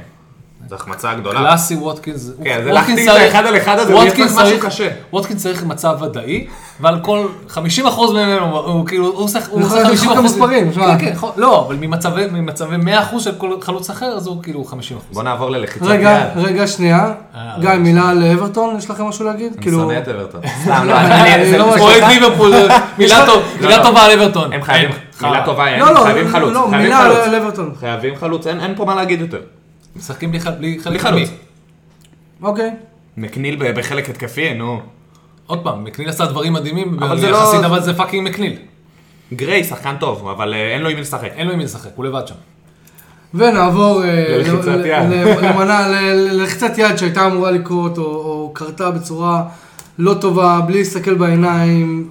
Speaker 3: זו החמצה גדולה.
Speaker 2: קלאסי ווטקינס.
Speaker 3: כן, זה
Speaker 2: ווטקינס
Speaker 3: להחטיא את
Speaker 2: צריך-
Speaker 3: האחד על אחד הזה, הוא
Speaker 2: ווטקינס
Speaker 3: יהיה משהו
Speaker 2: צריך-
Speaker 3: קשה.
Speaker 2: ווטקינס צריך מצב ודאי, ועל כל 50% מהם הוא- הוא כאילו, הוא שח- הוא
Speaker 1: הוא
Speaker 2: עושה
Speaker 1: צריך
Speaker 2: 50%.
Speaker 1: לשחוק את המספרים, שמע.
Speaker 2: כן, כן, יכול- לא, אבל ממצבי ממצבי 100% של כל חלוץ אחר, אז הוא כאילו 50%.
Speaker 3: בוא נעבור ללחיצת יד.
Speaker 1: רגע, רגע, שנייה.
Speaker 2: אה,
Speaker 1: גיא,
Speaker 2: רגע,
Speaker 1: מילה על אברטון, יש לכם משהו להגיד?
Speaker 3: אני
Speaker 1: כאילו...
Speaker 3: שונא את
Speaker 2: (laughs)
Speaker 3: אברטון. סתם,
Speaker 1: לא, אני לא
Speaker 2: או את ליברפול, אה,
Speaker 3: (laughs)
Speaker 2: מילה טוב- מילה
Speaker 3: לא.
Speaker 2: טובה על כן. אברטון.
Speaker 3: הם חייבים,
Speaker 2: חרא.
Speaker 3: מילה טובה, הם
Speaker 1: לא, לא,
Speaker 3: חייבים חלוץ.
Speaker 1: לא,
Speaker 3: חייבים
Speaker 1: מילה
Speaker 3: חלוץ.
Speaker 1: על אברטון.
Speaker 3: חייבים חלוץ, אין אין פה מה להגיד יותר.
Speaker 2: משחקים בלי חל- בלי
Speaker 3: בלי
Speaker 2: חלק
Speaker 3: חלוץ.
Speaker 2: קדמי.
Speaker 1: אוקיי.
Speaker 3: מקניל ב- בחלק התקפי, נו.
Speaker 2: עוד פעם, מקניל עשה דברים מדהימים,
Speaker 3: אבל זה
Speaker 2: ואני
Speaker 3: לא-
Speaker 2: יחסית, אבל זה פאקינג מקניל.
Speaker 3: גריי שחקן טוב, אבל אה, אין לו עם מי לשחק.
Speaker 2: אין לו עם מי לשחק, הוא לבד שם.
Speaker 1: ונעבור
Speaker 2: לא,
Speaker 1: אה,
Speaker 3: ללחיצת
Speaker 1: ל-
Speaker 3: יד.
Speaker 1: ל- למנה, ל- ללחיצת יד שהייתה אמורה לקרות, או- או קרתה בצורה לא טובה, בלי להסתכל בעיניים.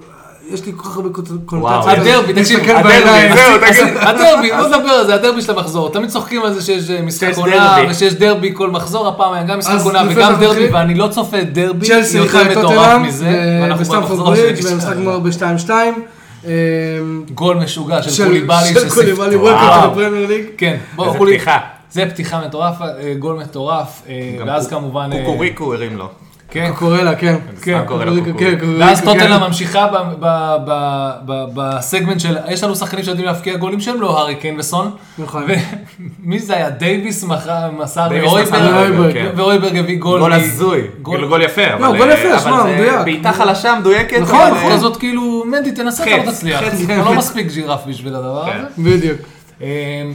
Speaker 1: יש לי כל כך הרבה קוט- קונוטציות.
Speaker 2: הדרבי, תקשיב,
Speaker 1: להסתכל
Speaker 3: הדרבי,
Speaker 1: בעיניים.
Speaker 3: זהו, תגיד.
Speaker 2: הדרבי, בוא נדבר על זה, הדרבי של המחזור. תמיד צוחקים על זה שיש אה, משחק
Speaker 3: שיש
Speaker 2: עונה
Speaker 3: דרבי.
Speaker 2: ושיש דרבי כל מחזור, הפעם היה גם משחק
Speaker 1: אז
Speaker 2: עונה
Speaker 1: לפני
Speaker 2: וגם
Speaker 1: שאנחנו
Speaker 2: דרבי,
Speaker 1: מתחילים,
Speaker 2: ואני לא צופה דרבי
Speaker 1: צ'לסי
Speaker 2: יותר
Speaker 1: ניחה את
Speaker 2: מטורף
Speaker 1: טוטנאם,
Speaker 2: מזה,
Speaker 1: ב-
Speaker 2: ואנחנו
Speaker 1: בסטמפורד
Speaker 2: במחזור
Speaker 1: ברידג'
Speaker 2: השני.
Speaker 1: במשחק גמר ב-2-2. אמ,
Speaker 2: גול משוגע של
Speaker 1: של-
Speaker 2: קוליבאלי.
Speaker 1: של
Speaker 2: שסיפ-
Speaker 1: קוליבאלי,
Speaker 2: וואו.
Speaker 1: וולקאפ לפרמייר ליג.
Speaker 2: כן, בואו,
Speaker 3: איזה
Speaker 2: קולי-
Speaker 3: פתיחה.
Speaker 2: זה פתיחה מטורף, אה, גול מטורף, אה,
Speaker 3: גם
Speaker 2: ואז
Speaker 3: קו-
Speaker 2: כמובן... אה,
Speaker 3: קוקוריקו הרים לו.
Speaker 2: כן.
Speaker 1: קורא לה, כן.
Speaker 3: סתם קורא לה
Speaker 1: קוקוריקו,
Speaker 3: קוקוריקו.
Speaker 1: כן,
Speaker 2: ואז
Speaker 1: קוקוריקו, כן.
Speaker 2: טוטלה ממשיכה ב- ב- ב- ב- בסגמנט של, יש לנו שחקנים שיודעים להפקיע גולים שהם לא הארי קיין וסון.
Speaker 1: נכון.
Speaker 2: ומי זה היה? דייוויס מכר- מסר
Speaker 3: דייוויס
Speaker 1: מסר
Speaker 2: לאויברג,
Speaker 1: לאויברג,
Speaker 3: כן.
Speaker 2: ואויברג הביא גול.
Speaker 3: גול
Speaker 2: מ-
Speaker 3: הזוי.
Speaker 2: גול-
Speaker 3: גול גול יפה, אבל...
Speaker 1: גול
Speaker 3: אה,
Speaker 1: יפה,
Speaker 3: אבל
Speaker 1: שמע,
Speaker 3: זה
Speaker 1: מדויק.
Speaker 3: בעיטה חלשה, מדויקת.
Speaker 2: נכון,
Speaker 3: אבל,
Speaker 2: נכון.
Speaker 3: אה,
Speaker 2: כזאת כאילו, מנדי תנסה, אתה
Speaker 3: חץ,
Speaker 2: לא תצליח.
Speaker 3: חץ,
Speaker 2: אתה
Speaker 1: כן.
Speaker 2: לא מספיק ג'ירף בשביל הדבר
Speaker 3: כן.
Speaker 2: הזה.
Speaker 1: בדיוק.
Speaker 2: הם-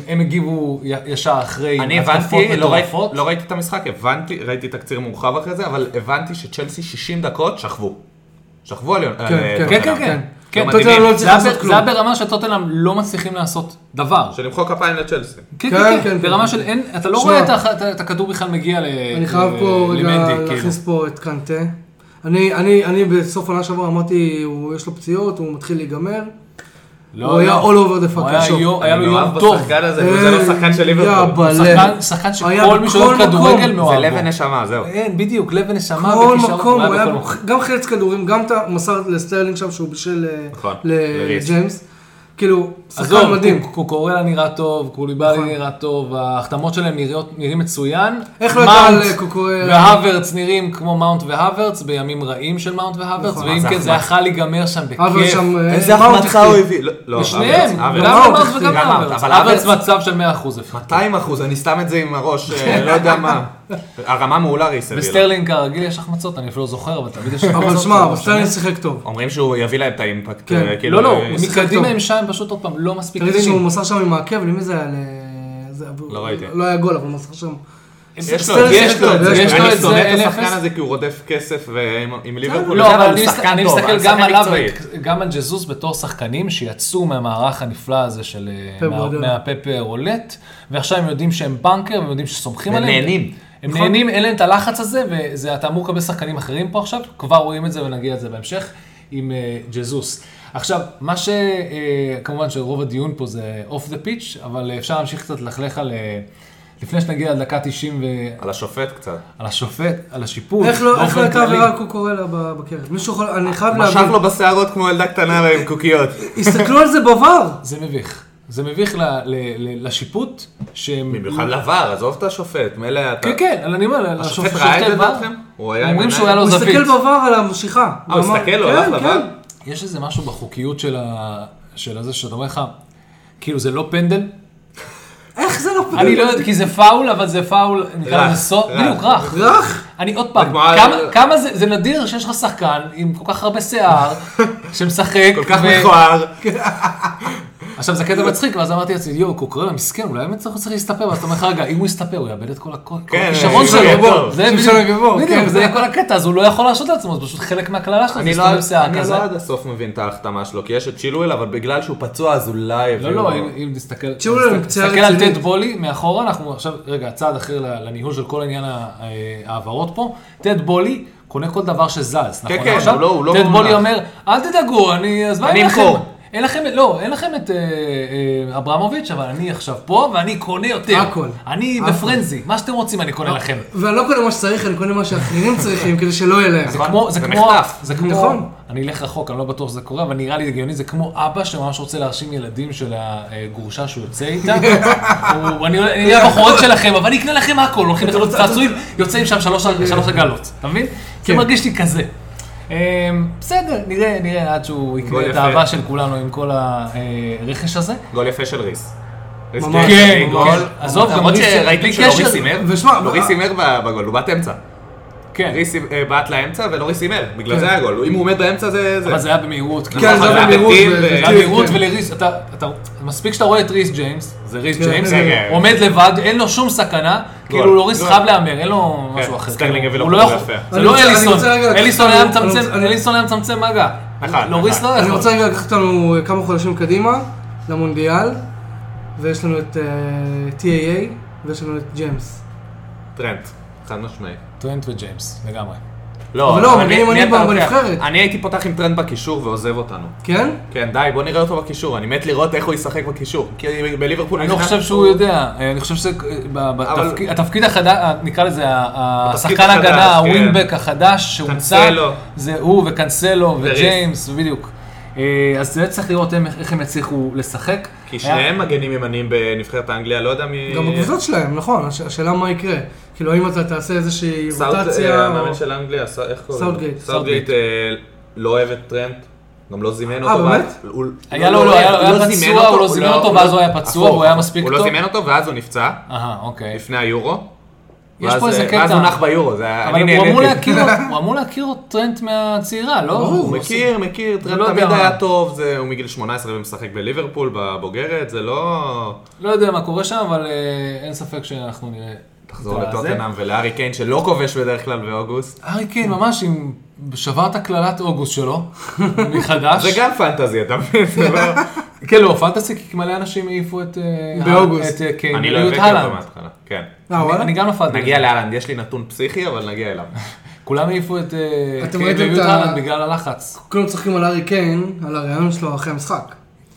Speaker 2: הם הגיבו י- ישר אחרי
Speaker 3: אני
Speaker 2: התקפות
Speaker 3: הבנתי, לא ראי-
Speaker 2: מטורפות.
Speaker 3: לא ראיתי את המשחק, הבנתי, ראיתי תקציר מורחב אחרי זה, אבל הבנתי שצ'לסי 60 דקות שכבו. שכבו על אה, יונתן.
Speaker 1: כן,
Speaker 2: כן, כן, כן. כן,
Speaker 1: טוטנהאם
Speaker 3: מדהימים.
Speaker 1: לא
Speaker 2: זה
Speaker 1: צריך
Speaker 2: היה
Speaker 1: לעשות
Speaker 2: ב-
Speaker 1: כלום.
Speaker 2: זה היה ברמה שטוטנאם לא מצליחים לעשות דבר.
Speaker 3: שלמחוא כפיים לצ'לסי.
Speaker 2: כן,
Speaker 1: כן,
Speaker 2: כן,
Speaker 1: כן,
Speaker 2: כן, ברמה
Speaker 1: כן.
Speaker 2: של אין, אתה לא
Speaker 1: שמע.
Speaker 2: רואה את הח- את ה- את הכדור בכלל מגיע ל-
Speaker 1: אני חייב
Speaker 3: אה,
Speaker 1: פה
Speaker 2: ל-
Speaker 1: רגע
Speaker 2: למנדי, כאילו.
Speaker 1: להכניס פה את קנטה. אני, אני, אני בסוף עונה שעברה אמרתי, הוא- יש לו פציעות, הוא מתחיל להיגמר.
Speaker 2: לא,
Speaker 1: הוא היה
Speaker 2: לא.
Speaker 1: all over the
Speaker 2: הוא
Speaker 1: fucking
Speaker 2: היה
Speaker 1: shop.
Speaker 2: יום- היה לו
Speaker 3: אני מאוהב
Speaker 2: יום טוב. אה,
Speaker 3: בשחקן הזה, אבל זה לא שחקן של ליברפול.
Speaker 1: אה, יא בלה.
Speaker 2: שחקן- שחקן
Speaker 1: היה
Speaker 2: שכל מי
Speaker 1: בכל
Speaker 2: שאוהב
Speaker 1: מקום.
Speaker 2: כדורגל
Speaker 3: זה
Speaker 2: מאוהב בו.
Speaker 3: לב ונשמה, זהו.
Speaker 2: אין, בדיוק, לב ונשמה
Speaker 1: כל
Speaker 2: וכישרון,
Speaker 1: מקום, הוא היה
Speaker 2: בכל מקום.
Speaker 1: בו- גם חלץ כדורים, גם את המסר לסטרלינג שם שהוא בישל אה,
Speaker 3: נכון,
Speaker 1: ל-
Speaker 3: לריץ'.
Speaker 1: לג'יימס. כאילו, שחקן
Speaker 2: עזוב,
Speaker 1: מדהים.
Speaker 2: קוק- קוקורלה נראה טוב, קוליבאלי
Speaker 1: נכון.
Speaker 2: נראה טוב, ההחתמות שלהם נראות- נראים מצוין.
Speaker 1: איך לא הייתה
Speaker 2: מאונט
Speaker 1: על קוקורלה?
Speaker 2: והוורץ נראים כמו מאונט והוורץ, בימים רעים של מאונט והוורץ,
Speaker 1: נכון.
Speaker 2: ואם
Speaker 3: זה
Speaker 2: כן זה
Speaker 3: החמצה.
Speaker 2: יכול להיגמר שם
Speaker 1: אבל
Speaker 2: בכיף.
Speaker 1: שם... אה,
Speaker 3: איזה
Speaker 1: מאונט
Speaker 3: החמצה הוא
Speaker 1: החטיא.
Speaker 3: הביא. לא, לא,
Speaker 2: ושניהם, גם
Speaker 3: אברץ, אברץ.
Speaker 2: לאוורץ
Speaker 1: אברץ,
Speaker 2: וגם
Speaker 3: גם
Speaker 2: לאוורץ.
Speaker 3: אברץ, אבל
Speaker 2: לאוורץ
Speaker 3: אברץ-
Speaker 2: מצב של 100% לפחות.
Speaker 3: 200 אחוז, אני סתם את זה עם הראש,
Speaker 2: כן.
Speaker 3: אה, לא יודע מה. הרמה מעולה ריס הביא לו.
Speaker 2: וסטרלינג כרגיל יש החמצות, אני אפילו לא זוכר, אבל תמיד יש החמצות.
Speaker 1: אבל
Speaker 2: זה
Speaker 1: שמע,
Speaker 2: לא
Speaker 1: אבל סטרלינג
Speaker 2: משנה.
Speaker 1: שיחק טוב.
Speaker 3: אומרים שהוא יביא להם את האימפקט.
Speaker 1: כן.
Speaker 3: אה, כאילו,
Speaker 2: לא, לא,
Speaker 3: אה,
Speaker 1: שיחק
Speaker 2: מקדימה
Speaker 1: טוב.
Speaker 2: הם שם, פשוט עוד פעם, לא מספיק
Speaker 1: ראיתי שהוא
Speaker 2: קליניים.
Speaker 1: מסר שם עם העקב, למי זה היה? ל- זה-
Speaker 3: לא ראיתי.
Speaker 1: לא היה גול, אבל הוא מסר שם.
Speaker 3: יש לו,
Speaker 1: סטרלינג
Speaker 3: יש
Speaker 1: שיחק
Speaker 3: לו
Speaker 1: טוב,
Speaker 3: את זה.
Speaker 1: יש לו
Speaker 3: אני
Speaker 2: את זה,
Speaker 3: שונא את
Speaker 2: אין
Speaker 3: השחקן
Speaker 2: אפס.
Speaker 3: הזה כי הוא רודף כסף ועם- עם ליברפול.
Speaker 2: לא, אבל אני
Speaker 3: הוא
Speaker 2: מסתכל-
Speaker 3: שחקן
Speaker 2: אני
Speaker 3: טוב,
Speaker 2: מסתכל
Speaker 3: אבל
Speaker 2: גם
Speaker 3: שחקן
Speaker 2: עליו,
Speaker 3: מקצועי.
Speaker 2: גם על ג'זוס בתור שחקנים שיצאו מהמערך הנפלא הזה של
Speaker 1: פפ
Speaker 2: אה, מה-
Speaker 1: גוורדיולה.
Speaker 2: מהפפ רולט, ועכשיו הם יודעים שהם בנקר, והם יודעים שסומכים
Speaker 3: והם
Speaker 2: עליהם.
Speaker 3: נהנים.
Speaker 2: הם
Speaker 1: נכון.
Speaker 2: נהנים, אין להם את הלחץ הזה, ואתה אמור לקבל שחקנים אחרים פה עכשיו, כבר רואים את זה ונגיע לזה בהמשך עם אה, ג'זוס. עכשיו, מה ש... אה, כמובן שרוב הדיון פה זה אוף דה פיץ', אבל אה, אפשר להמשיך קצת ללכלך על... אה, לפני שנגיע לדקה 90 ו...
Speaker 3: על השופט קצת.
Speaker 2: על השופט, על השיפוט.
Speaker 1: איך לא איך
Speaker 2: באופן
Speaker 1: לא הייתה
Speaker 2: כללי.
Speaker 1: עבירה על קוקורלה ב- בקרב? מישהו יכול... אני חייב
Speaker 3: משך
Speaker 1: להבין.
Speaker 3: לו בשערות כמו ילדה קטנה עם קוקיות.
Speaker 1: הסתכלו על זה בוואר.
Speaker 2: זה מביך. זה מביך ל, ל, ל, לשיפוט, שהם...
Speaker 3: במיוחד לבר, עזוב את השופט, מילא אתה...
Speaker 2: כן, כן, אבל אני אומר,
Speaker 3: השופט
Speaker 2: לשופט-
Speaker 3: ראה את זה
Speaker 2: שופטי בר,
Speaker 3: לדעתכם? הוא היה עם
Speaker 2: אומרים
Speaker 3: עיניים?
Speaker 2: שהוא היה לו
Speaker 1: הוא
Speaker 2: זווית.
Speaker 1: הסתכל בוואר על המשיכה.
Speaker 3: לא אה, הוא
Speaker 1: אמר-
Speaker 3: הסתכל, הוא
Speaker 1: כן,
Speaker 3: הלך
Speaker 1: כן.
Speaker 3: לבר?
Speaker 2: יש איזה משהו בחוקיות של, ה... של הזה שאתה אומר לך, כאילו זה לא פנדל,
Speaker 1: איך זה לא פנדל?
Speaker 2: אני לא יודע, כי זה פאול, אבל זה פאול, נקרא
Speaker 3: רך,
Speaker 2: לזה סוף,
Speaker 3: רך.
Speaker 2: בדיוק, רך.
Speaker 1: רך?
Speaker 2: אני עוד פעם,
Speaker 3: כמו ה-
Speaker 2: כמה- כמה זה, זה נדיר שיש לך שחקן עם כל כך הרבה
Speaker 3: (laughs)
Speaker 2: שיער, שמשחק,
Speaker 3: כל כך
Speaker 2: ו-
Speaker 3: מכוער.
Speaker 2: עכשיו זה קטע מצחיק, ואז אמרתי לעצמי, יואו, קוקרלה מסכן, אולי באמת צריך צריך להסתפר, ואז אתה אומר לך, רגע, אם הוא יסתפר, הוא יאבד את כל הכל- כל
Speaker 3: כן,
Speaker 2: הכישרון
Speaker 3: זה יהיה
Speaker 2: שלו.
Speaker 3: טוב.
Speaker 2: זה
Speaker 1: זה
Speaker 2: בדיוק-
Speaker 1: שלו גבור,
Speaker 3: אה,
Speaker 2: בדיוק,
Speaker 1: כן.
Speaker 2: זה כל הקטע, אז הוא לא יכול להרשות לעצמו, זה פשוט חלק מהקללה שלו, זה
Speaker 3: אני לא
Speaker 2: להסתובב שיער
Speaker 3: אני
Speaker 2: כזה.
Speaker 3: לא עד הסוף מבין את ההחתמה שלו, כי יש את צ'ילואל, אבל בגלל שהוא פצוע אז אולי
Speaker 2: לא,
Speaker 3: הביאו לו.
Speaker 2: לא, אם אם תסתכל,
Speaker 1: תשמעו,
Speaker 2: תסתכל-
Speaker 1: הם פציעה
Speaker 2: תסתכל על
Speaker 1: רצינית.
Speaker 2: טד בולי מאחורה, אנחנו עכשיו, רגע, צעד אחר ל- לניהול של כל עניין ה- אה, ההעברות פה, טד בולי קונה כל דבר שזז, נכון?
Speaker 3: כן,
Speaker 2: עכשיו?
Speaker 3: הוא לא- הוא לא
Speaker 2: טד בולי
Speaker 3: מונח.
Speaker 2: אומר, אל תדאגו, אני, אז מה
Speaker 3: אני
Speaker 2: אין לכם?
Speaker 3: אמכור."
Speaker 2: אין לכם, לא, אין לכם את אה, אה, אברמוביץ', אבל אני עכשיו פה, ואני קונה יותר.
Speaker 1: הכל.
Speaker 2: אני
Speaker 1: הכל.
Speaker 2: בפרנזי, מה שאתם רוצים אני קונה לכם.
Speaker 1: ואני לא קונה מה שצריך, אני קונה מה שאחרים צריכים כדי שלא יהיה להם.
Speaker 2: זה כמו, זה
Speaker 3: זה
Speaker 2: כמו,
Speaker 3: מחטף.
Speaker 2: זה כמו,
Speaker 1: נכון.
Speaker 2: אני אלך רחוק, אני לא בטוח שזה קורה, אבל נראה לי הגיוני, זה כמו אבא שממש רוצה להרשים ילדים של הגרושה שהוא יוצא איתה. הוא- אני לא- אני אהיה הבחורות שלכם, אבל אני אקנה לכם הכל, הולכים לחנות צעצועים, יוצאים שם שלוש שלוש עגלות, אתה מבין? זה
Speaker 1: כן.
Speaker 2: מרגיש לי כזה. אמ, בסדר, נראה, נראה עד שהוא
Speaker 3: גול
Speaker 2: יקנה את
Speaker 3: יפה.
Speaker 2: האהבה של כולנו עם כל הרכש הזה.
Speaker 3: גול יפה של ריס. ריס
Speaker 1: ממש.
Speaker 3: ג'יימס,
Speaker 2: כן,
Speaker 3: גול.
Speaker 2: ממש. עזוב, גם
Speaker 3: למרות
Speaker 2: ריס-
Speaker 3: שראיתם
Speaker 2: בלי
Speaker 3: שלא
Speaker 2: קשר- אה-
Speaker 3: ריס הימר,
Speaker 1: ושמע,
Speaker 3: לא
Speaker 1: ו-
Speaker 3: ריס הימר ב- בגול, הוא בעט אמצע.
Speaker 2: כן,
Speaker 3: ריס אה, בעט לאמצע ולא ריס הימר, בגלל זה היה גול. אם הוא עומד באמצע זה... זה.
Speaker 2: אבל זה היה במהירות. כאילו,
Speaker 1: כן, זה
Speaker 2: אבל-
Speaker 1: היה במהירות.
Speaker 3: להבטים,
Speaker 1: ו-
Speaker 3: ו-
Speaker 1: כן,
Speaker 2: למהירות
Speaker 1: כן.
Speaker 2: ולריס, אתה, אתה, מספיק שאתה רואה את ריס ג'יימס, זה ריס
Speaker 1: כן,
Speaker 2: ג'יימס,
Speaker 1: כן,
Speaker 3: כן.
Speaker 2: עומד לבד, אין לו שום סכנה,
Speaker 3: גול,
Speaker 2: כאילו לוריס
Speaker 3: גול.
Speaker 2: חייב להמר, אין לו משהו אחר.
Speaker 3: כן, סטרלינג
Speaker 2: כאילו,
Speaker 3: הביא לו
Speaker 2: הוא לא
Speaker 3: כדור
Speaker 2: יכול-
Speaker 3: יפה.
Speaker 2: זה
Speaker 1: אני
Speaker 2: לא
Speaker 1: רוצה- אני
Speaker 2: אליסון,
Speaker 1: רוצה רגע לקחת
Speaker 2: אליסון היה
Speaker 1: אותנו- אני
Speaker 2: מצמצם,
Speaker 1: רוצה-
Speaker 2: אליסון היה מצמצם מגע.
Speaker 3: נכון,
Speaker 2: לוריס לא
Speaker 3: נכון.
Speaker 1: אני
Speaker 2: יכול.
Speaker 1: רוצה רגע לקחת אותנו כמה חודשים קדימה, למונדיאל, ויש לנו את אה, TAA, ויש לנו את ג'יימס.
Speaker 3: טרנט, חד משמעי.
Speaker 2: טרנט וג'יימס, לגמרי.
Speaker 1: אבל לא,
Speaker 3: אני-
Speaker 1: מגנים
Speaker 3: מי
Speaker 1: אני
Speaker 3: אתה
Speaker 1: ב-
Speaker 3: לוקח?
Speaker 1: בנבחרת.
Speaker 3: אני הייתי פותח עם טרנט בקישור ועוזב אותנו.
Speaker 1: כן?
Speaker 3: כן, די, בוא נראה אותו בקישור, אני מת לראות איך הוא ישחק בקישור. כי בליברפול...
Speaker 2: אני לא חושב שהוא יודע, אה, אני חושב שהתפקיד החדש, אה, נקרא לזה, השחקן
Speaker 3: החדש,
Speaker 2: הגנה,
Speaker 3: כן.
Speaker 2: הווינבק החדש שהומצא,
Speaker 3: קנסלו.
Speaker 2: זה הוא וקנסלו
Speaker 3: וריס.
Speaker 2: וג'יימס, בדיוק. אה, אז זה צריך לראות הם- איך הם יצליחו לשחק.
Speaker 3: כי
Speaker 2: היה-
Speaker 3: שניהם מגנים ימניים בנבחרת אנגליה, לא יודע מי...
Speaker 1: גם בקבוצות שלהם, נכון, הש- השאלה מה יקרה. כאילו, האם אתה תעשה איזושהי
Speaker 3: סאוט-
Speaker 1: רוטציה,
Speaker 3: אה,
Speaker 1: או-
Speaker 3: המאמן של אנגליה, ס- איך קוראים לו?
Speaker 1: סאוטגייט.
Speaker 3: סאוטגייט אה, לא אוהב את טרנט, גם לא זימן
Speaker 1: אה,
Speaker 3: אותו.
Speaker 1: באמת?
Speaker 3: ואז- הוא-
Speaker 2: היה
Speaker 3: לא,
Speaker 2: לו,
Speaker 3: לא,
Speaker 2: לא, היה
Speaker 3: הוא
Speaker 2: לו- היה
Speaker 3: לא
Speaker 2: פצוע,
Speaker 3: זימן
Speaker 2: הוא לא זימן אותו, ואז הוא היה פצוע,
Speaker 3: הפוך,
Speaker 2: והוא היה מספיק
Speaker 3: הוא
Speaker 2: טוב.
Speaker 3: לא זימן אותו, ואז הוא נפצע,
Speaker 2: אהה, אוקיי.
Speaker 3: לפני היורו.
Speaker 2: יש
Speaker 3: ואז- אה,
Speaker 2: פה איזה
Speaker 3: ואז
Speaker 2: קטע.
Speaker 3: הוא נח ביורו, זה היה...
Speaker 2: אבל
Speaker 3: אני
Speaker 2: הוא אמור
Speaker 3: נהניתי.
Speaker 2: להכיר, הוא אמור להכיר את טרנט מהצעירה, לא?
Speaker 1: ברור,
Speaker 3: הוא
Speaker 2: הוא
Speaker 3: מכיר, מכיר,
Speaker 2: לא
Speaker 3: טרנט
Speaker 2: יודע
Speaker 3: תמיד
Speaker 2: מה.
Speaker 3: היה טוב, זה- הוא מגיל 18 ומשחק בליברפול, בבוגרת, זה לא...
Speaker 2: לא יודע מה קורה שם, אבל אה, אין ספק שאנחנו נראה.
Speaker 3: תחזור
Speaker 2: את הזה.
Speaker 3: לטוטנאם ולארי קיין שלא כובש בדרך כלל באוגוסט.
Speaker 2: הארי קיין ממש עם... שבר את הקללת אוגוסט שלו, (laughs) מחדש.
Speaker 3: זה גם פנטזי, אתה מבין? זה לא-
Speaker 2: כן, לא, פנטסי, כי מלא אנשים העיפו את... אה,
Speaker 1: באוגוסט.
Speaker 2: את אה, קיין.
Speaker 3: אני לא
Speaker 2: הביאו את
Speaker 3: הבאתי
Speaker 2: הלנד. אוקיי.
Speaker 3: אותו מההתחלה. כן.
Speaker 1: אה,
Speaker 2: אני-
Speaker 1: וואלה?
Speaker 2: אני גם נפלתי.
Speaker 3: נגיע לאלנד, יש לי נתון פסיכי, אבל נגיע אליו.
Speaker 2: כולם העיפו את אה,
Speaker 1: אתם
Speaker 2: קיין
Speaker 1: ראיתם
Speaker 2: והביאו את
Speaker 1: את ה-
Speaker 2: הלנד בגלל הלחץ.
Speaker 1: כולם צוחקים על הארי קיין, על הרעיון שלו אחרי המשחק.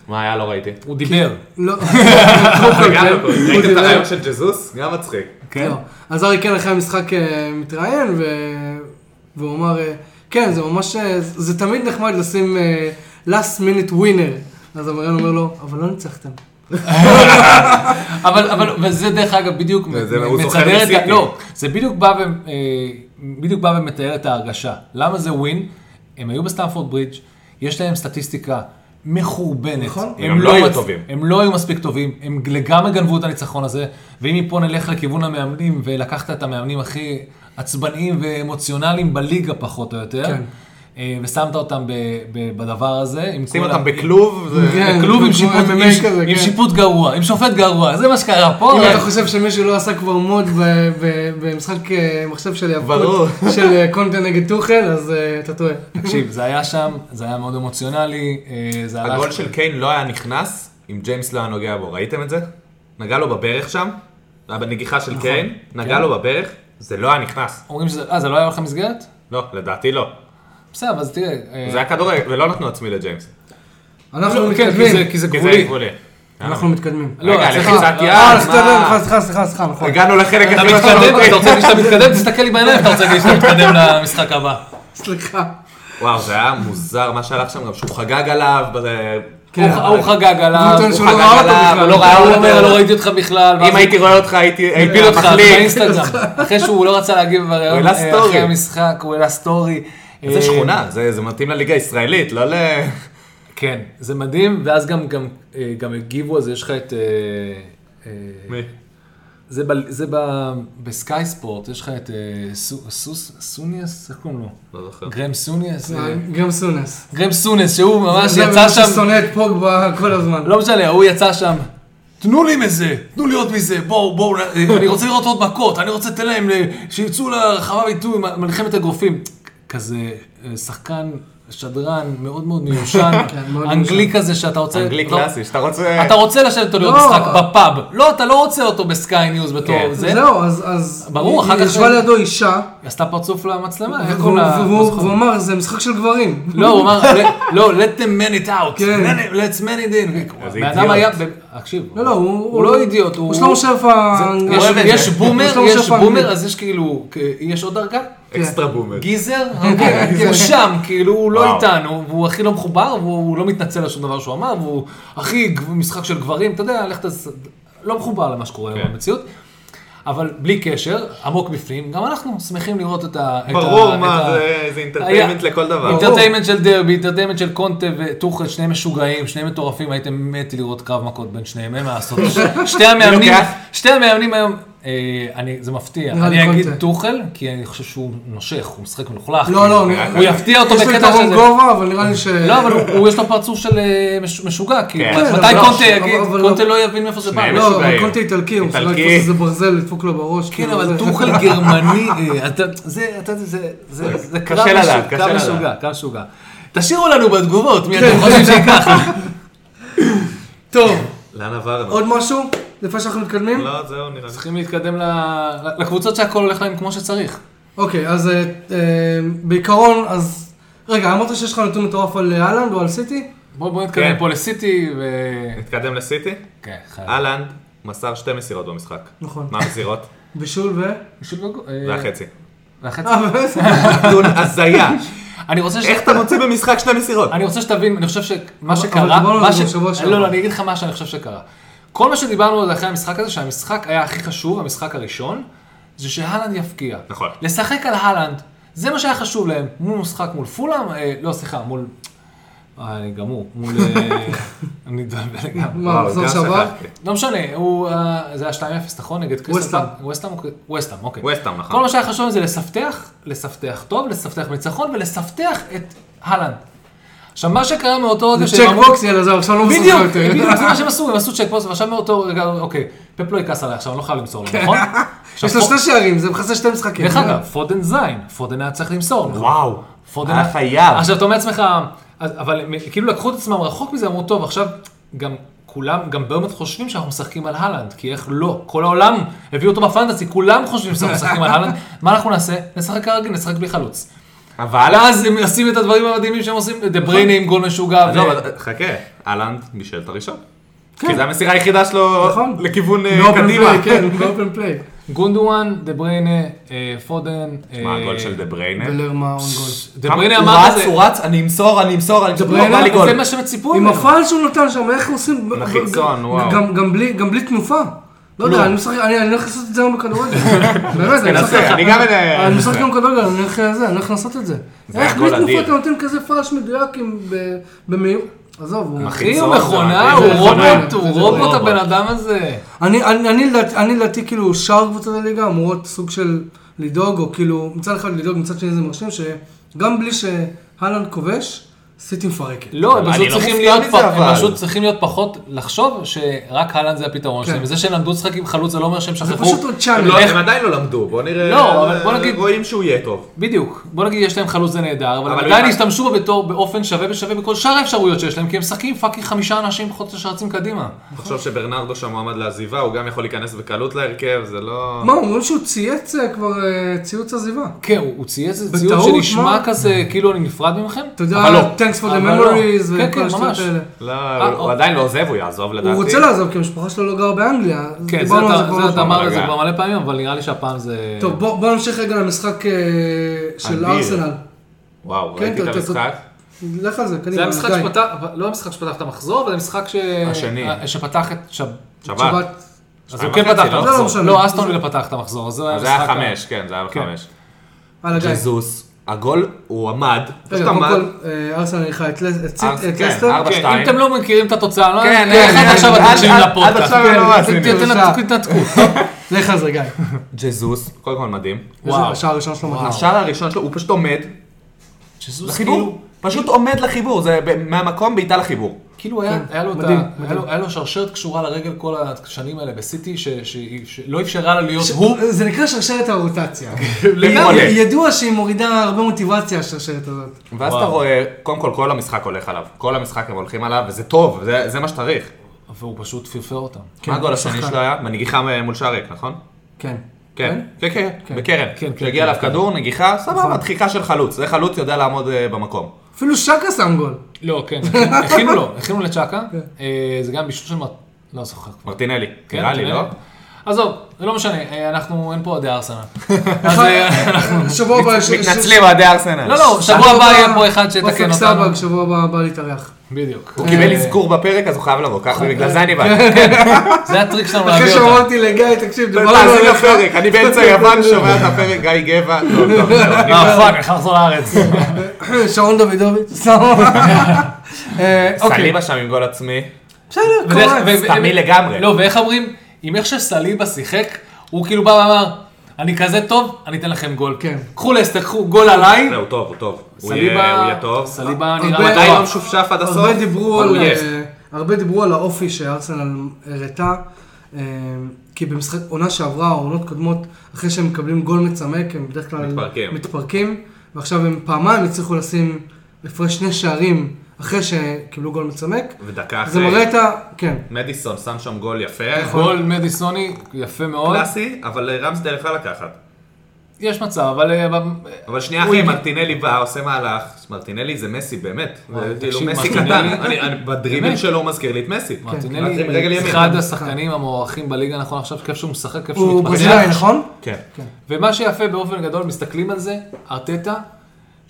Speaker 3: מה היה? (laughs) לא ראיתי.
Speaker 2: הוא דיבר.
Speaker 1: לא,
Speaker 3: וגם-
Speaker 1: הוא
Speaker 3: ראיתם את
Speaker 1: דיבר-
Speaker 3: הרעיון של ג'זוס? גם מצחיק.
Speaker 2: כן.
Speaker 1: לא. אז ארי קיין אחרי המשחק אה, מתראיין, ו- והוא אמר, אה, כן, זה ממש, אה, זה תמיד נחמד לשים אה, last minute winner. אז המראיין אומר לו, אבל לא ניצחתם.
Speaker 2: אבל, אבל, וזה דרך אגב בדיוק
Speaker 3: וזה-
Speaker 2: מ-
Speaker 3: הוא זוכר
Speaker 2: מצדר את, ה-
Speaker 3: מסיטי.
Speaker 2: לא, זה בדיוק בא, ו, אה, בדיוק בא ומתאר את ההרגשה. למה זה ווין? הם היו בסטנפורד ברידג', יש להם סטטיסטיקה מחורבנת.
Speaker 1: נכון.
Speaker 3: הם לא היו
Speaker 2: מצ-
Speaker 3: טובים.
Speaker 2: הם לא היו מספיק טובים, הם לגמרי גנבו את הניצחון הזה, ואם מפה נלך לכיוון המאמנים, ולקחת את המאמנים הכי עצבניים ואמוציונליים בליגה פחות או יותר,
Speaker 1: כן.
Speaker 2: אה, ושמת אותם ב, ב, בדבר הזה. עם
Speaker 3: שים
Speaker 2: כל
Speaker 3: אותם
Speaker 2: ה-
Speaker 3: בכלוב, זה...
Speaker 1: כן,
Speaker 2: כלוב עם
Speaker 1: כמו
Speaker 2: שיפוט-
Speaker 1: MMA
Speaker 2: עם-
Speaker 1: כזה,
Speaker 2: עם
Speaker 1: כן.
Speaker 2: שיפוט גרוע, עם שופט גרוע, זה מה שקרה פה.
Speaker 1: אם
Speaker 2: אה,
Speaker 1: אתה חושב שמישהו לא עשה כבר מוד ב- ב- במשחק אה, מחשב של
Speaker 3: ברור.
Speaker 1: יפות, של אה, קונטה נגד טוחל, אז אה, אתה טועה.
Speaker 2: תקשיב, זה היה שם, זה היה מאוד אמוציונלי, אה, זה הלך...
Speaker 3: הגול של קיין לא היה נכנס אם ג'יימס לא היה נוגע בו, ראיתם את זה? נגע לו בברך שם, בנגיחה של קיין, נגע
Speaker 2: כן.
Speaker 3: לו בברך, זה לא היה נכנס.
Speaker 2: אומרים שזה... אה, זה לא היה לך מסגרת?
Speaker 3: לא, לדעתי לא.
Speaker 2: בסדר, אז תראה. אה,
Speaker 3: זה היה כדורגל, ולא נתנו עצמי לג'יימס.
Speaker 1: אנחנו
Speaker 2: לא, כן, כי זה-
Speaker 1: מתקדמים.
Speaker 2: כי זה
Speaker 3: כי זה
Speaker 2: גבולי.
Speaker 3: גבולי.
Speaker 1: אנחנו מתקדמים.
Speaker 2: לא,
Speaker 3: רגע,
Speaker 2: סליחה.
Speaker 3: לחיצת יד,
Speaker 1: אה, סליחה,
Speaker 3: מה?
Speaker 1: סליחה, סליחה, סליחה, נכון.
Speaker 3: הגענו לחלק
Speaker 2: אתה
Speaker 3: הכי
Speaker 2: מתקדם,
Speaker 3: משמעותי.
Speaker 2: אתה רוצה להגיד שאתה מתקדם, תסתכל לי בעיניים, אתה רוצה להגיד שאתה מתקדם למשחק הבא.
Speaker 1: סליחה.
Speaker 3: וואו, זה היה מוזר מה שהלך שם, גם שהוא חגג עליו, ב-
Speaker 1: כן.
Speaker 2: הוא- הוא חגג עליו,
Speaker 1: הוא טוען
Speaker 2: הוא
Speaker 1: שהוא לא
Speaker 3: חגג
Speaker 1: ראה אותו
Speaker 3: עליו,
Speaker 1: בכלל.
Speaker 3: הוא לא
Speaker 2: ראה, הוא אומר,
Speaker 3: אותו.
Speaker 2: לא ראיתי אותך בכלל. ואז
Speaker 3: אם הייתי רואה אותך הייתי
Speaker 2: הוא הפיל
Speaker 3: הייתי (laughs)
Speaker 2: אותך
Speaker 3: מחליק.
Speaker 2: באינסטגרם. אחרי שהוא לא רצה להגיב בריאיון,
Speaker 3: העלה
Speaker 2: אה, אחרי
Speaker 3: סטורי.
Speaker 2: המשחק, הוא העלה סטורי. אה,
Speaker 3: זה שכונה, זה זה מתאים לליגה הישראלית, לא ל...
Speaker 2: כן, זה מדהים, ואז גם, גם, אה, גם הגיבו על זה, יש לך את, אה, אה,
Speaker 3: מי?
Speaker 2: זה, ב, זה ב, בסקאי ספורט, יש לך את אה, סו- סוס, סוניאס, איך קוראים לו?
Speaker 3: לא זוכר.
Speaker 2: גרם סוניאס? אה,
Speaker 1: גם סונס.
Speaker 2: גרם סוניאס, שהוא ממש
Speaker 1: זה
Speaker 2: יצא
Speaker 1: הבן
Speaker 2: שם,
Speaker 1: ששונא את פוגבה כל הזמן.
Speaker 2: לא משנה, הוא יצא שם. תנו לי מזה, תנו לי עוד מזה, בואו, בואו, אה, אני רוצה לראות עוד מכות, אני רוצה, תן להם, ל- שיצאו לרחבה ויתנו מ- מלחמת אגרופים. כזה אה, שחקן, שדרן, מאוד מאוד מיושן,
Speaker 1: כן, מאוד
Speaker 2: אנגלי
Speaker 1: מיושן.
Speaker 2: כזה שאתה רוצה...
Speaker 3: אנגלי
Speaker 2: לא-
Speaker 3: קלאסי, שאתה רוצה...
Speaker 2: אתה רוצה לשבת אותו לראות
Speaker 1: לא.
Speaker 2: משחק בפאב, לא, אתה לא רוצה אותו בסקיי ניוז בתור
Speaker 3: כן.
Speaker 2: זה.
Speaker 1: זהו, אז- אז...
Speaker 2: ברור,
Speaker 1: היא-
Speaker 2: אחר
Speaker 1: היא
Speaker 2: כך- אה,
Speaker 1: ישבה לידו אישה,
Speaker 2: היא עשתה פרצוף למצלמה, איך
Speaker 1: והוא
Speaker 2: קוראים לה? לא
Speaker 1: והוא-
Speaker 2: זוכר.
Speaker 1: והוא אמר, זה משחק של גברים.
Speaker 2: לא, הוא אמר, "Let- לא, let them man it out,
Speaker 1: כן.
Speaker 2: Man it- let's man it in.
Speaker 3: איזה
Speaker 2: הבן אדם
Speaker 3: אידיוט.
Speaker 2: היה, ב- תקשיב,
Speaker 1: לא, לא, הוא...
Speaker 2: הוא לא אידיוט, הוא...
Speaker 1: הוא שלמה שפע...
Speaker 2: יש-
Speaker 3: אוהב את
Speaker 2: יש
Speaker 3: זה.
Speaker 2: בומר,
Speaker 1: שלמה
Speaker 2: יש
Speaker 1: שפע
Speaker 2: בומר,
Speaker 1: אנגלי.
Speaker 2: אז יש כאילו, כ- יש עוד דרגה?
Speaker 3: אקסטרה בומר. (laughs)
Speaker 2: גיזר? אוקיי, הוא שם, כאילו, הוא לא
Speaker 3: כן, וואו.
Speaker 2: איתנו, והוא הכי לא מחובר, והוא לא מתנצל על שום דבר שהוא אמר, והוא הכי גב- משחק של גברים, אתה יודע, לך תס... לא מחובר למה שקורה היום
Speaker 3: כן.
Speaker 2: במציאות. אבל בלי קשר, עמוק בפנים, גם אנחנו שמחים לראות את ה... את
Speaker 3: ברור,
Speaker 2: ה- את
Speaker 3: מה,
Speaker 2: ה-
Speaker 3: זה- זה אינטרטיימנט
Speaker 2: היה-
Speaker 3: לכל דבר.
Speaker 2: אינטרטיימנט של דרבי, אינטרטיימנט של קונטה וטוחל, שני משוגעים, שני מטורפים, הייתם מתי לראות קרב מכות בין שניהם, אין מה
Speaker 3: (laughs)
Speaker 2: לעשות. ש- שתי המאמנים,
Speaker 3: לוקח.
Speaker 2: שתי המאמנים היום, אה, אני- זה מפתיע,
Speaker 1: נראה לי
Speaker 2: אני אגיד
Speaker 1: לא, קונטה.
Speaker 2: טוחל, כי אני חושב שהוא נושך, הוא משחק מלוכלך.
Speaker 1: לא, לא,
Speaker 2: כאילו,
Speaker 1: נראה-
Speaker 2: הוא יפתיע אותו
Speaker 1: יש לו
Speaker 2: בקטע
Speaker 1: יתרון
Speaker 2: שזה.
Speaker 1: גובה, אבל נראה לי ש...
Speaker 2: לא, אבל הוא- הוא יש לו פרצוף של אה, מש- משוגע, כי
Speaker 3: כן.
Speaker 1: כן,
Speaker 2: מתי
Speaker 1: אבל-
Speaker 2: קונטה
Speaker 1: אבל-
Speaker 2: יגיד,
Speaker 1: אבל-
Speaker 2: קונטה לא יבין מאיפה זה בא.
Speaker 3: שניהם
Speaker 2: לא,
Speaker 3: יש-
Speaker 1: לא, אבל
Speaker 3: משוגעים.
Speaker 1: קונטה איטלקי, הוא מסוגל
Speaker 3: איטלקי.
Speaker 1: לתפוס איזה ברזל, לדפוק לו בראש.
Speaker 2: כן,
Speaker 1: כאילו,
Speaker 2: אבל
Speaker 1: זה-
Speaker 2: טוחל גרמני, אה, אתה- זה- אתה- זה- זה- זה זה קרב
Speaker 3: קשה לדעת,
Speaker 2: משוגע,
Speaker 3: קשה
Speaker 2: קרב
Speaker 3: לדעת.
Speaker 2: משוגע, קרב משוגע. תשאירו לנו בתגובות, מי אתם חושבים (laughs) שייקח.
Speaker 1: טוב,
Speaker 3: לאן עברנו?
Speaker 1: עוד משהו? לפני שאנחנו מתקדמים?
Speaker 3: לא, זהו, נראה לי.
Speaker 2: צריכים להתקדם ל- לקבוצות שהכל הולך להם כמו שצריך.
Speaker 1: אוקיי, אז אה, אה, בעיקרון, אז... רגע, אמרת שיש לך נתון מטורף על אה, אהלנד או על סיטי?
Speaker 2: בואו בואו נתקדם
Speaker 3: כן.
Speaker 2: פה לסיטי ו...
Speaker 3: נתקדם לסיטי?
Speaker 2: כן, חייב.
Speaker 3: אהלנד מסר שתי מסירות במשחק.
Speaker 1: נכון.
Speaker 3: מה המסירות?
Speaker 1: בישול
Speaker 2: (laughs)
Speaker 1: ו...
Speaker 2: של גוג- אה,
Speaker 3: זה החצי.
Speaker 2: והחצי.
Speaker 1: אה,
Speaker 2: (laughs)
Speaker 1: באמת?
Speaker 3: נתון הזיה.
Speaker 2: אני רוצה ש...
Speaker 3: איך אתה מוציא במשחק שתי מסירות?
Speaker 2: אני רוצה שתבין, אני חושב שמה
Speaker 1: אבל
Speaker 2: שקרה,
Speaker 1: דיברנו על
Speaker 2: מה
Speaker 1: זה גם בשבוע שעבר.
Speaker 2: לא, לא, אני אגיד לך מה שאני חושב שקרה. כל מה שדיברנו על זה אחרי המשחק הזה, שהמשחק היה הכי חשוב, המשחק הראשון, זה שההלנד יפקיע.
Speaker 3: נכון.
Speaker 2: לשחק על ההלנד, זה מה שהיה חשוב להם, מול משחק מול פולאם, אה, לא, סליחה, מול... אה, אני גמור, מול...
Speaker 1: (laughs)
Speaker 2: אה, אני מדבר לגמרי.
Speaker 1: מה,
Speaker 3: וואו,
Speaker 1: מחזור
Speaker 3: גם
Speaker 1: שעבר?
Speaker 3: שכחתי.
Speaker 2: לא משנה, הוא, אה, זה היה 2-0, נכון? נגד קריסטל? ווסטאם. ווסטאם, אוקיי.
Speaker 3: ווסטהאם, נכון.
Speaker 2: כל מה שהיה חשוב זה לספתח, לספתח טוב, לספתח ניצחון ולספתח את אהלנד. עכשיו, מה שקרה מאותו רגע
Speaker 1: זה צ'ק בוקס, יאללה, זהו, עכשיו לא מסוגל
Speaker 2: בדיוק,
Speaker 1: יותר.
Speaker 2: בדיוק, זה מה שהם עשו, הם עשו צ'ק פוסט, ועכשיו מאותו רגע, אוקיי, פפ לא יכעס עליי עכשיו, אני לא חייב למסור לו, נכון?
Speaker 1: (laughs) (laughs)
Speaker 2: עכשיו,
Speaker 1: יש לו
Speaker 2: פו-
Speaker 1: שני שערים, זה מכסה שתי משחקים.
Speaker 2: דרך אגב, פודן זין, פודן היה צריך למסור. נכון?
Speaker 3: וואו.
Speaker 2: פודן
Speaker 3: היה חייב.
Speaker 2: עכשיו אתה אומר לעצמך, אז- אבל הם כאילו לקחו את עצמם רחוק מזה, אמרו, טוב, עכשיו גם כולם, גם באמת חושבים שאנחנו משחקים על הלנד, כי איך לא, כל העולם הביאו אותו בפנטסי, כולם חושבים שאנחנו משחקים על
Speaker 3: (laughs)
Speaker 2: הלנד, מה אנחנו נעשה? נשחק כרגיל, נשחק בלי חלוץ.
Speaker 3: אבל...
Speaker 2: אבל אז הם עושים את הדברים המדהימים שהם עושים, דה בריינה עם גול משוגע. ו-
Speaker 3: עזוב, לא, אבל אה, חכה, אהלנד בישל את הראשון.
Speaker 2: כן.
Speaker 3: כי זו המסירה היחידה שלו
Speaker 1: נכון.
Speaker 3: לכיוון
Speaker 2: לא,
Speaker 3: אה,
Speaker 1: באופן
Speaker 3: קדימה.
Speaker 1: פליי, כן, באופן פליי.
Speaker 2: גונדואן, דה בריינה, אה, פודן.
Speaker 3: מה,
Speaker 2: אה,
Speaker 3: הגול של דה בריינה?
Speaker 1: ולרמה און גול.
Speaker 2: דה בריינה
Speaker 3: הוא
Speaker 2: אמר
Speaker 3: רץ,
Speaker 2: את זה.
Speaker 3: הוא רץ, אני אמסור, אני אמסור, אני אמסור,
Speaker 1: בריינה,
Speaker 3: בא לי גול.
Speaker 2: זה מה שהם ציפו
Speaker 1: עם
Speaker 2: ממנו.
Speaker 1: הפעל שהוא נתן שם, איך עושים...
Speaker 3: לחיצון, וואו.
Speaker 1: גם- גם בלי- גם בלי תנופה. לא יודע, אני משחק, אני אני הולך לעשות את זה היום
Speaker 3: (laughs)
Speaker 1: בכדורגל. באמת, אני משחק
Speaker 3: תנסה, אני גם... אה,
Speaker 2: אה,
Speaker 1: אני משחק גם כדורגל, אני הולך לזה, אני הולך לעשות את זה.
Speaker 3: זה
Speaker 1: איך
Speaker 3: היה
Speaker 1: בלי
Speaker 3: גול
Speaker 1: תנופה
Speaker 3: אדיר.
Speaker 1: אתה נותן כזה פרש מדויק עם... ב- במהיר... עזוב, הוא...
Speaker 2: אחי,
Speaker 3: חיצון,
Speaker 2: הוא מכונה,
Speaker 3: זה
Speaker 2: הוא
Speaker 1: מכונה,
Speaker 2: רובוט,
Speaker 1: זה
Speaker 2: הוא
Speaker 1: רובוט.
Speaker 2: רובוט הבן אדם הזה.
Speaker 1: אני, אני, אני, לדעתי, אני לדעתי כאילו שאר קבוצות הליגה אמורות סוג של לדאוג, או כאילו מצד אחד לדאוג, מצד שני זה מרשים, שגם בלי שהלנד כובש, סיטי מפרקת.
Speaker 2: לא, הם
Speaker 3: אבל
Speaker 2: פשוט
Speaker 3: אני לא
Speaker 2: צריכים
Speaker 3: מופתע
Speaker 2: להיות
Speaker 3: מזה,
Speaker 2: פח- הם
Speaker 3: אבל.
Speaker 2: פשוט צריכים להיות פחות, לחשוב שרק אהלן זה הפתרון
Speaker 1: כן.
Speaker 2: שלהם. וזה שהם למדו לשחק עם חלוץ זה לא אומר שהם
Speaker 1: זה
Speaker 2: שכחו.
Speaker 1: פשוט עוד צ'אנל.
Speaker 3: לא, הם עדיין לא למדו, בוא נראה... אה,
Speaker 2: לא, אבל בוא נגיד-
Speaker 3: רואים שהוא יהיה טוב.
Speaker 2: בדיוק. בוא נגיד יש להם חלוץ זה נהדר, אבל הם
Speaker 3: אבל
Speaker 2: עדיין
Speaker 3: הוא-
Speaker 2: השתמשו בו בתור באופן שווה בשווה בכל שאר האפשרויות שיש להם, כי הם משחקים פאקינג חמישה אנשים חוץ שרצים קדימה.
Speaker 3: תחשוב שברנרדו שם מועמד לעזיבה, הוא גם יכול להיכנס בקלות להרכב, זה לא...
Speaker 1: מה, אומרים שהוא צייץ אה, כבר אה, ציוץ עזיבה.
Speaker 2: כן, הוא הוא צייץ איזה ציוץ
Speaker 1: בטעות,
Speaker 2: שנשמע
Speaker 1: מה?
Speaker 2: כזה, כאילו אני נפרד ממכם.
Speaker 1: אתה יודע,
Speaker 2: אבל לא.
Speaker 1: Thanks for the
Speaker 2: אבל לא.
Speaker 1: memories
Speaker 2: כן,
Speaker 1: וכל
Speaker 2: כן,
Speaker 1: השטויות
Speaker 2: ממש.
Speaker 1: האלה.
Speaker 3: לא, הוא עדיין לא עוזב, הוא יעזוב לדעתי.
Speaker 1: הוא רוצה לעזוב, כי המשפחה שלו לא גרה באנגליה.
Speaker 2: כן, זה
Speaker 1: דיברנו על
Speaker 2: אתה-
Speaker 1: כבר
Speaker 2: זה
Speaker 1: לא
Speaker 2: אתה
Speaker 1: פעם.
Speaker 2: אמר את זה
Speaker 3: רגע.
Speaker 2: כבר מלא פעמים, אבל נראה לי שהפעם זה...
Speaker 1: טוב, בוא בוא נמשיך רגע למשחק אה, של
Speaker 3: אדיר.
Speaker 1: ארסנל.
Speaker 3: וואו,
Speaker 1: כן,
Speaker 3: ראיתי את
Speaker 1: אתה- אתה-
Speaker 3: המשחק.
Speaker 1: לך על זה, קדימה,
Speaker 2: זה היה המשחק
Speaker 1: די.
Speaker 2: שפתח, לא המשחק שפתח את המחזור, אבל זה המשחק ש...
Speaker 3: השני.
Speaker 2: אה, שפתח את... שב...
Speaker 3: שבת.
Speaker 1: שבת.
Speaker 2: אז הוא
Speaker 3: וחצי,
Speaker 2: כן פתח את
Speaker 3: לא?
Speaker 1: זה לא
Speaker 2: המחזור.
Speaker 1: משנה.
Speaker 2: לא, אסטון וילה פתח את המחזור, אז זה היה
Speaker 3: אז זה היה
Speaker 2: המשחק ה-
Speaker 3: חמש, כן, זה היה חמש.
Speaker 1: על הגיא.
Speaker 3: ג'זוס הגול, הוא עמד, פשוט
Speaker 1: רגע, קודם
Speaker 3: עמד.
Speaker 1: כל, אה, ארסנל ניחה את לס- את
Speaker 3: ארס-
Speaker 1: סי- את
Speaker 3: כן,
Speaker 1: לסטר.
Speaker 3: ארבע-
Speaker 2: כן,
Speaker 3: שתיים.
Speaker 2: אם אתם לא מכירים את התוצאה, לא...
Speaker 3: כן,
Speaker 1: כן,
Speaker 2: עד עכשיו
Speaker 1: עד-
Speaker 2: אתם מקשיבים
Speaker 3: עד-
Speaker 2: לפודקאסט.
Speaker 3: עד עכשיו
Speaker 1: כן,
Speaker 3: לא
Speaker 1: זה-
Speaker 3: מאזינים.
Speaker 1: בבקשה.
Speaker 2: תנתקו, תנתקו.
Speaker 1: לך על זה,
Speaker 2: (laughs)
Speaker 1: גיא.
Speaker 3: ג'זוס, קודם כל מדהים.
Speaker 1: וואו.
Speaker 2: וואו.
Speaker 1: השער הראשון שלו מדהים.
Speaker 3: השער הראשון שלו, הוא פשוט עומד
Speaker 2: ג'זוס
Speaker 1: כאילו-
Speaker 3: לחיבור. פשוט עומד לחיבור, זה ב- מהמקום בעיטה לחיבור.
Speaker 2: כאילו היה,
Speaker 1: כן,
Speaker 2: היה, לו
Speaker 1: מדהים,
Speaker 2: את ה-
Speaker 1: מדהים.
Speaker 2: היה, לו, היה לו שרשרת קשורה לרגל כל השנים האלה בסיטי, ש- ש- שלא אפשרה לה להיות
Speaker 1: ש-
Speaker 2: הוא.
Speaker 1: זה נקרא שרשרת
Speaker 2: (laughs)
Speaker 1: הרוטציה.
Speaker 3: לגמרי.
Speaker 1: י- ידוע שהיא מורידה הרבה מוטיבציה, השרשרת הזאת.
Speaker 3: ואז
Speaker 2: וואו.
Speaker 3: אתה רואה, קודם כל כל המשחק הולך עליו. כל המשחק הם הולכים עליו, וזה טוב, זה זה מה שצריך.
Speaker 2: והוא פשוט פרפר אותם.
Speaker 3: מה הגול השני
Speaker 1: שחקן.
Speaker 3: שלו היה? מנגיחה מול שער ריק, נכון?
Speaker 1: כן.
Speaker 3: כן, כן,
Speaker 1: כן.
Speaker 3: כן, בקרן.
Speaker 2: כן, כן,
Speaker 3: כשהגיע
Speaker 2: כן,
Speaker 3: אליו
Speaker 2: כן.
Speaker 3: כדור, נגיחה, סבבה,
Speaker 1: נכון.
Speaker 3: דחיקה של חלוץ. זה חלוץ יודע לעמוד אה, במקום.
Speaker 1: אפילו שקה שם גול.
Speaker 2: לא, כן, הכינו- הכינו לו, הכינו לצ'אקה.
Speaker 1: כן.
Speaker 2: אה, זה גם בישול של... מר- לא זוכר. כבר.
Speaker 3: מרטינלי,
Speaker 2: כן,
Speaker 3: נראה לי,
Speaker 2: אתה
Speaker 3: לא?
Speaker 2: יודע. עזוב, זה לא משנה, אה, אנחנו, אין פה אוהדי ארסנל. אז
Speaker 1: אחד-
Speaker 2: אה,
Speaker 1: שבוע הבא... ש- ש-
Speaker 3: מתנצלים אוהדי ארסנל.
Speaker 2: לא, לא, שבוע הבא יהיה פה אחד שיתקן
Speaker 1: אופק
Speaker 2: אותנו.
Speaker 1: סבג, שבוע הבא בא להתארח.
Speaker 2: בדיוק.
Speaker 3: הוא
Speaker 2: אה,
Speaker 3: קיבל אזכור בפרק, אז הוא חייב לבוא, ככה, בגלל זה אני בא.
Speaker 2: זה הטריק שלנו
Speaker 1: אחרי
Speaker 2: להביא אותם.
Speaker 1: שאמרתי לגיא, תקשיב, לא דיברנו
Speaker 3: תאזין
Speaker 1: עליך.
Speaker 3: לפרק, לא, אני באמצע יוון שומע את הפרק, גיא גבע. טוב, טוב, טוב, אני-
Speaker 2: אה, פאק, אני חייב לחזור לארץ.
Speaker 3: (laughs)
Speaker 1: שרון דוידוביץ',
Speaker 2: (laughs)
Speaker 1: אה, אוקיי.
Speaker 3: סליבה שם עם גול עצמי.
Speaker 1: בסדר,
Speaker 2: וזה-
Speaker 1: קורה.
Speaker 2: ו- ו-
Speaker 3: סתמי
Speaker 2: ו-
Speaker 3: לגמרי.
Speaker 2: לא, ואיך אומרים, עם איך שסליבה שיחק, הוא כאילו בא ואמר, אני כזה טוב, אני אתן לכם גול.
Speaker 1: כן.
Speaker 2: קחו לס, תקחו גול עליי.
Speaker 3: זהו, טוב, הוא טוב. הוא יהיה הוא
Speaker 2: סליבה,
Speaker 3: יהיה טוב.
Speaker 2: סליבה
Speaker 1: הרבה-
Speaker 2: נראה
Speaker 3: הוא עדיין לא
Speaker 2: מטורף.
Speaker 3: משופשף עד הסוף.
Speaker 1: הרבה דיברו
Speaker 3: אבל
Speaker 1: על...
Speaker 3: הוא יהיה.
Speaker 1: אה, הרבה דיברו על האופי שארסנל הראתה, אה, כי במשחק עונה שעברה או עונות קודמות, אחרי שהם מקבלים גול מצמק, הם בדרך כלל
Speaker 3: מתפרקים.
Speaker 1: מתפרקים, ועכשיו הם פעמיים הצליחו לשים הפרש שני שערים אחרי שקיבלו גול מצמק.
Speaker 3: ודקה
Speaker 1: זה מראה
Speaker 3: אחרי,
Speaker 1: את ה... כן.
Speaker 3: מדיסון שם שם גול יפה.
Speaker 2: גול מדיסוני, יפה מאוד.
Speaker 3: קלאסי, אבל אה, רמסדל יכל לקחת.
Speaker 2: יש מצב, אבל... אה, ב-
Speaker 3: אבל שנייה
Speaker 2: הוא
Speaker 3: אחי,
Speaker 2: הגיע-
Speaker 3: מרטינלי בא, עושה מהלך, מרטינלי זה מסי באמת,
Speaker 2: וואי,
Speaker 3: זה כאילו
Speaker 2: תקשיב,
Speaker 3: מסי קטן,
Speaker 2: מרטינלי-
Speaker 3: אני- אני- בדריבל
Speaker 2: באמת.
Speaker 3: שלו הוא מזכיר לי את מסי.
Speaker 1: כן.
Speaker 3: כמעט עם רגל
Speaker 2: מרטינלי,
Speaker 3: ימין.
Speaker 2: אחד השחקנים המוערכים בליגה נכון עכשיו, כיף שהוא משחק, כיף שהוא
Speaker 1: הוא
Speaker 2: מתפתח.
Speaker 1: ברזילאי, נכון?
Speaker 3: כן.
Speaker 2: ומה שיפה באופן גדול, מסתכלים על זה, ארטטה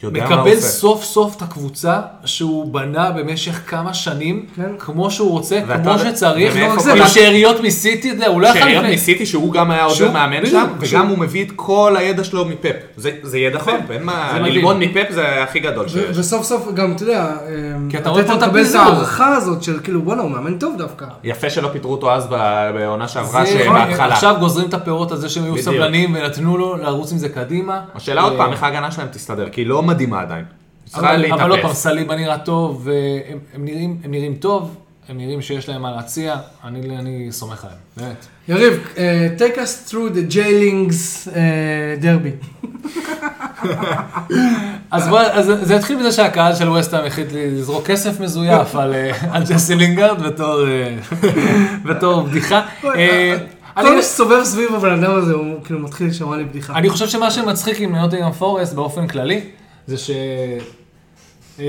Speaker 3: יודע מה הוא
Speaker 2: מקבל
Speaker 3: עושה.
Speaker 2: סוף סוף את הקבוצה שהוא בנה במשך כמה שנים,
Speaker 1: כן.
Speaker 2: כמו שהוא רוצה,
Speaker 3: ואתה-
Speaker 2: כמו שצריך,
Speaker 3: ומאיפה
Speaker 2: לא רק
Speaker 1: כל
Speaker 2: זה, עם
Speaker 1: ה-
Speaker 2: שאריות מסיטי, אתה יודע, הוא לא יכול...
Speaker 3: שאריות
Speaker 2: לפני-
Speaker 3: ניסיתי שהוא גם היה עוזר
Speaker 2: שהוא-
Speaker 3: מאמן
Speaker 2: בדיוק,
Speaker 3: שם, וגם
Speaker 2: שהוא-
Speaker 3: הוא מביא את כל הידע שלו מפאפ. זה זה ידע פאפ, אין מה,
Speaker 2: כן. זה מדהים.
Speaker 3: ללמוד מפאפ זה הכי גדול שיש.
Speaker 1: ו- וסוף סוף גם, אתה יודע,
Speaker 2: כן.
Speaker 1: אה,
Speaker 2: כי אתה רואה פה את
Speaker 1: מקבל את
Speaker 2: הפיזור.
Speaker 1: ההערכה הזאת של כאילו, בואנה, הוא מאמן טוב דווקא.
Speaker 3: יפה שלא פיטרו אותו אז ב- בעונה שעברה,
Speaker 2: זה-
Speaker 3: שבהתחלה.
Speaker 2: עכשיו גוזרים את הפירות על זה שהם היו
Speaker 3: בדיוק.
Speaker 2: סבלנים ונתנו לו לרוץ עם זה קדימה.
Speaker 3: השאלה עוד
Speaker 2: אה,
Speaker 3: פעם, איך ההגנה שלהם תסתדר, כי היא לא מדהימה עדיין. צריכה
Speaker 2: אבל אבל עוד פעם,
Speaker 3: להתאפס.
Speaker 2: סליבה נראה טוב, והם הם נראים- הם נראים טוב, הם נראים שיש להם מה להציע, אני אני סומך עליהם, באמת.
Speaker 1: יריב, אה, take us through the jailings אה, derby.
Speaker 2: (laughs) אז בוא, אז זה התחיל מזה שהקהל של ווסטהאם החליט לזרוק כסף מזויף על אה, על ג'סי לינגרד בתור, אה, (laughs) בתור בדיחה. אה, אני-
Speaker 1: כל מי שסובב סביב הבן אדם הזה, הוא כאילו מתחיל לשמוע לי בדיחה.
Speaker 2: אני חושב שמה שמצחיק עם נוטינגרם פורסט באופן כללי, זה ש... אה,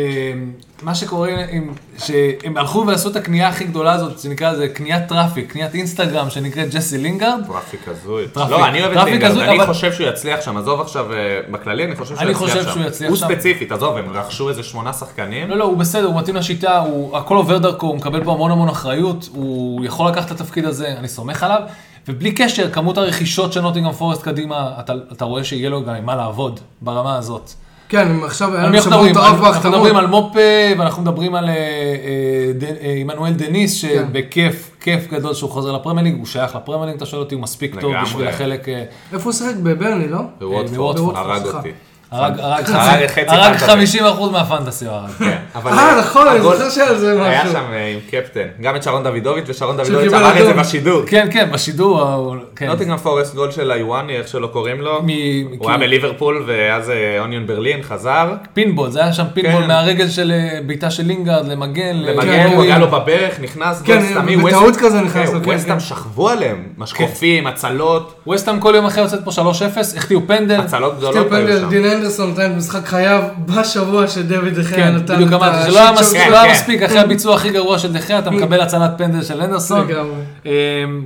Speaker 2: מה שקורה, עם, שהם הלכו ועשו את הקנייה הכי גדולה הזאת, שנקרא לזה קניית טראפיק, קניית אינסטגרם, שנקראת ג'סי לינגרד.
Speaker 3: טראפיק הזוי.
Speaker 2: טראפיק.
Speaker 3: לא, אני אוהב את
Speaker 2: טראפיק
Speaker 3: לינגרד,
Speaker 2: הזוי,
Speaker 3: אני
Speaker 2: אבל-
Speaker 3: חושב שהוא יצליח שם, עזוב עכשיו, אה, בכללי אני חושב שהוא
Speaker 2: אני
Speaker 3: יצליח שם.
Speaker 2: חושב שהוא יצליח
Speaker 3: הוא
Speaker 2: שם.
Speaker 3: ספציפית, עזוב, הם רכשו איזה שמונה שחקנים.
Speaker 2: לא, לא, הוא בסדר, הוא מתאים לשיטה, הוא, הכל עובר דרכו, הוא מקבל פה המון המון אחריות, הוא יכול לקחת את התפקיד הזה, אני סומך עליו, ובלי קשר, כמות הרכישות של נוטינגרם פורסט קדימה, אתה, אתה רואה שיהיה לו גם עם מה לעבוד ברמה הזאת.
Speaker 1: כן, הם עכשיו היה
Speaker 2: על
Speaker 1: להם
Speaker 2: מי אנחנו
Speaker 1: שבוע
Speaker 2: מדברים?
Speaker 1: טרף
Speaker 2: אנחנו אנחנו
Speaker 1: בהחתמות.
Speaker 2: מדברים על מופה, ואנחנו מדברים על אה, אה, ד- אה, עמנואל דניס,
Speaker 1: כן.
Speaker 2: שבכיף, כיף גדול שהוא חוזר לפרמלינג, הוא שייך לפרמלינג, אתה שואל אותי, הוא מספיק טוב
Speaker 3: לגמרי.
Speaker 2: בשביל החלק, אה,
Speaker 1: איפה הוא שיחק? בברני, לא?
Speaker 3: בוורדפורד,
Speaker 1: בוורדפורד,
Speaker 3: הרג
Speaker 1: סליחה.
Speaker 3: אותי.
Speaker 2: הרג הרג
Speaker 3: הרג
Speaker 2: חצי-
Speaker 3: חצי
Speaker 2: הרג
Speaker 3: פנטזי.
Speaker 2: 50% מהפנטסי הוא הרג.
Speaker 3: כן, אבל,
Speaker 1: אה, נכון, אני
Speaker 3: הגול-
Speaker 1: זוכר שהיה על זה
Speaker 3: היה
Speaker 1: משהו.
Speaker 3: שם אה, עם קפטן, גם את שרון דוידוביץ', ושרון דוידוביץ'
Speaker 1: שקיבל
Speaker 3: אמר את זה
Speaker 1: אדום.
Speaker 3: בשידור.
Speaker 2: כן, כן, בשידור, הוא- כן.
Speaker 3: נוטינגרם פורסט גול של היואני, איך שלא קוראים לו.
Speaker 2: מ-
Speaker 3: לא הוא היה בליברפול, ואז אה, אוניון ברלין חזר.
Speaker 2: פינבול, זה היה שם פינבול
Speaker 3: כן.
Speaker 2: מהרגל של אה, בעיטה של לינגארד למגן. ל-
Speaker 3: למגן,
Speaker 2: כן,
Speaker 3: הוא היה לו בברך, נכנס גול
Speaker 1: כן,
Speaker 3: סתמי.
Speaker 1: בטעות
Speaker 3: ווסט-
Speaker 1: כזה נכנס
Speaker 3: כן,
Speaker 1: לו, כן, כן.
Speaker 3: ווסטהאם שכבו עליהם, משקופים, הצלות,
Speaker 2: ווסטהאם כל יום אחרי יוצאת פה 3-0, החטיאו פנדל.
Speaker 3: הצלות גדולות
Speaker 1: סטיל
Speaker 3: היו
Speaker 1: פנדל,
Speaker 3: שם.
Speaker 1: דין אנדרסון נתן את משחק חייו בשבוע שדויד דחיה
Speaker 2: כן,
Speaker 1: נתן את
Speaker 2: בדיוק אמרתי, שלא היה
Speaker 1: השיט
Speaker 2: מספיק,
Speaker 1: שלו.
Speaker 3: כן,
Speaker 2: לא היה
Speaker 3: כן.
Speaker 2: מספיק, אחרי הביצוע הכי גרוע של דחיה, אתה מקבל הצלת פנדל של אנדרסון.
Speaker 1: לגמרי.
Speaker 2: אמ,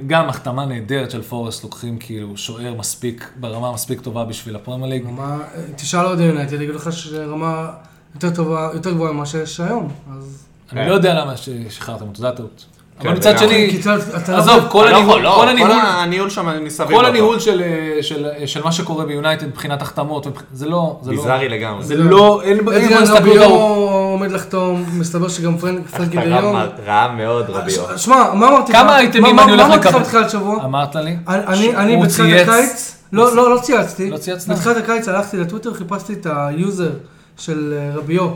Speaker 2: גם החתמה נהדרת של פורסט, לוקחים כאילו שוער מספיק, ברמה מספיק טובה בשביל הפרמייר ליג.
Speaker 1: רמה- אה, תשאל עוד יונייטד, יגידו לך שרמה יותר טובה, יותר גבוהה ממה שיש היום, אז...
Speaker 2: אני לא יודע למה ש- שחררתם אותו, זה הטעות. אבל
Speaker 3: כן,
Speaker 2: מצד
Speaker 3: לגמרי.
Speaker 2: שני,
Speaker 1: כי אתה- אתה לא-
Speaker 2: עזוב, כל
Speaker 3: אתה לא
Speaker 2: הניהול-
Speaker 3: יכול, לא,
Speaker 2: כל הניהול,
Speaker 3: הניהול שם, לא אני סביר.
Speaker 2: כל
Speaker 3: אותו.
Speaker 2: הניהול של, אה, של- של מה שקורה ביונייטד מבחינת החתמות, מבח- זה לא, זה לא,
Speaker 3: ביזארי לגמרי.
Speaker 2: זה לא, אין אין בו
Speaker 1: אדריאן
Speaker 2: הסתכלות
Speaker 1: רביו
Speaker 2: ארוכה.
Speaker 1: עומד לחתום, מסתבר שגם פרנק- פרנקי
Speaker 3: אתה רע
Speaker 1: דיון.
Speaker 3: מ- רע מאוד רביו.
Speaker 1: שמע, מה אמרתי לך?
Speaker 2: כמה אייטמים
Speaker 1: מה-
Speaker 2: אני
Speaker 1: מה-
Speaker 2: הולך
Speaker 1: מה אמרתי
Speaker 2: לקבל?
Speaker 1: לך בתחילת השבוע?
Speaker 2: אמרת לי?
Speaker 1: אני-
Speaker 2: שהוא
Speaker 1: אני אני בתחילת
Speaker 2: צייץ.
Speaker 1: הקיץ, לא, לא, לא צייצתי.
Speaker 2: לא צייצת?
Speaker 1: בתחילת הקיץ הלכתי לטוויטר, חיפשתי את היוזר של אה, רביו,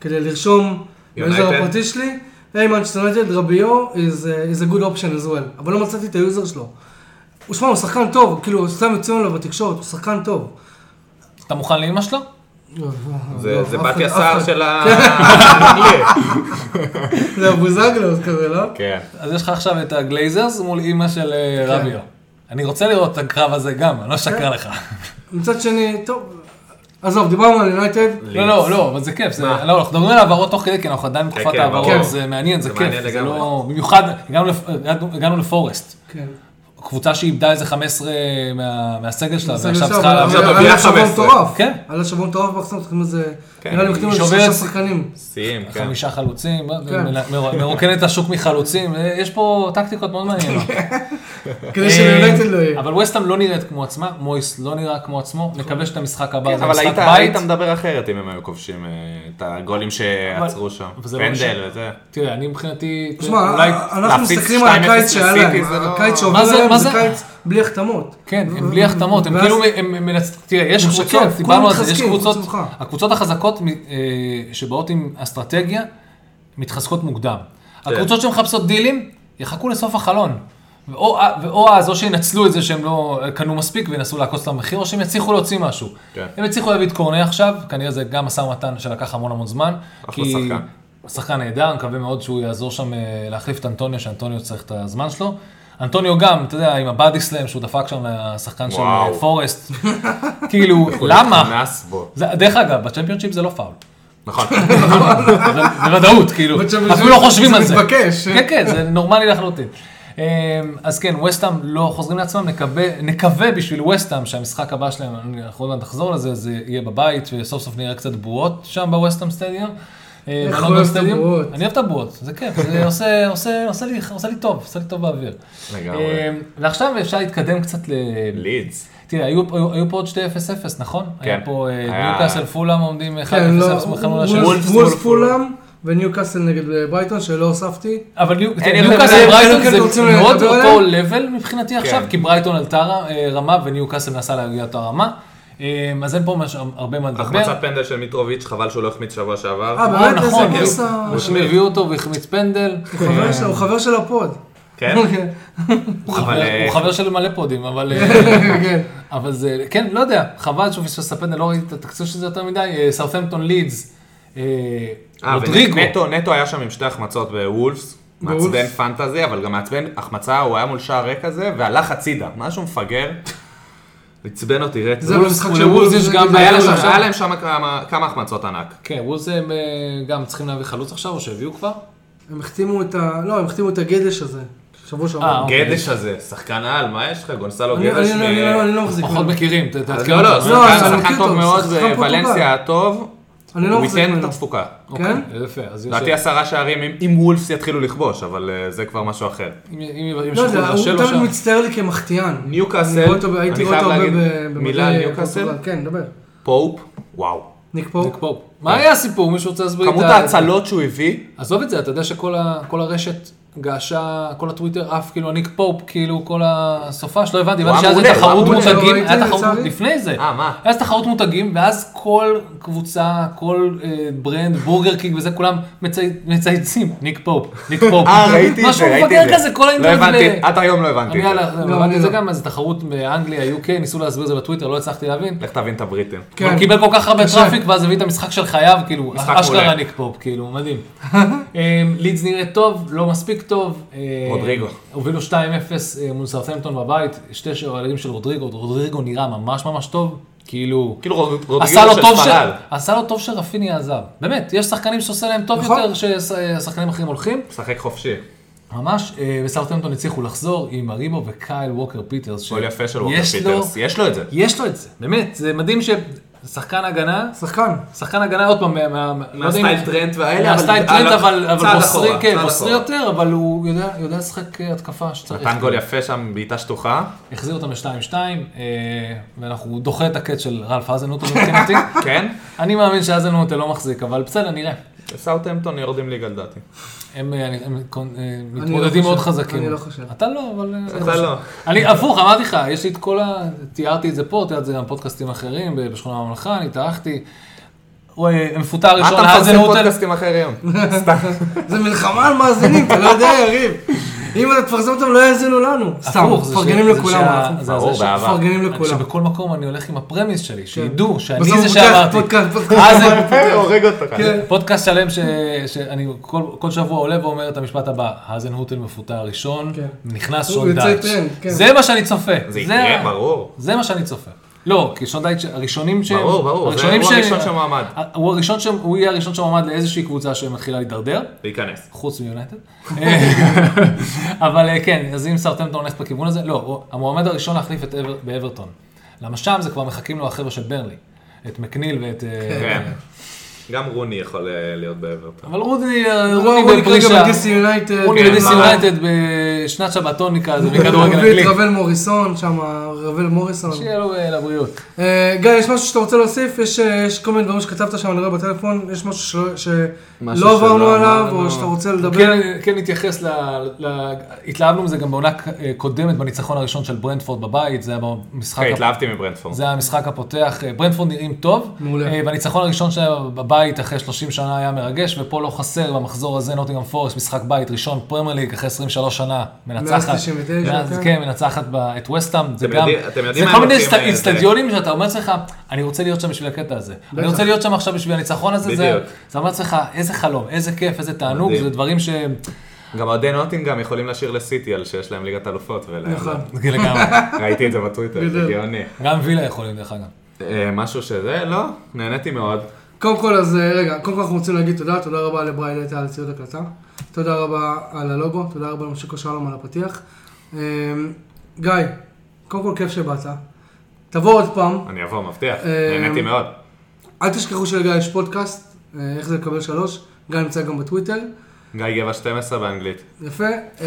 Speaker 1: כדי לרשום ביוזר
Speaker 3: United.
Speaker 1: הפרטי שלי. היי מנצ'סטר יונייטד, רביו is a- is a good option as well, אבל לא מצאתי את היוזר שלו. הוא שמע, הוא שחקן טוב, כאילו, סתם יוצאים עליו בתקשורת, הוא שחקן טוב.
Speaker 2: אתה מוכן לאמא שלו?
Speaker 3: זה
Speaker 1: לא,
Speaker 3: זה
Speaker 1: אף
Speaker 3: בתיה
Speaker 1: אחד- אף
Speaker 3: סער
Speaker 1: אחד-
Speaker 3: של ה...
Speaker 1: זה הבוזגלו כזה, לא?
Speaker 3: כן.
Speaker 2: אז יש לך עכשיו את הגלייזרס מול אימא של אה,
Speaker 1: כן.
Speaker 2: רביו. אני רוצה לראות את הקרב הזה גם, אני לא אשקר
Speaker 3: (laughs)
Speaker 2: לך.
Speaker 1: מצד שני, טוב, עזוב, דיברנו על יונייטד.
Speaker 2: לא, לא, לא, אבל זה כיף. זה-
Speaker 3: מה?
Speaker 2: לא, אנחנו מדברים על העברות תוך כדי, כי אנחנו עדיין בתקופת
Speaker 3: כן,
Speaker 2: העברות,
Speaker 3: ברור.
Speaker 2: זה מעניין, זה
Speaker 3: זה
Speaker 2: כיף.
Speaker 3: מעניין
Speaker 2: זה
Speaker 3: לגמרי.
Speaker 2: לא... במיוחד, הגענו לפ- הגענו- הגענו לפורסט.
Speaker 1: כן.
Speaker 2: קבוצה שאיבדה איזה 15 מה- מהסגל שלה,
Speaker 1: זה
Speaker 2: ועכשיו
Speaker 1: עכשיו,
Speaker 2: צריכה...
Speaker 1: אבל-
Speaker 2: לעלות.
Speaker 3: עכשיו
Speaker 1: אבל
Speaker 3: מביאה
Speaker 1: היה שבוע
Speaker 3: 15.
Speaker 1: מטורף.
Speaker 2: כן.
Speaker 1: היה שבוע מטורף במחסום, צריכים איזה...
Speaker 3: כן,
Speaker 1: נראה לי
Speaker 3: היא
Speaker 1: מקטינו איזה
Speaker 2: שוברת-
Speaker 1: שלושה שחקנים.
Speaker 3: שיאים, כן.
Speaker 2: חמישה חלוצים,
Speaker 1: כן.
Speaker 2: מר- מרוקן את השוק מחלוצים, אה, יש פה טקטיקות
Speaker 1: (laughs)
Speaker 2: מאוד מעניינות.
Speaker 1: כדי שליונייטד לא יהיה.
Speaker 2: אה, אבל ווסטהאם לא נראית כמו עצמה, מויס לא נראה כמו עצמו, נקווה שאת המשחק הבא,
Speaker 3: כן,
Speaker 2: זה
Speaker 3: אבל
Speaker 2: משחק
Speaker 3: היית-
Speaker 2: בית.
Speaker 3: היית מדבר אחרת אם הם היו כובשים אה, את הגולים שעצרו שם.
Speaker 2: אבל זה לא
Speaker 3: פנדל
Speaker 2: משנה.
Speaker 3: וזה.
Speaker 2: תראה, אני מבחינתי,
Speaker 1: תשמע,
Speaker 2: אולי,
Speaker 1: אנחנו
Speaker 3: להפיץ
Speaker 1: מסתכלים על
Speaker 3: 2-0
Speaker 1: הקיץ שהיה
Speaker 3: לסיטי,
Speaker 1: להם,
Speaker 3: זה לא-
Speaker 1: הקיץ
Speaker 2: מה
Speaker 1: שעובר
Speaker 2: זה-
Speaker 1: להם
Speaker 2: מה
Speaker 1: זה
Speaker 2: זה?
Speaker 1: קיץ בלי החתמות.
Speaker 2: כן, הם בלי החתמות, הם
Speaker 1: ואז-
Speaker 2: כאילו, הם- הם מנצ- תראה, יש
Speaker 1: הם
Speaker 2: קבוצות,
Speaker 1: שקט,
Speaker 2: דיברנו
Speaker 1: כולם
Speaker 2: על זה, יש
Speaker 1: מתחזקים,
Speaker 2: קבוצות,
Speaker 1: חוץ ממך.
Speaker 2: הקבוצות החזקות מ- אה, שבאות עם אסטרטגיה, מתחזקות מוקדם.
Speaker 3: כן.
Speaker 2: הקבוצות שמחפשות דילים, יחכו לסוף החלון. ואו אה, ואו אז, או שינצלו את זה שהם לא קנו מספיק וינסו לעקוץ את המחיר, או שהם יצליחו להוציא משהו.
Speaker 3: כן.
Speaker 2: הם יצליחו להביא את קורנה עכשיו, כנראה זה גם משא ומתן שלקח המון המון זמן.
Speaker 3: אחלה
Speaker 2: כי-
Speaker 3: שחקן.
Speaker 2: שחקן נהדר, מקווה מאוד שהוא יעזור שם אה, להחליף את אנטוניו, שאנטוניו צריך את הזמן שלו. אנטוניו גם, אתה יודע, עם הבאדי סלאם שהוא דפק שם לשחקן של
Speaker 3: וואו.
Speaker 2: אה, פורסט. כאילו,
Speaker 3: (laughs)
Speaker 2: למה?
Speaker 3: נכנס בו.
Speaker 2: זה- דרך אגב, בצ'מפיונשיפ זה לא פאול.
Speaker 3: נכון. (laughs)
Speaker 2: זה- בוודאות, כאילו,
Speaker 1: בצ'מפיונשיפ
Speaker 2: אפילו לא חושבים
Speaker 1: זה
Speaker 2: על זה.
Speaker 1: מתבקש.
Speaker 2: כן, כן, זה נורמלי לחלוטין. אה, אז כן, ווסטהאם לא חוזרים לעצמם, נקווה- נקווה בשביל ווסטהאם שהמשחק הבא שלהם, אנחנו עוד מעט נחזור לזה, זה יהיה בבית, וסוף סוף נראה קצת בועות שם בווסטהאם סטדיום. אה,
Speaker 1: איך
Speaker 2: בלונדון
Speaker 1: לא אוהב את
Speaker 2: סטדיום.
Speaker 1: הבועות?
Speaker 2: אני אוהב את הבועות, זה כיף,
Speaker 1: (laughs)
Speaker 2: זה עושה- עושה- עושה לי- עושה לי טוב, עושה לי טוב באוויר.
Speaker 3: לגמרי.
Speaker 2: אה, ועכשיו אפשר להתקדם קצת ל...
Speaker 3: לידס.
Speaker 2: תראה, היו, היו, היו פה עוד 2-0-0, נכון?
Speaker 3: כן.
Speaker 2: היה פה אה,
Speaker 3: היה-
Speaker 2: ניוקאסל פולאם עומדים 1-0,
Speaker 1: כן, לא,
Speaker 2: מוכנים לשבת.
Speaker 1: וולף-
Speaker 3: וולפס
Speaker 1: וולף
Speaker 3: מול
Speaker 1: פולאם וניו קאסל נגד אה, ברייטון, שלא הוספתי.
Speaker 2: אבל ניו- תראה,
Speaker 3: יותר
Speaker 2: ניוקאסל
Speaker 3: מדי-
Speaker 1: אלא אם כן
Speaker 2: ברייטון זה
Speaker 1: רוצים לדבר
Speaker 2: מאוד אותו
Speaker 1: עליהם.
Speaker 2: לבל
Speaker 3: כן.
Speaker 2: מבחינתי עכשיו, כי ברייטון עלתה ר- אה, רמה וניוקאסל נסע להגיע אותה רמה. אה, אז אין פה מש- הרבה מה לדבר.
Speaker 3: החמצת פנדל של מיטרוביץ', חבל שהוא לא החמיץ שבוע שעבר.
Speaker 1: אה,
Speaker 2: אה,
Speaker 1: באמת איזה
Speaker 2: נכון,
Speaker 1: גרסה.
Speaker 2: הוא- הוא- הביאו אותו והחמיץ פנדל.
Speaker 1: הוא חבר שלו, הוא חבר של הפוד.
Speaker 3: כן?
Speaker 2: הוא
Speaker 3: (laughs) אבל,
Speaker 2: חבר-
Speaker 3: אה,
Speaker 2: הוא חבר של מלא פודים, אבל...
Speaker 3: (laughs)
Speaker 2: אה,
Speaker 1: (laughs) כן.
Speaker 2: אבל זה, כן, לא יודע, חבל שהוא פספס את הפנדל, לא ראיתי את התקציר של זה יותר מדי, סרפמפטון לידס, אה,
Speaker 3: אה,
Speaker 2: רודריגו,
Speaker 3: ונטו, נטו היה שם עם שתי החמצות בוולפס.
Speaker 1: בוולפס.
Speaker 3: מעצבן פנטזי, אבל גם מעצבן החמצה, הוא היה מול שער ריק כזה, והלך הצידה. משהו מפגר. עצבן אותי רצח.
Speaker 1: זה
Speaker 3: וולפס-
Speaker 1: במשחק
Speaker 2: הוא
Speaker 1: של
Speaker 2: לוולפס
Speaker 1: וולפס
Speaker 2: יש גם
Speaker 1: נגד
Speaker 2: בעיה
Speaker 3: היה
Speaker 1: וולפס.
Speaker 3: להם
Speaker 2: עכשיו-
Speaker 3: שם- היה להם שם כמה- כמה החמצות ענק.
Speaker 2: כן, וולס הם אה, גם צריכים להביא חלוץ עכשיו, או שהביאו כבר?
Speaker 1: הם החתימו את ה... לא, הם החתימו את הגדש הזה. שבוע
Speaker 2: אה,
Speaker 1: שעבר.
Speaker 2: אוקיי.
Speaker 3: גדש הזה, שחקן על, מה יש לך? גונסלו
Speaker 1: אני-
Speaker 3: גדש?
Speaker 1: אני לא- אני
Speaker 3: מ-
Speaker 1: לא- אני לא מחזיק
Speaker 2: פחות
Speaker 1: ממנו.
Speaker 2: מכירים, ת- תעדכן
Speaker 3: לא, לא,
Speaker 2: אותנו. אה,
Speaker 1: לא,
Speaker 3: שחקן-
Speaker 1: אני
Speaker 3: שחקן
Speaker 1: מכיר
Speaker 3: טוב
Speaker 1: אותו,
Speaker 3: מאוד, אה,
Speaker 1: שחקן פורטוגל.
Speaker 3: ולנסיה הטוב,
Speaker 1: אני לא
Speaker 3: הוא
Speaker 1: מחזיק
Speaker 3: ייתן את
Speaker 1: ממנו.
Speaker 3: התפוקה.
Speaker 2: אוקיי,
Speaker 1: כן?
Speaker 2: יפה, אז יש...
Speaker 3: לדעתי עשרה שערים אם- אם וולפס יתחילו לכבוש, אבל אה, זה כבר משהו אחר.
Speaker 2: אם- אם אם
Speaker 1: לא
Speaker 2: ימשיכו
Speaker 1: יודע, הוא
Speaker 2: לבשל לו
Speaker 1: תמיד
Speaker 2: שם.
Speaker 1: מצטייר לי כמחטיאן.
Speaker 3: ניוקאסל,
Speaker 1: אני רואה אותו- הייתי
Speaker 3: אני
Speaker 1: רואה אותו
Speaker 3: חייב
Speaker 1: הרבה
Speaker 3: להגיד
Speaker 1: ב-
Speaker 3: מילה על
Speaker 1: במדי
Speaker 3: ניוקאסל?
Speaker 1: פורטוגל. כן, דבר.
Speaker 3: פופ, וואו.
Speaker 1: ניק פופ.
Speaker 2: ניק פופ.
Speaker 1: כן.
Speaker 2: מה היה הסיפור? מישהו רוצה להסביר
Speaker 3: כמות
Speaker 2: ה-
Speaker 3: ההצלות שהוא הביא,
Speaker 2: עזוב את זה, אתה יודע שכל ה- כל הרשת געשה, כל הטוויטר עף, כאילו הניק פופ, כאילו כל הסופש, לא הבנתי,
Speaker 3: הוא
Speaker 2: הבנתי
Speaker 3: היה
Speaker 2: שאז
Speaker 3: מעולה,
Speaker 2: הייתה
Speaker 3: הוא היה
Speaker 2: תחרות
Speaker 1: מעולה,
Speaker 2: מותגים,
Speaker 1: לא ראיתי,
Speaker 2: היה תחרות
Speaker 1: לצערי.
Speaker 2: לפני זה,
Speaker 3: אה, מה?
Speaker 2: היה תחרות מותגים, ואז כל קבוצה, כל אה, ברנד, בורגר קינג וזה, כולם מצי- מצייצים, ניק פופ,
Speaker 3: (laughs)
Speaker 2: ניק פופ.
Speaker 3: אה ראיתי את
Speaker 2: משהו
Speaker 3: זה, ראיתי את
Speaker 2: מפגר
Speaker 3: זה,
Speaker 2: כזה, כל
Speaker 3: לא
Speaker 2: האינטרנט.
Speaker 3: הבנתי,
Speaker 2: ב-
Speaker 3: עד היום לא הבנתי
Speaker 2: אני
Speaker 3: את זה,
Speaker 2: יאללה,
Speaker 1: לא,
Speaker 2: הבנתי את
Speaker 1: אני
Speaker 2: זה
Speaker 1: לא.
Speaker 2: גם, אז תחרות באנגליה, UK, ניסו להסביר את זה בטוויטר, לא הצלחתי להבין.
Speaker 3: לך תבין את הבריטים.
Speaker 1: כן.
Speaker 2: הוא קיבל כל כך הרבה
Speaker 1: קשה.
Speaker 2: טראפיק, ואז הביא את המשחק של חייו, כאילו,
Speaker 3: משחק מעולה.
Speaker 2: אשכרה ניק פופ, כאילו, מדהים. אמ, לידס נראה טוב, לא מספיק טוב. אמ,
Speaker 3: רודריגו.
Speaker 2: הובילו 2-0 אה, מול סרטמפטון בבית, שתי שערים של רודריגו, רודריגו נראה ממש ממש טוב, כאילו...
Speaker 3: כאילו רוד- רודריגו
Speaker 2: עשה לו,
Speaker 3: של
Speaker 2: טוב ש...
Speaker 3: ספרד.
Speaker 2: עשה לו טוב שרפיני עזב, באמת, יש שחקנים שעושה להם טוב
Speaker 1: נכון.
Speaker 2: יותר ששחקנים אחרים הולכים,
Speaker 3: משחק חופשי.
Speaker 2: ממש, וסרטמפטון הצליחו לחזור עם אריבו וקייל ווקר פיטרס. ש-
Speaker 3: גול יפה של ווקר
Speaker 2: יש לו-
Speaker 3: פיטרס. יש לו את זה.
Speaker 2: יש לו את זה, באמת, זה מדהים ש... שחקן הגנה,
Speaker 1: שחקן.
Speaker 2: שחקן הגנה עוד פעם, מה- מה- לא יודע אם-
Speaker 4: מהסטייל טרנט והאלה, אבל...
Speaker 2: מהסטייל
Speaker 4: על-
Speaker 2: טרנט, אבל אבל
Speaker 4: צעד
Speaker 2: בוסרי,
Speaker 4: אחורה,
Speaker 2: כן,
Speaker 4: צעד
Speaker 2: בוסרי
Speaker 4: אחורה.
Speaker 2: יותר, אבל הוא יודע- יודע לשחק אה, התקפה שצריך.
Speaker 3: נתן גול יפה שם, בעיטה שטוחה.
Speaker 2: (laughs) החזיר אותם ל-2-2, אה, ואנחנו דוחה את הקץ של רלף אזנוטו מבחינתי.
Speaker 3: כן?
Speaker 2: אני מאמין שאזנוטו לא מחזיק, אבל בסדר, נראה.
Speaker 3: סאוטהמפטון יורדים ליגה לדעתי.
Speaker 2: הם אה, אני- הם קונ- אה,
Speaker 1: לא
Speaker 2: מתמודדים מאוד
Speaker 1: חושב,
Speaker 2: חזקים.
Speaker 1: אני לא חושב.
Speaker 2: אתה לא, אבל... אה,
Speaker 3: אתה לא.
Speaker 2: אני הפוך, אמרתי לך, יש לי את כל ה... תיארתי את זה פה, תיארתי את זה גם בפודקאסטים אחרים, ב- בשכונה הממלכה, אני טרחתי. הוא, אה, מפוטר
Speaker 3: מה
Speaker 2: ראשון,
Speaker 3: אתה מפרסם
Speaker 2: האזנוטו. (laughs)
Speaker 3: פודקאסטים אחרים? סתם.
Speaker 1: זה מלחמה על מאזינים, אתה לא יודע, יריב. אם אתה תפרסם אותם, לא יאזינו לנו. סתם,
Speaker 2: הפוך, זה
Speaker 1: מפרגנים
Speaker 2: ש- זה
Speaker 1: לכולם.
Speaker 2: שה-
Speaker 1: אנחנו
Speaker 2: זה
Speaker 3: ברור,
Speaker 2: זה ש-
Speaker 3: באהבה.
Speaker 1: מפרגנים לכולם. כן.
Speaker 2: שבכל מקום אני הולך עם הפרמיס שלי, שידעו שאני
Speaker 1: בסוף
Speaker 2: זה
Speaker 1: הוא פותח
Speaker 2: שאמרתי.
Speaker 1: פודקאסט, פודקאסט.
Speaker 2: אה, זה-
Speaker 3: (laughs) הורג אותך.
Speaker 1: כן.
Speaker 2: פודקאסט שלם ש... שאני כל, כל שבוע עולה ואומר את המשפט הבא, האזן הוטל מפוטר ראשון,
Speaker 1: כן.
Speaker 2: נכנס
Speaker 1: הוא
Speaker 2: שון
Speaker 1: יוצא
Speaker 2: דייץ'.
Speaker 1: טרנד, כן.
Speaker 2: זה מה שאני צופה.
Speaker 3: זה יקרה, ברור.
Speaker 2: זה מה שאני צופה. לא, כי שון דייץ', הראשונים שהם...
Speaker 3: ברור, ברור, זה-
Speaker 2: הראשונים
Speaker 3: הוא
Speaker 2: שהם-
Speaker 3: הראשון שמועמד.
Speaker 2: הוא הראשון שהם- הוא יהיה הראשון שמועמד לאיזושהי קבוצה שמתחילה להידרדר.
Speaker 3: להיכנס.
Speaker 2: חוץ מיונייטד. אבל אה, כן, אז אם סרטמפטון הולך בכיוון הזה, לא, הוא- המועמד הראשון להחליף את אבר- באברטון. למה שם זה כבר מחכים לו החבר'ה של ברנלי. את מקניל ואת... אה,
Speaker 3: כן. גם רוני יכול אה, להיות באברטון.
Speaker 2: אבל רודי,
Speaker 1: הוא
Speaker 2: רודי
Speaker 1: נקרא
Speaker 2: בפרישה,
Speaker 1: גם בדיסי יונייטד. כן,
Speaker 2: רודי בדיס
Speaker 1: אה,
Speaker 2: יונייטד בשנת שבתון נקרא לזה, מכדורגל
Speaker 1: הוא הביא
Speaker 2: אנגלי.
Speaker 1: את רבל מוריסון, שם רבל מוריסון.
Speaker 2: שיהיה לו אה, לבריאות.
Speaker 1: אה, גיא, יש משהו שאתה רוצה להוסיף? יש, אה, יש כל מיני דברים שכתבת שם, אני רואה בטלפון, יש משהו שלא-
Speaker 3: משהו
Speaker 1: שלא עברנו
Speaker 3: שלא
Speaker 1: עליו,
Speaker 3: אמרנו.
Speaker 1: או שאתה רוצה לדבר?
Speaker 2: כן- כן נתייחס ל... ל- התלהבנו מזה גם בעונה ק- אה, קודמת בניצחון הראשון של ברנדפורד בבית, זה היה במשחק...
Speaker 3: כן,
Speaker 2: הפ-
Speaker 3: התלהבתי מברנדפורד.
Speaker 2: אוקיי. זה המשחק הפותח, אה, ברנדפורד נראים טוב,
Speaker 1: מעולה.
Speaker 2: אה, והניצחון הראשון שלהם בבית אחרי 30 שנה היה מרגש, ופה לא חסר במחזור הזה נוטינגרם פורסט, משחק בית ראשון, פרמייר ליג אחרי 23 שנה, מנצחת,
Speaker 1: מאז 99,
Speaker 2: מאז-
Speaker 1: כן.
Speaker 2: כן, מנצחת ב- את וסטאם, זה
Speaker 3: אתם
Speaker 2: גם,
Speaker 3: יודעים- אתם
Speaker 2: זה
Speaker 3: יודעים מה
Speaker 2: כל
Speaker 3: הם
Speaker 2: מיני
Speaker 3: לוקחים,
Speaker 2: אצט-
Speaker 3: אה, זה-
Speaker 2: אצטדיונים שאתה אומר לעצמך, אני רוצה להיות שם בשביל הקטע הזה, אני רוצה להיות שם עכשיו בשביל הניצחון הזה, זה-
Speaker 3: בדיוק.
Speaker 2: זה אומר לעצמך, איזה חלום, איזה כיף, איזה תענוג,
Speaker 3: מדהים.
Speaker 2: זה דברים ש... (laughs)
Speaker 3: גם אוהדי נוטינגאם יכולים לשיר לסיטי על שיש להם ליגת אלופות. לא. ול-
Speaker 1: נכון.
Speaker 2: כן, לגמרי.
Speaker 3: (laughs) ראיתי את זה בטוויטר, זה
Speaker 1: בדיוק.
Speaker 3: גאוני.
Speaker 2: גם וילה יכולים דרך אגב.
Speaker 3: אה, משהו שזה, לא, נהניתי מאוד.
Speaker 1: קודם כל, אז אה, רגע, קודם כל אנחנו רוצים להגיד תודה, תודה רבה לבריי דאטה על ציוד הקלטה, תודה רבה על הלוגו, תודה רבה למשה קושרלום על הפתיח. אה, גיא, קודם כל כיף שבאת, תבוא עוד פעם,
Speaker 3: אני אבוא, מבטיח.
Speaker 1: אה,
Speaker 3: נהניתי מאוד.
Speaker 1: אל תשכחו שלגיא יש פודקאסט, אה, איך זה לקבל שלוש, גיא נמצא גם בטוויטר,
Speaker 3: גיא גבע 12 באנגלית.
Speaker 1: יפה. אה,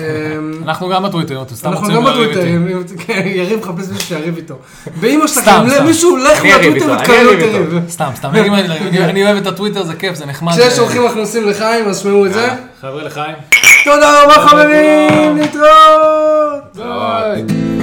Speaker 2: אנחנו גם בטוויטר, אתם סתם
Speaker 1: אנחנו
Speaker 2: רוצים
Speaker 1: גם
Speaker 2: לריב איתי.
Speaker 1: בטוויטרים, אם- כן, יריב מחפש מישהו שיריב איתו. ואמא
Speaker 2: סתם,
Speaker 1: שלכם,
Speaker 2: סתם.
Speaker 1: מישהו לך
Speaker 3: אני אריב
Speaker 1: לטוויטר
Speaker 3: איתו, אני
Speaker 1: ותקבלו את
Speaker 3: אריב איתו.
Speaker 1: יריב.
Speaker 2: סתם, סתם, אני- אני- אני אוהב את הטוויטר, זה כיף, זה נחמד.
Speaker 3: אוקיי.
Speaker 1: כשיש אורחים אנחנו עושים לחיים, אז שמעו את
Speaker 3: אה.
Speaker 1: זה.
Speaker 2: חבר'ה לחיים.
Speaker 1: תודה רבה חברים, להתראות!
Speaker 3: להתראות.